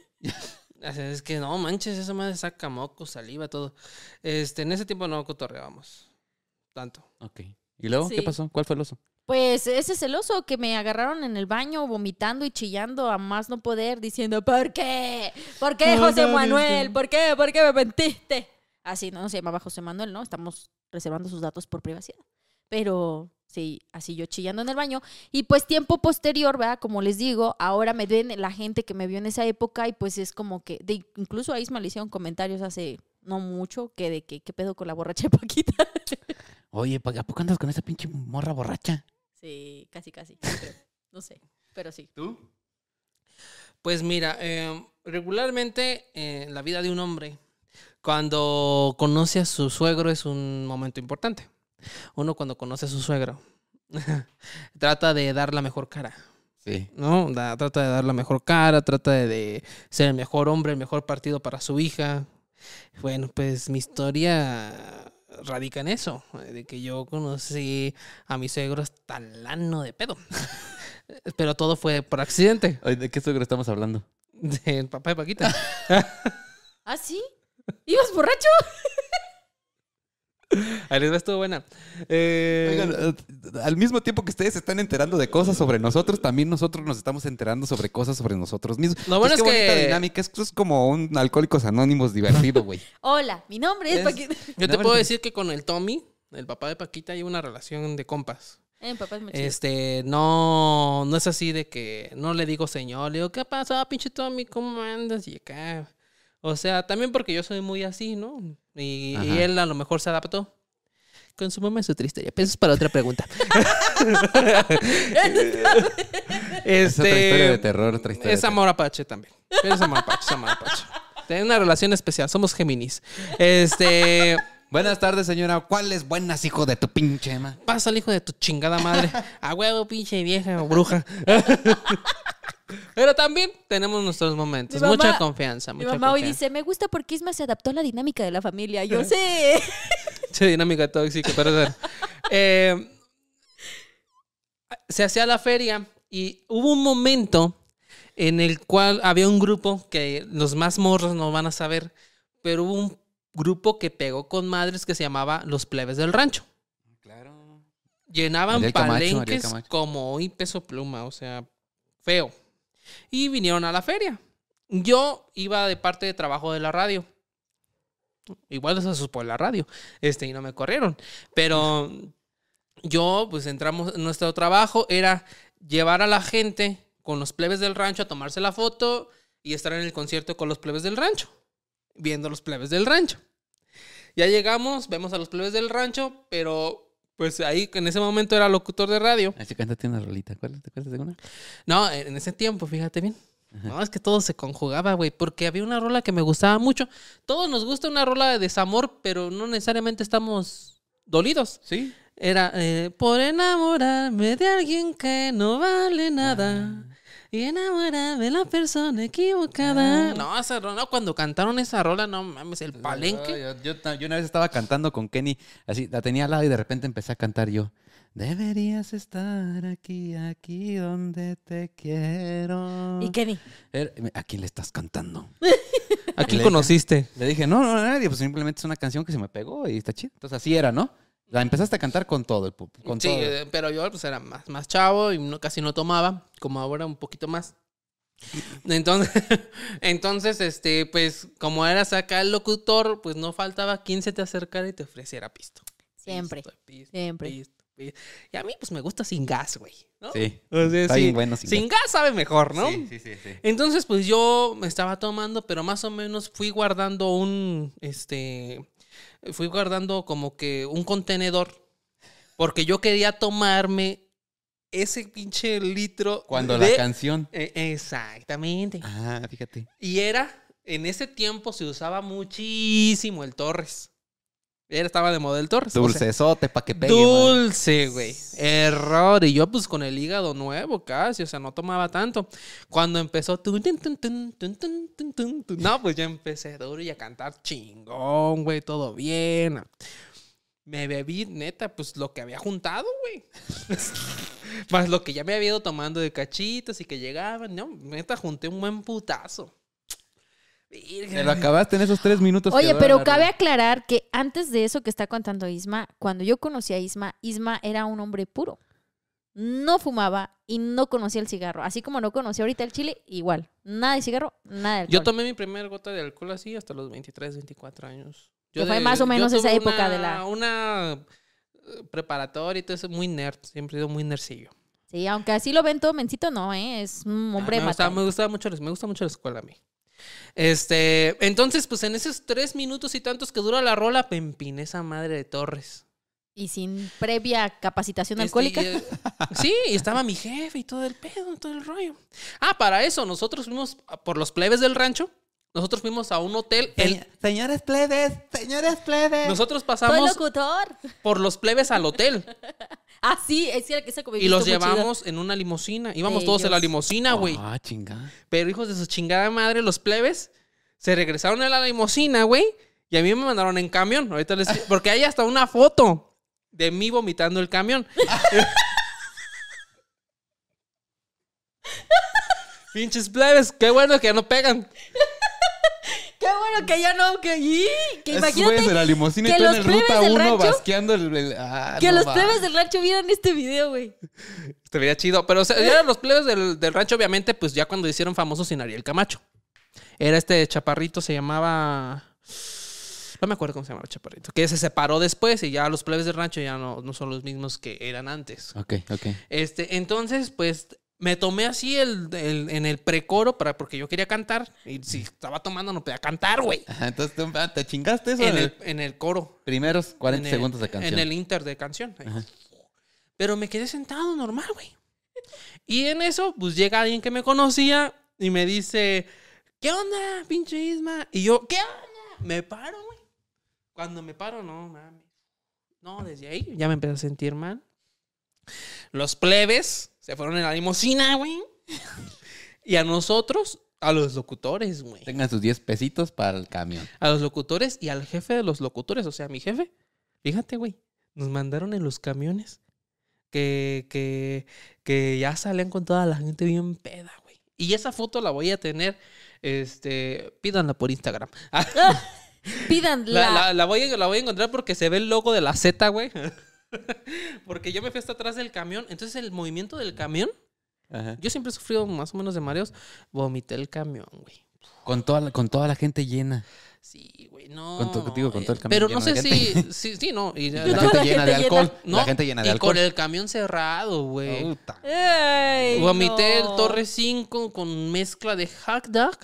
[SPEAKER 1] Es que no manches, esa madre saca moco, saliva, todo. Este, en ese tiempo no cotorreábamos. Tanto.
[SPEAKER 2] ok. ¿Y luego
[SPEAKER 3] Sí.
[SPEAKER 2] qué pasó? ¿Cuál fue el oso?
[SPEAKER 3] Pues ese celoso que me agarraron en el baño vomitando y chillando a más no poder, diciendo, ¿por qué? ¿Por qué, José Manuel? ¿Por qué? ¿Por qué me mentiste? Así, no, no se llamaba José Manuel, ¿no? Estamos reservando sus datos por privacidad. Pero sí, así yo chillando en el baño. Y pues tiempo posterior, ¿verdad? Como les digo, ahora me ven la gente que me vio en esa época y pues es como que, de- incluso a Isma le hicieron comentarios hace no mucho que de que qué pedo con la borracha de Paquita.
[SPEAKER 2] Oye, ¿pa- ¿a poco andas con esa pinche morra borracha?
[SPEAKER 3] Sí, casi, casi. yo creo. No sé, pero sí.
[SPEAKER 2] ¿Tú?
[SPEAKER 1] Pues mira, eh, regularmente eh, la vida de un hombre, cuando conoce a su suegro es un momento importante. Uno cuando conoce a su suegro, trata de dar la mejor cara,
[SPEAKER 2] Sí.
[SPEAKER 1] ¿no? Da- trata de dar la mejor cara, trata de, de ser el mejor hombre, el mejor partido para su hija. Bueno, pues mi historia radica en eso, de que yo conocí a mi suegro hasta lano de pedo. Pero todo fue por accidente
[SPEAKER 2] Oye, ¿de qué suegro estamos hablando?
[SPEAKER 1] del papá de Paquita.
[SPEAKER 3] ¿Ah, sí? ¿Ibas borracho?
[SPEAKER 1] Ahí les va, estuvo buena. Eh,
[SPEAKER 2] Oigan, eh, al mismo tiempo que ustedes se están enterando de cosas sobre nosotros, también nosotros nos estamos enterando sobre cosas sobre nosotros mismos.
[SPEAKER 1] Lo bueno
[SPEAKER 2] Pues
[SPEAKER 1] es
[SPEAKER 2] qué bonita
[SPEAKER 1] que-
[SPEAKER 2] dinámica. Esto es como un Alcohólicos Anónimos divertido, güey.
[SPEAKER 3] Hola, mi nombre es,
[SPEAKER 2] Es-
[SPEAKER 3] Paquita.
[SPEAKER 1] yo te
[SPEAKER 2] Dame
[SPEAKER 1] puedo
[SPEAKER 2] la-
[SPEAKER 1] decir que con el Tommy, el papá de Paquita, hay una relación de compas.
[SPEAKER 3] Eh, mi papá es muy chido.
[SPEAKER 1] Este, no, no es así de que no le digo señor, le digo, ¿qué pasa, pinche Tommy? ¿Cómo andas? Y acá. O sea, también porque yo soy muy así, ¿no? Y, y
[SPEAKER 2] Ajá.
[SPEAKER 1] él a lo mejor se adaptó. Consúmame su tristeza. Pero eso es para otra pregunta. este,
[SPEAKER 2] Es otra historia de terror, otra historia.
[SPEAKER 1] Es
[SPEAKER 2] de terror.
[SPEAKER 1] amor apache también. Pero es amor apache, es amor apache. Tienen una relación especial. Somos Géminis. Este.
[SPEAKER 2] Buenas tardes, señora. ¿Cuáles buenas, hijo de tu pinche ma?
[SPEAKER 1] Pasa el hijo de tu chingada madre. A huevo, pinche vieja o bruja. Pero también tenemos nuestros momentos.
[SPEAKER 3] Mi
[SPEAKER 1] mucha
[SPEAKER 3] mamá-
[SPEAKER 1] confianza.
[SPEAKER 3] mi
[SPEAKER 1] Mucha
[SPEAKER 3] mamá hoy
[SPEAKER 1] confianza.
[SPEAKER 3] dice, me gusta porque Isma se adaptó a la dinámica de la familia. Yo sé.
[SPEAKER 1] Che, dinámica tóxica, perdón. Eh, se hacía la feria y hubo un momento en el cual había un grupo que los más morros no van a saber, pero hubo un grupo que pegó con madres que se llamaba Los Plebes del Rancho.
[SPEAKER 2] Claro.
[SPEAKER 1] Llenaban
[SPEAKER 2] Ariel Camacho, Ariel
[SPEAKER 1] palenques
[SPEAKER 2] Camacho.
[SPEAKER 1] como hoy peso pluma, o sea, feo. Y vinieron a la feria. Yo iba de parte de trabajo de la radio. Igual eso se supo en la radio. Este, y no me corrieron. Pero yo, pues entramos, nuestro trabajo era llevar a la gente con los plebes del rancho a tomarse la foto y estar en el concierto con los plebes del rancho. Viendo los plebes del rancho. Ya llegamos, vemos a los plebes del rancho, pero pues ahí en ese momento era locutor de radio.
[SPEAKER 2] Así que cántate una rolita. ¿Cuál, ¿Te acuerdas de una?
[SPEAKER 1] No, en ese tiempo, fíjate bien. No, es que todo se conjugaba, güey, porque había una rola que me gustaba mucho. Todos nos gusta una rola de desamor, pero no necesariamente estamos dolidos.
[SPEAKER 2] Sí.
[SPEAKER 1] Era eh, por enamorarme de alguien que no vale nada. Y enamorarme de la persona equivocada. No, esa rola, no, cuando cantaron esa rola, no mames, el palenque.
[SPEAKER 2] Yo, yo ta- yo una vez estaba cantando con Kenny, así, la tenía al lado y de repente empecé a cantar yo. Deberías estar aquí, aquí donde te quiero.
[SPEAKER 3] Y Kenny,
[SPEAKER 2] Er- me- ¿A quién le estás cantando?
[SPEAKER 1] ¿A quién
[SPEAKER 2] Le-
[SPEAKER 1] conociste?
[SPEAKER 2] Le dije, no, no, a nadie, pues simplemente es una canción que se me pegó y está chido. Entonces así era, ¿no? Y O sea, empezaste a cantar con todo el pu- con
[SPEAKER 1] sí,
[SPEAKER 2] todo.
[SPEAKER 1] eh, pero yo pues era más, más chavo y no, casi no tomaba, como ahora un poquito más. Entonces, entonces, este, pues, como eras acá el locutor, pues no faltaba quien se te acercara y te ofreciera pisto.
[SPEAKER 8] Siempre.
[SPEAKER 1] Pisto, pisto,
[SPEAKER 8] Siempre.
[SPEAKER 1] pisto, pisto. Y a mí, pues, me gusta sin gas, güey. ¿no?
[SPEAKER 2] Sí.
[SPEAKER 1] O sea,
[SPEAKER 2] Está
[SPEAKER 1] sí,
[SPEAKER 2] bien bueno sin
[SPEAKER 1] sin gas sabe mejor, ¿no?
[SPEAKER 2] Sí, sí, sí, sí.
[SPEAKER 1] Entonces, pues yo me estaba tomando, pero más o menos fui guardando un, este, fui guardando como que un contenedor, porque yo quería tomarme ese pinche litro.
[SPEAKER 2] Cuando
[SPEAKER 1] de-
[SPEAKER 2] la canción.
[SPEAKER 1] Eh, exactamente.
[SPEAKER 2] Ah, fíjate.
[SPEAKER 1] Y era, en ese tiempo se usaba muchísimo el Torres. Era, estaba de moda el Torres. o sea,
[SPEAKER 2] Dulcezote pa' que pegue. man.
[SPEAKER 1] Dulce, güey. Error. Y yo, pues, con el hígado nuevo casi, o sea, no tomaba tanto. Cuando empezó. tun, tun, tun, tun, tun, tun, tun, tun, tun, No, pues yo empecé duro y a cantar chingón, güey, todo bien. Me bebí, neta, pues lo que había juntado, güey. Más lo que ya me había ido tomando de cachitos y que llegaban. No, neta, junté un buen putazo. Virgen.
[SPEAKER 2] Te lo acabaste en esos tres minutos. que
[SPEAKER 8] Oye,
[SPEAKER 2] dura
[SPEAKER 8] pero
[SPEAKER 2] la-
[SPEAKER 8] cabe aclarar que antes de eso que está contando Isma, cuando yo conocí a Isma, Isma era un hombre puro. No fumaba y no conocía el cigarro. Así como no conocía ahorita el chile, igual. Nada de cigarro, nada de alcohol.
[SPEAKER 1] Yo tomé mi primera gota de alcohol así hasta los 23, 24 años.
[SPEAKER 8] Que
[SPEAKER 1] Yo
[SPEAKER 8] fue
[SPEAKER 1] de-
[SPEAKER 8] más o
[SPEAKER 1] yo
[SPEAKER 8] menos
[SPEAKER 1] tuve
[SPEAKER 8] esa época
[SPEAKER 1] una-
[SPEAKER 8] de la-
[SPEAKER 1] Una eh, preparatoria y todo eso, muy nerd. Siempre he sido muy nercillo.
[SPEAKER 8] Sí, aunque así lo ven todo mencito, no, ¿eh? es un hombre
[SPEAKER 1] Ah, me, gusta,
[SPEAKER 8] matón.
[SPEAKER 1] me, gustaba mucho, la- me gusta mucho la escuela a mí. Este, entonces, pues en esos tres minutos y tantos que dura la rola, pempiné esa madre de Torres.
[SPEAKER 8] Y sin previa capacitación
[SPEAKER 1] Este,
[SPEAKER 8] alcohólica.
[SPEAKER 1] y, eh, sí, y estaba mi jefe y todo el pedo, todo el rollo. Ah, para eso, nosotros fuimos ah, por los plebes del rancho. Nosotros fuimos a un hotel. El-
[SPEAKER 2] Señ- Señores plebes, señores plebes.
[SPEAKER 1] nosotros
[SPEAKER 8] Soy
[SPEAKER 1] pasamos
[SPEAKER 8] locutor.
[SPEAKER 1] por los plebes al hotel.
[SPEAKER 8] Ah, sí, es que esa
[SPEAKER 1] Y los llevamos en una limusina. Íbamos
[SPEAKER 8] Sí,
[SPEAKER 1] todos en la
[SPEAKER 8] ellos.
[SPEAKER 1] limusina, güey.
[SPEAKER 2] Ah, chinga.
[SPEAKER 1] Pero hijos de su chingada madre, los plebes se regresaron a la limusina, güey. Y a mí me mandaron en camión. Ahorita les... Porque hay hasta una foto de mí vomitando el camión. Pinches plebes, qué bueno que ya no pegan.
[SPEAKER 8] Qué bueno que ya no, que, ¡Y! que
[SPEAKER 2] Esos
[SPEAKER 8] imagínate
[SPEAKER 2] güeyes de la limusina
[SPEAKER 8] que
[SPEAKER 2] y tú en
[SPEAKER 8] los
[SPEAKER 2] el
[SPEAKER 8] plebes
[SPEAKER 2] ruta
[SPEAKER 8] del
[SPEAKER 2] 1
[SPEAKER 8] rancho-
[SPEAKER 2] basqueando el. el- ah,
[SPEAKER 8] que
[SPEAKER 2] no
[SPEAKER 8] los
[SPEAKER 2] va.
[SPEAKER 8] plebes del rancho vieran este video, güey.
[SPEAKER 1] Te vería Este chido. Pero o sea, eran los plebes del, del rancho, obviamente, pues ya cuando hicieron famosos sin Ariel Camacho. Era este chaparrito, se llamaba. No me acuerdo cómo se llamaba el chaparrito. Que se separó después y ya los plebes del rancho ya no, no son los mismos que eran antes.
[SPEAKER 2] Ok, ok.
[SPEAKER 1] Este, entonces, pues. Me tomé así el, el- en el precoro para, porque yo quería cantar. Y si estaba tomando, no podía cantar, güey.
[SPEAKER 2] Ajá, Entonces tú, ah, te chingaste eso
[SPEAKER 1] En
[SPEAKER 2] en
[SPEAKER 1] el, en el coro.
[SPEAKER 2] primeros 40
[SPEAKER 1] en el-
[SPEAKER 2] segundos de canción.
[SPEAKER 1] En el inter de canción. ahí.
[SPEAKER 2] Ajá.
[SPEAKER 1] Pero me quedé sentado normal, güey. Y en eso, pues llega alguien que me conocía y me dice, ¿qué onda, pinche Isma? Y yo, ¿qué onda? Me paro, güey. Cuando me paro, no, mames. No, desde ahí ya me empecé a sentir mal. Los plebes se fueron en la limusina, güey. Y a nosotros, a los locutores, güey.
[SPEAKER 2] Tengan sus 10 pesitos para el camión.
[SPEAKER 1] A los locutores y al jefe de los locutores, o sea, mi jefe. Fíjate, güey, nos mandaron en los camiones que, que, que ya salían con toda la gente bien peda, güey. Y esa foto la voy a tener, este, pídanla por Instagram.
[SPEAKER 8] Pidan
[SPEAKER 1] La, la- la voy, a- la voy a encontrar porque se ve el logo de la Z, güey. Porque yo me fui hasta atrás del camión. Entonces el movimiento del camión,
[SPEAKER 2] Ajá.
[SPEAKER 1] yo siempre he sufrido más o menos de mareos. Vomité el camión, güey.
[SPEAKER 2] Con toda, la, con toda la gente llena.
[SPEAKER 1] Sí, güey, no. Eh,
[SPEAKER 2] Con to- digo, con todo el camión
[SPEAKER 1] Pero
[SPEAKER 2] lleno
[SPEAKER 1] no
[SPEAKER 2] de
[SPEAKER 1] sé si,
[SPEAKER 2] gente.
[SPEAKER 1] sí, sí, no. Y
[SPEAKER 2] La,
[SPEAKER 1] ya-
[SPEAKER 2] gente
[SPEAKER 8] la
[SPEAKER 2] llena
[SPEAKER 8] gente
[SPEAKER 2] de alcohol.
[SPEAKER 1] llena-
[SPEAKER 2] La gente llena de
[SPEAKER 1] y
[SPEAKER 2] alcohol.
[SPEAKER 1] con el camión cerrado, güey.
[SPEAKER 2] Puta.
[SPEAKER 8] Ey,
[SPEAKER 1] Vomité
[SPEAKER 8] no.
[SPEAKER 1] el Torre 5 con mezcla de hack duck.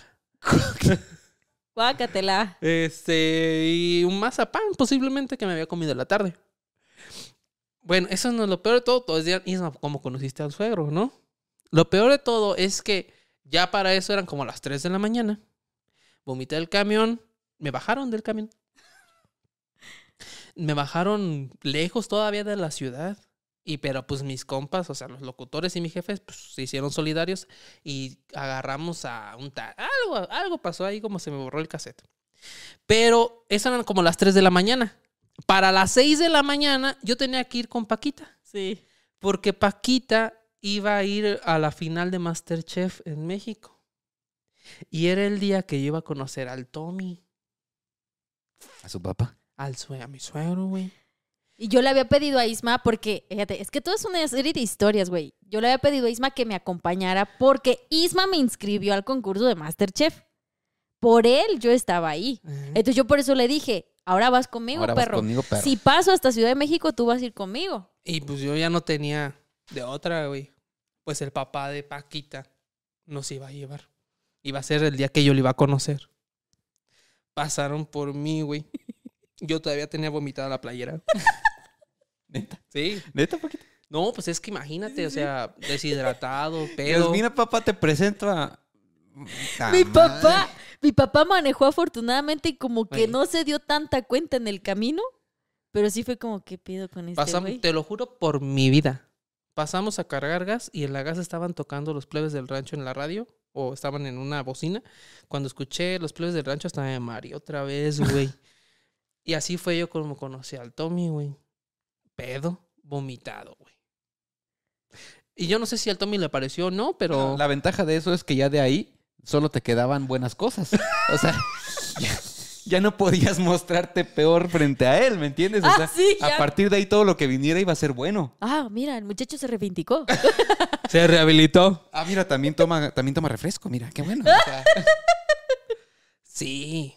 [SPEAKER 8] Guácatela.
[SPEAKER 1] Este, y un mazapán posiblemente que me había comido en la tarde. Bueno, eso no es lo peor de todo. Todos decían, Isma, ¿cómo conociste al suegro, no? Lo peor de todo es que ya para eso eran como las 3 de la mañana. Vomité el camión, me bajaron del camión. Me bajaron lejos todavía de la ciudad. Y pero pues mis compas, o sea, los locutores y mis jefes, pues se hicieron solidarios y agarramos a un tal. Algo, algo pasó ahí como se me borró el cassette. Pero esas eran como las 3 de la mañana. Para las 6 de la mañana yo tenía que ir con Paquita.
[SPEAKER 8] Sí.
[SPEAKER 1] Porque Paquita iba a ir a la final de Masterchef en México. Y era el día que yo iba a conocer al Tommy,
[SPEAKER 2] A su papá.
[SPEAKER 1] al sue a mi suegro, güey.
[SPEAKER 3] Y yo le había pedido a Isma porque, fíjate, es que todo es una serie de historias, güey. Yo le había pedido a Isma que me acompañara porque Isma me inscribió al concurso de Masterchef. Por él yo estaba ahí. Entonces yo por eso le dije, ahora vas conmigo,
[SPEAKER 2] Ahora vas
[SPEAKER 3] perro.
[SPEAKER 2] conmigo, perro.
[SPEAKER 3] Si paso hasta Ciudad de México, tú vas a ir conmigo.
[SPEAKER 1] Y pues yo ya no tenía de otra, güey. Pues el papá de Paquita nos iba a llevar. Iba a ser el día que yo le iba a conocer. Pasaron por mí, güey. Yo todavía tenía vomitada la playera.
[SPEAKER 2] Neta,
[SPEAKER 1] Sí.
[SPEAKER 2] neta, poquito.
[SPEAKER 1] No, pues es que imagínate, o sea, deshidratado,
[SPEAKER 2] Dios,
[SPEAKER 1] pedo.
[SPEAKER 2] Pues mira, papá, te presento a. ¡Ta
[SPEAKER 3] Mi
[SPEAKER 2] madre!
[SPEAKER 3] papá, mi papá manejó afortunadamente y como que
[SPEAKER 1] Güey.
[SPEAKER 3] no se dio tanta cuenta en el camino, pero sí fue como, ¿qué pido con este
[SPEAKER 1] Pasamos,
[SPEAKER 3] güey?
[SPEAKER 1] te lo juro por mi vida. Pasamos a cargar gas y en la gas estaban tocando los plebes del rancho en la radio o estaban en una bocina. Cuando escuché los plebes del rancho estaba de Mario otra vez, güey. y así fue yo como conocí al Tommy, güey. Pedo, vomitado, güey. Y yo no sé si al Tommy le pareció o no,
[SPEAKER 3] Ah,
[SPEAKER 1] pero...
[SPEAKER 2] La ventaja de eso es que ya de ahí solo te quedaban buenas cosas. O sea, ya, ya no podías mostrarte peor frente a él, ¿me entiendes? O
[SPEAKER 3] Ah,
[SPEAKER 2] sea,
[SPEAKER 3] sí,
[SPEAKER 2] a
[SPEAKER 3] ya.
[SPEAKER 2] partir de ahí todo lo que viniera iba a ser bueno.
[SPEAKER 3] Ah, mira, el muchacho se reivindicó.
[SPEAKER 1] Se rehabilitó.
[SPEAKER 2] Ah, mira, también toma, también toma refresco, mira, qué bueno. o sea.
[SPEAKER 1] Sí.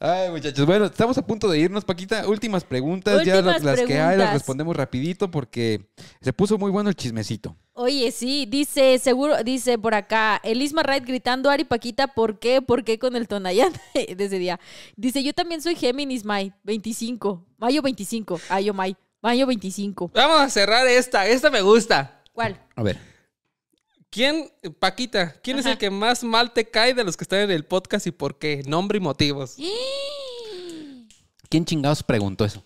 [SPEAKER 2] Ay, muchachos, bueno, estamos a punto de irnos, Paquita. Últimas preguntas, ya las,
[SPEAKER 3] Últimas
[SPEAKER 2] las que hay las
[SPEAKER 3] preguntas.
[SPEAKER 2] respondemos rapidito porque se puso muy bueno el chismecito.
[SPEAKER 3] Oye, sí, dice, seguro, dice por acá, el Isma Wright gritando Ari Paquita, ¿por qué? ¿Por qué con el Tonayán? de ese día. Dice, yo también soy Géminis, May, 25, mayo 25, ay, yo, May, mayo 25.
[SPEAKER 1] Vamos a cerrar esta. Esta me gusta.
[SPEAKER 3] ¿Cuál?
[SPEAKER 2] A ver.
[SPEAKER 1] ¿Quién, Paquita, quién es el que más mal te cae de los que están en el podcast y por qué? Nombre y motivos.
[SPEAKER 2] ¿Quién chingados preguntó eso?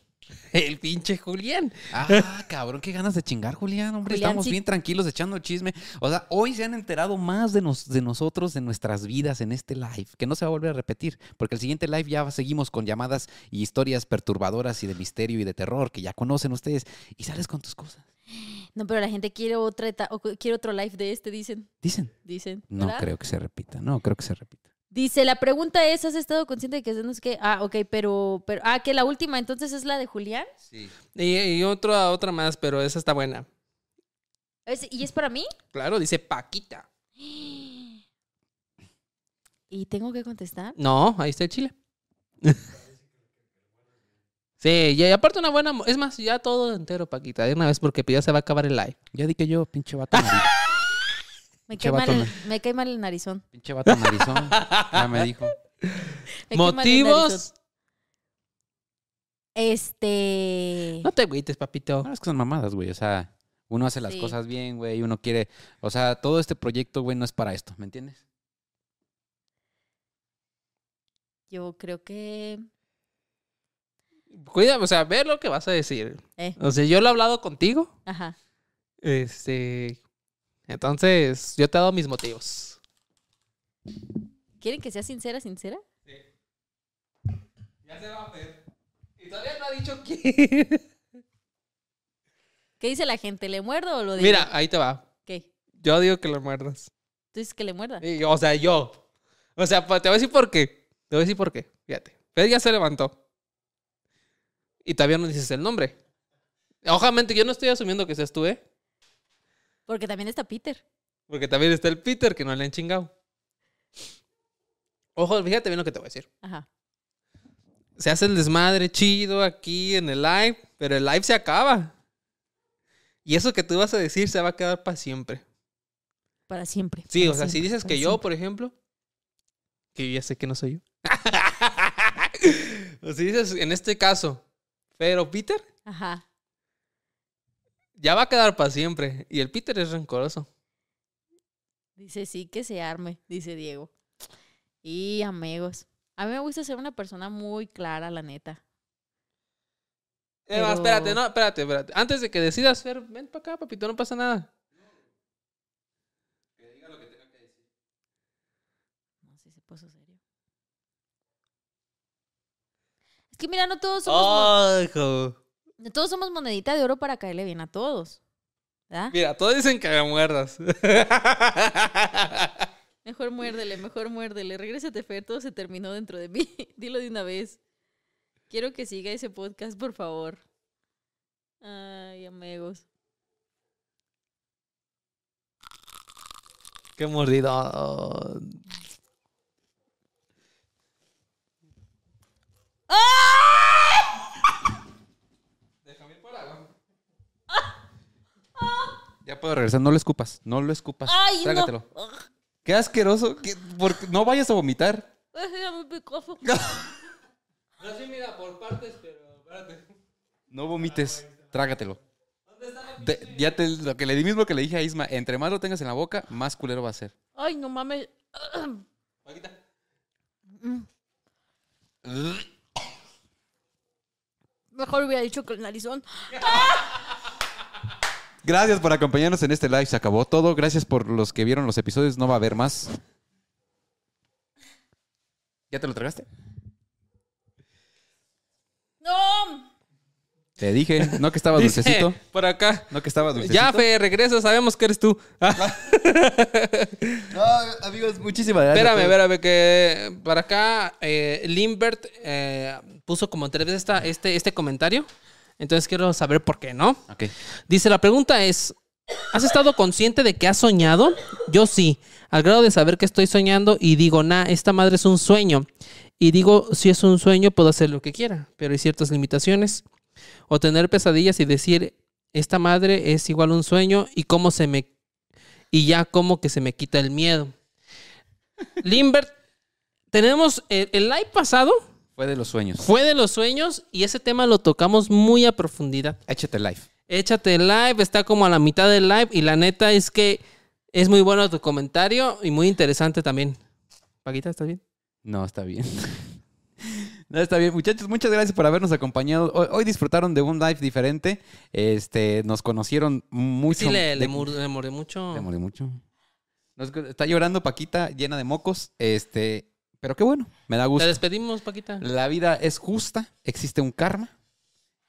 [SPEAKER 1] El pinche Julián.
[SPEAKER 2] Ah, cabrón, qué ganas de chingar, Julián, hombre.
[SPEAKER 3] Julián,
[SPEAKER 2] Estamos
[SPEAKER 3] sí.
[SPEAKER 2] bien tranquilos echando chisme. O sea, hoy se han enterado más de, nos- de nosotros, de nuestras vidas en este live, que no se va a volver a repetir, porque el siguiente live ya seguimos con llamadas y historias perturbadoras y de misterio y de terror que ya conocen ustedes y sales con tus cosas.
[SPEAKER 3] No, pero la gente quiere otra eta- o cu- quiere otro live de este, dicen,
[SPEAKER 2] Dicen.
[SPEAKER 3] dicen.
[SPEAKER 2] No
[SPEAKER 3] ¿verdad?
[SPEAKER 2] creo que se repita, no creo que se repita.
[SPEAKER 3] Dice, la pregunta es, ¿has estado consciente de que no es que, ah, ok, pero, pero, ah, que la última entonces es la de Julián?
[SPEAKER 2] Sí.
[SPEAKER 1] Y, y otra, otra más, pero esa está buena.
[SPEAKER 3] Es- ¿Y es para mí?
[SPEAKER 1] Claro, dice Paquita.
[SPEAKER 4] ¡Ah!
[SPEAKER 3] ¿Y tengo que contestar?
[SPEAKER 1] No, ahí está el chile. sí, y aparte una buena... mo- Es más, ya todo entero, Paquita, de una vez, porque ya se va a acabar el live.
[SPEAKER 2] Ya di que yo, pinche vato, nariz-
[SPEAKER 3] Me
[SPEAKER 2] Che,
[SPEAKER 3] cae, mal el,
[SPEAKER 2] vato,
[SPEAKER 3] me cae mal el narizón.
[SPEAKER 2] pinche vato narizón, ya me dijo.
[SPEAKER 3] Me cae mal el narizón.
[SPEAKER 1] ¿Motivos?
[SPEAKER 3] Este.
[SPEAKER 1] No te agüites, papito.
[SPEAKER 2] No, es que son mamadas, güey. O sea, uno hace las
[SPEAKER 3] Sí.
[SPEAKER 2] cosas bien, güey. Uno quiere. O sea, todo este proyecto, güey, no es para esto, ¿me entiendes?
[SPEAKER 3] Yo creo que.
[SPEAKER 1] Cuida, o sea, ve lo que vas a decir.
[SPEAKER 3] Eh.
[SPEAKER 1] O sea, yo lo he hablado contigo.
[SPEAKER 3] Ajá.
[SPEAKER 1] Este... Entonces, yo te he dado mis motivos.
[SPEAKER 3] ¿Quieren que sea sincera, sincera?
[SPEAKER 1] Ya se va a ver. Y todavía no ha dicho quién.
[SPEAKER 3] ¿Qué dice la gente? ¿Le muerdo o lo digo?
[SPEAKER 1] Mira, ahí te va.
[SPEAKER 3] ¿Qué?
[SPEAKER 1] Yo digo que lo muerdas.
[SPEAKER 3] ¿Tú dices que le muerda?
[SPEAKER 1] Y, O sea, yo. O sea, pa- te voy a decir por qué. Te voy a decir por qué. Fíjate. Fede ya se levantó. Y todavía no dices el nombre. Ojamente, yo no estoy asumiendo que seas tú, ¿eh?
[SPEAKER 3] Porque también está Peter.
[SPEAKER 1] Porque también está el Peter que no le han chingado. Ojo, fíjate bien lo que te voy a decir.
[SPEAKER 3] Ajá.
[SPEAKER 1] se hace el desmadre chido aquí en el live, pero el live se acaba. Y eso que tú vas a decir se va a quedar para siempre.
[SPEAKER 3] Para siempre.
[SPEAKER 1] Sí,
[SPEAKER 3] para
[SPEAKER 1] o sea, si
[SPEAKER 3] siempre,
[SPEAKER 1] dices
[SPEAKER 3] para
[SPEAKER 1] que yo,
[SPEAKER 3] siempre.
[SPEAKER 1] por ejemplo, que yo ya sé que no soy yo. o si dices, en este caso, pero Peter
[SPEAKER 3] Ajá.
[SPEAKER 1] ya va a quedar para siempre. Y el Peter es rencoroso.
[SPEAKER 3] Dice sí que se arme, dice Diego. Y amigos. A mí me gusta ser una persona muy clara, la neta.
[SPEAKER 1] Eh, va,
[SPEAKER 3] Pero-
[SPEAKER 1] espérate, no, espérate, espérate. Antes de que decidas, Fer, ven para acá, papito, no pasa nada.
[SPEAKER 3] No sé si se puso serio. Es que mira, no todos somos. mo-
[SPEAKER 1] Ah. Ojo.
[SPEAKER 3] No todos somos monedita de oro para caerle bien a todos. ¿Verdad?
[SPEAKER 1] Mira, todos dicen que me muerdas.
[SPEAKER 3] Mejor muérdele, mejor muérdele. Regrésate, Fer, todo se terminó dentro de mí. Dilo de una vez. Quiero que siga ese podcast, por favor. Ay, amigos.
[SPEAKER 1] Qué mordido. Déjame ir por agua.
[SPEAKER 2] Ya puedo regresar, no lo escupas, no lo escupas.
[SPEAKER 3] Ay,
[SPEAKER 2] Trágatelo. Qué asqueroso, qué- porque no vayas a vomitar.
[SPEAKER 1] No, sí, mira, por partes, pero espérate.
[SPEAKER 2] No vomites, trágatelo. Te- ya te, lo que le di mismo que le dije a Isma, entre más lo tengas en la boca, más culero va a ser.
[SPEAKER 8] Ay, no mames. Mm. Mejor hubiera dicho que el narizón.
[SPEAKER 2] Gracias por acompañarnos en este live, se acabó todo. Gracias por los que vieron los episodios, no va a haber más. ¿Ya te lo tragaste?
[SPEAKER 8] ¡No!
[SPEAKER 2] Te dije, no que estaba dulcecito,
[SPEAKER 1] por acá.
[SPEAKER 2] no que estaba dulcecito.
[SPEAKER 1] Ya, Fe, regresa, sabemos que eres tú. Ah,
[SPEAKER 2] No, amigos, muchísimas gracias.
[SPEAKER 1] espérame, espérame, que para acá eh, Limbert eh, puso como tres veces esta- este, este comentario. Entonces quiero saber por qué, ¿no?
[SPEAKER 2] Ok.
[SPEAKER 1] Dice, la pregunta es, ¿has estado consciente de que has soñado? Yo sí, al grado de saber que estoy soñando y digo, nah, esta madre es un sueño. Y digo, si es un sueño, puedo hacer lo que quiera, pero hay ciertas limitaciones. O tener pesadillas y decir, esta madre es igual un sueño y cómo se me... Y ya como que se me quita el miedo. Limbert, tenemos eh, el, el live pasado,
[SPEAKER 2] Fue de los sueños.
[SPEAKER 1] fue de los sueños y ese tema lo tocamos muy a profundidad.
[SPEAKER 2] Échate live.
[SPEAKER 1] Échate el live, está como a la mitad del live y la neta es que es muy bueno tu comentario y muy interesante también. Paquita, ¿estás bien?
[SPEAKER 2] No, está bien. No, está bien, muchachos. Muchas gracias por habernos acompañado. Hoy, hoy disfrutaron de un live diferente. Este, nos conocieron mucho.
[SPEAKER 1] Sí, le,
[SPEAKER 2] de-
[SPEAKER 1] le mur- le mordió mucho.
[SPEAKER 2] le mordió mucho. Nos- está llorando Paquita, llena de mocos. Este, pero qué bueno. Me da
[SPEAKER 1] Te
[SPEAKER 2] gusto.
[SPEAKER 1] despedimos, Paquita.
[SPEAKER 2] La vida es justa. Existe un karma.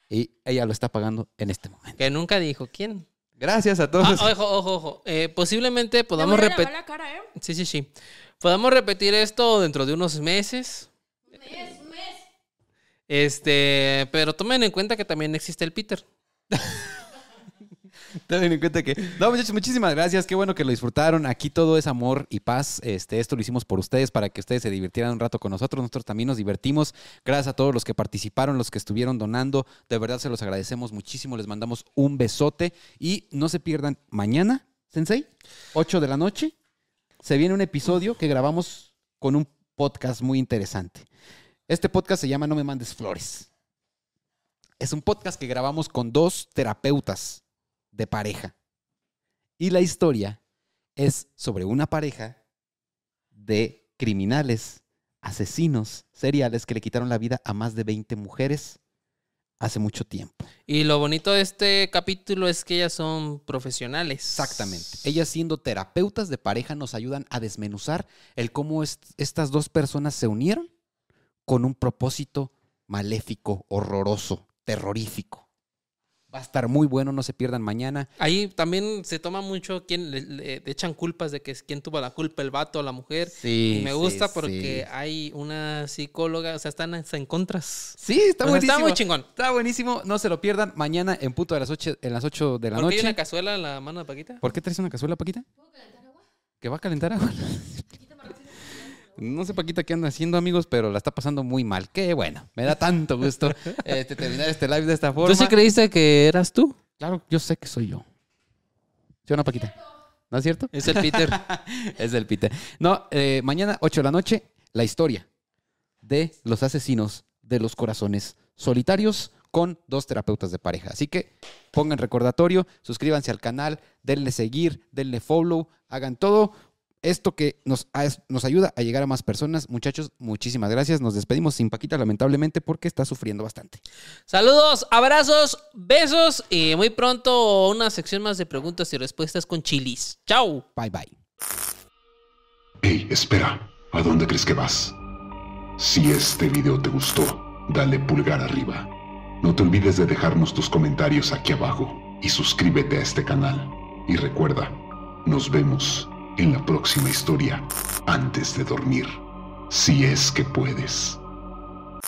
[SPEAKER 2] Y ella lo está pagando en este momento.
[SPEAKER 1] Que nunca dijo quién.
[SPEAKER 2] Gracias a todos.
[SPEAKER 1] Ah, ojo, ojo, ojo. Eh, posiblemente podamos repetir.
[SPEAKER 8] la cara, ¿eh?
[SPEAKER 1] Sí, sí, sí. Podamos repetir esto dentro de unos meses.
[SPEAKER 8] Mes, mes.
[SPEAKER 1] Este, pero tomen en cuenta que también existe el Peter.
[SPEAKER 2] Tengan en cuenta que. No, muchachos, muchísimas gracias. Qué bueno que lo disfrutaron. Aquí todo es amor y paz. Este, esto lo hicimos por ustedes para que ustedes se divirtieran un rato con nosotros. Nosotros también nos divertimos. Gracias a todos los que participaron, los que estuvieron donando. De verdad se los agradecemos muchísimo. Les mandamos un besote. Y no se pierdan mañana, Sensei, 8 de la noche. Se viene un episodio que grabamos con un podcast muy interesante. Este podcast se llama No me mandes flores. Es un podcast que grabamos con dos terapeutas de pareja. Y la historia es sobre una pareja de criminales, asesinos, seriales que le quitaron la vida a más de 20 mujeres hace mucho tiempo.
[SPEAKER 1] Y lo bonito de este capítulo es que ellas son profesionales.
[SPEAKER 2] Exactamente. Ellas siendo terapeutas de pareja nos ayudan a desmenuzar el cómo est- estas dos personas se unieron con un propósito maléfico, horroroso, terrorífico. Va a estar muy bueno, no se pierdan mañana.
[SPEAKER 1] Ahí también se toma mucho quién le, le- le echan culpas de que es quién tuvo la culpa, el vato o la mujer.
[SPEAKER 2] Sí.
[SPEAKER 1] y me gusta porque hay una psicóloga, o sea, están hasta en contras.
[SPEAKER 2] Sí, Pues está
[SPEAKER 1] O sea,
[SPEAKER 2] buenísimo.
[SPEAKER 1] está muy chingón.
[SPEAKER 2] Está buenísimo, no se lo pierdan. Mañana en punto de las 8, en las 8 de la
[SPEAKER 1] ¿Por qué hay
[SPEAKER 2] noche.
[SPEAKER 1] una cazuela en la mano de Paquita?
[SPEAKER 2] ¿Por qué traes una cazuela, Paquita? ¿Que va a calentar agua? No sé, Paquita, qué anda haciendo, amigos, pero la está pasando muy mal. Qué bueno. Me da tanto gusto este, terminar este live de esta forma.
[SPEAKER 1] ¿Tú sí creíste que eras tú?
[SPEAKER 2] Claro, yo sé que soy yo. ¿Sí o no, Paquita? ¿No es cierto?
[SPEAKER 1] Es el Peter.
[SPEAKER 2] Es del Peter. No, eh, mañana, 8 de la noche, la historia de los asesinos de los corazones solitarios con dos terapeutas de pareja. Así que pongan recordatorio, suscríbanse al canal, denle seguir, denle follow, hagan todo esto que nos, a- nos ayuda a llegar a más personas. Muchachos, muchísimas gracias. Nos despedimos sin Paquita, lamentablemente, porque está sufriendo bastante.
[SPEAKER 1] Saludos, abrazos, besos y muy pronto una sección más de preguntas y respuestas con chilis. ¡Chao!
[SPEAKER 2] Bye, bye.
[SPEAKER 9] Hey, espera, ¿a dónde crees que vas? Si este video te gustó, dale pulgar arriba. No te olvides de dejarnos tus comentarios aquí abajo y suscríbete a este canal. Y recuerda, nos vemos en la próxima historia antes de dormir, si es que puedes.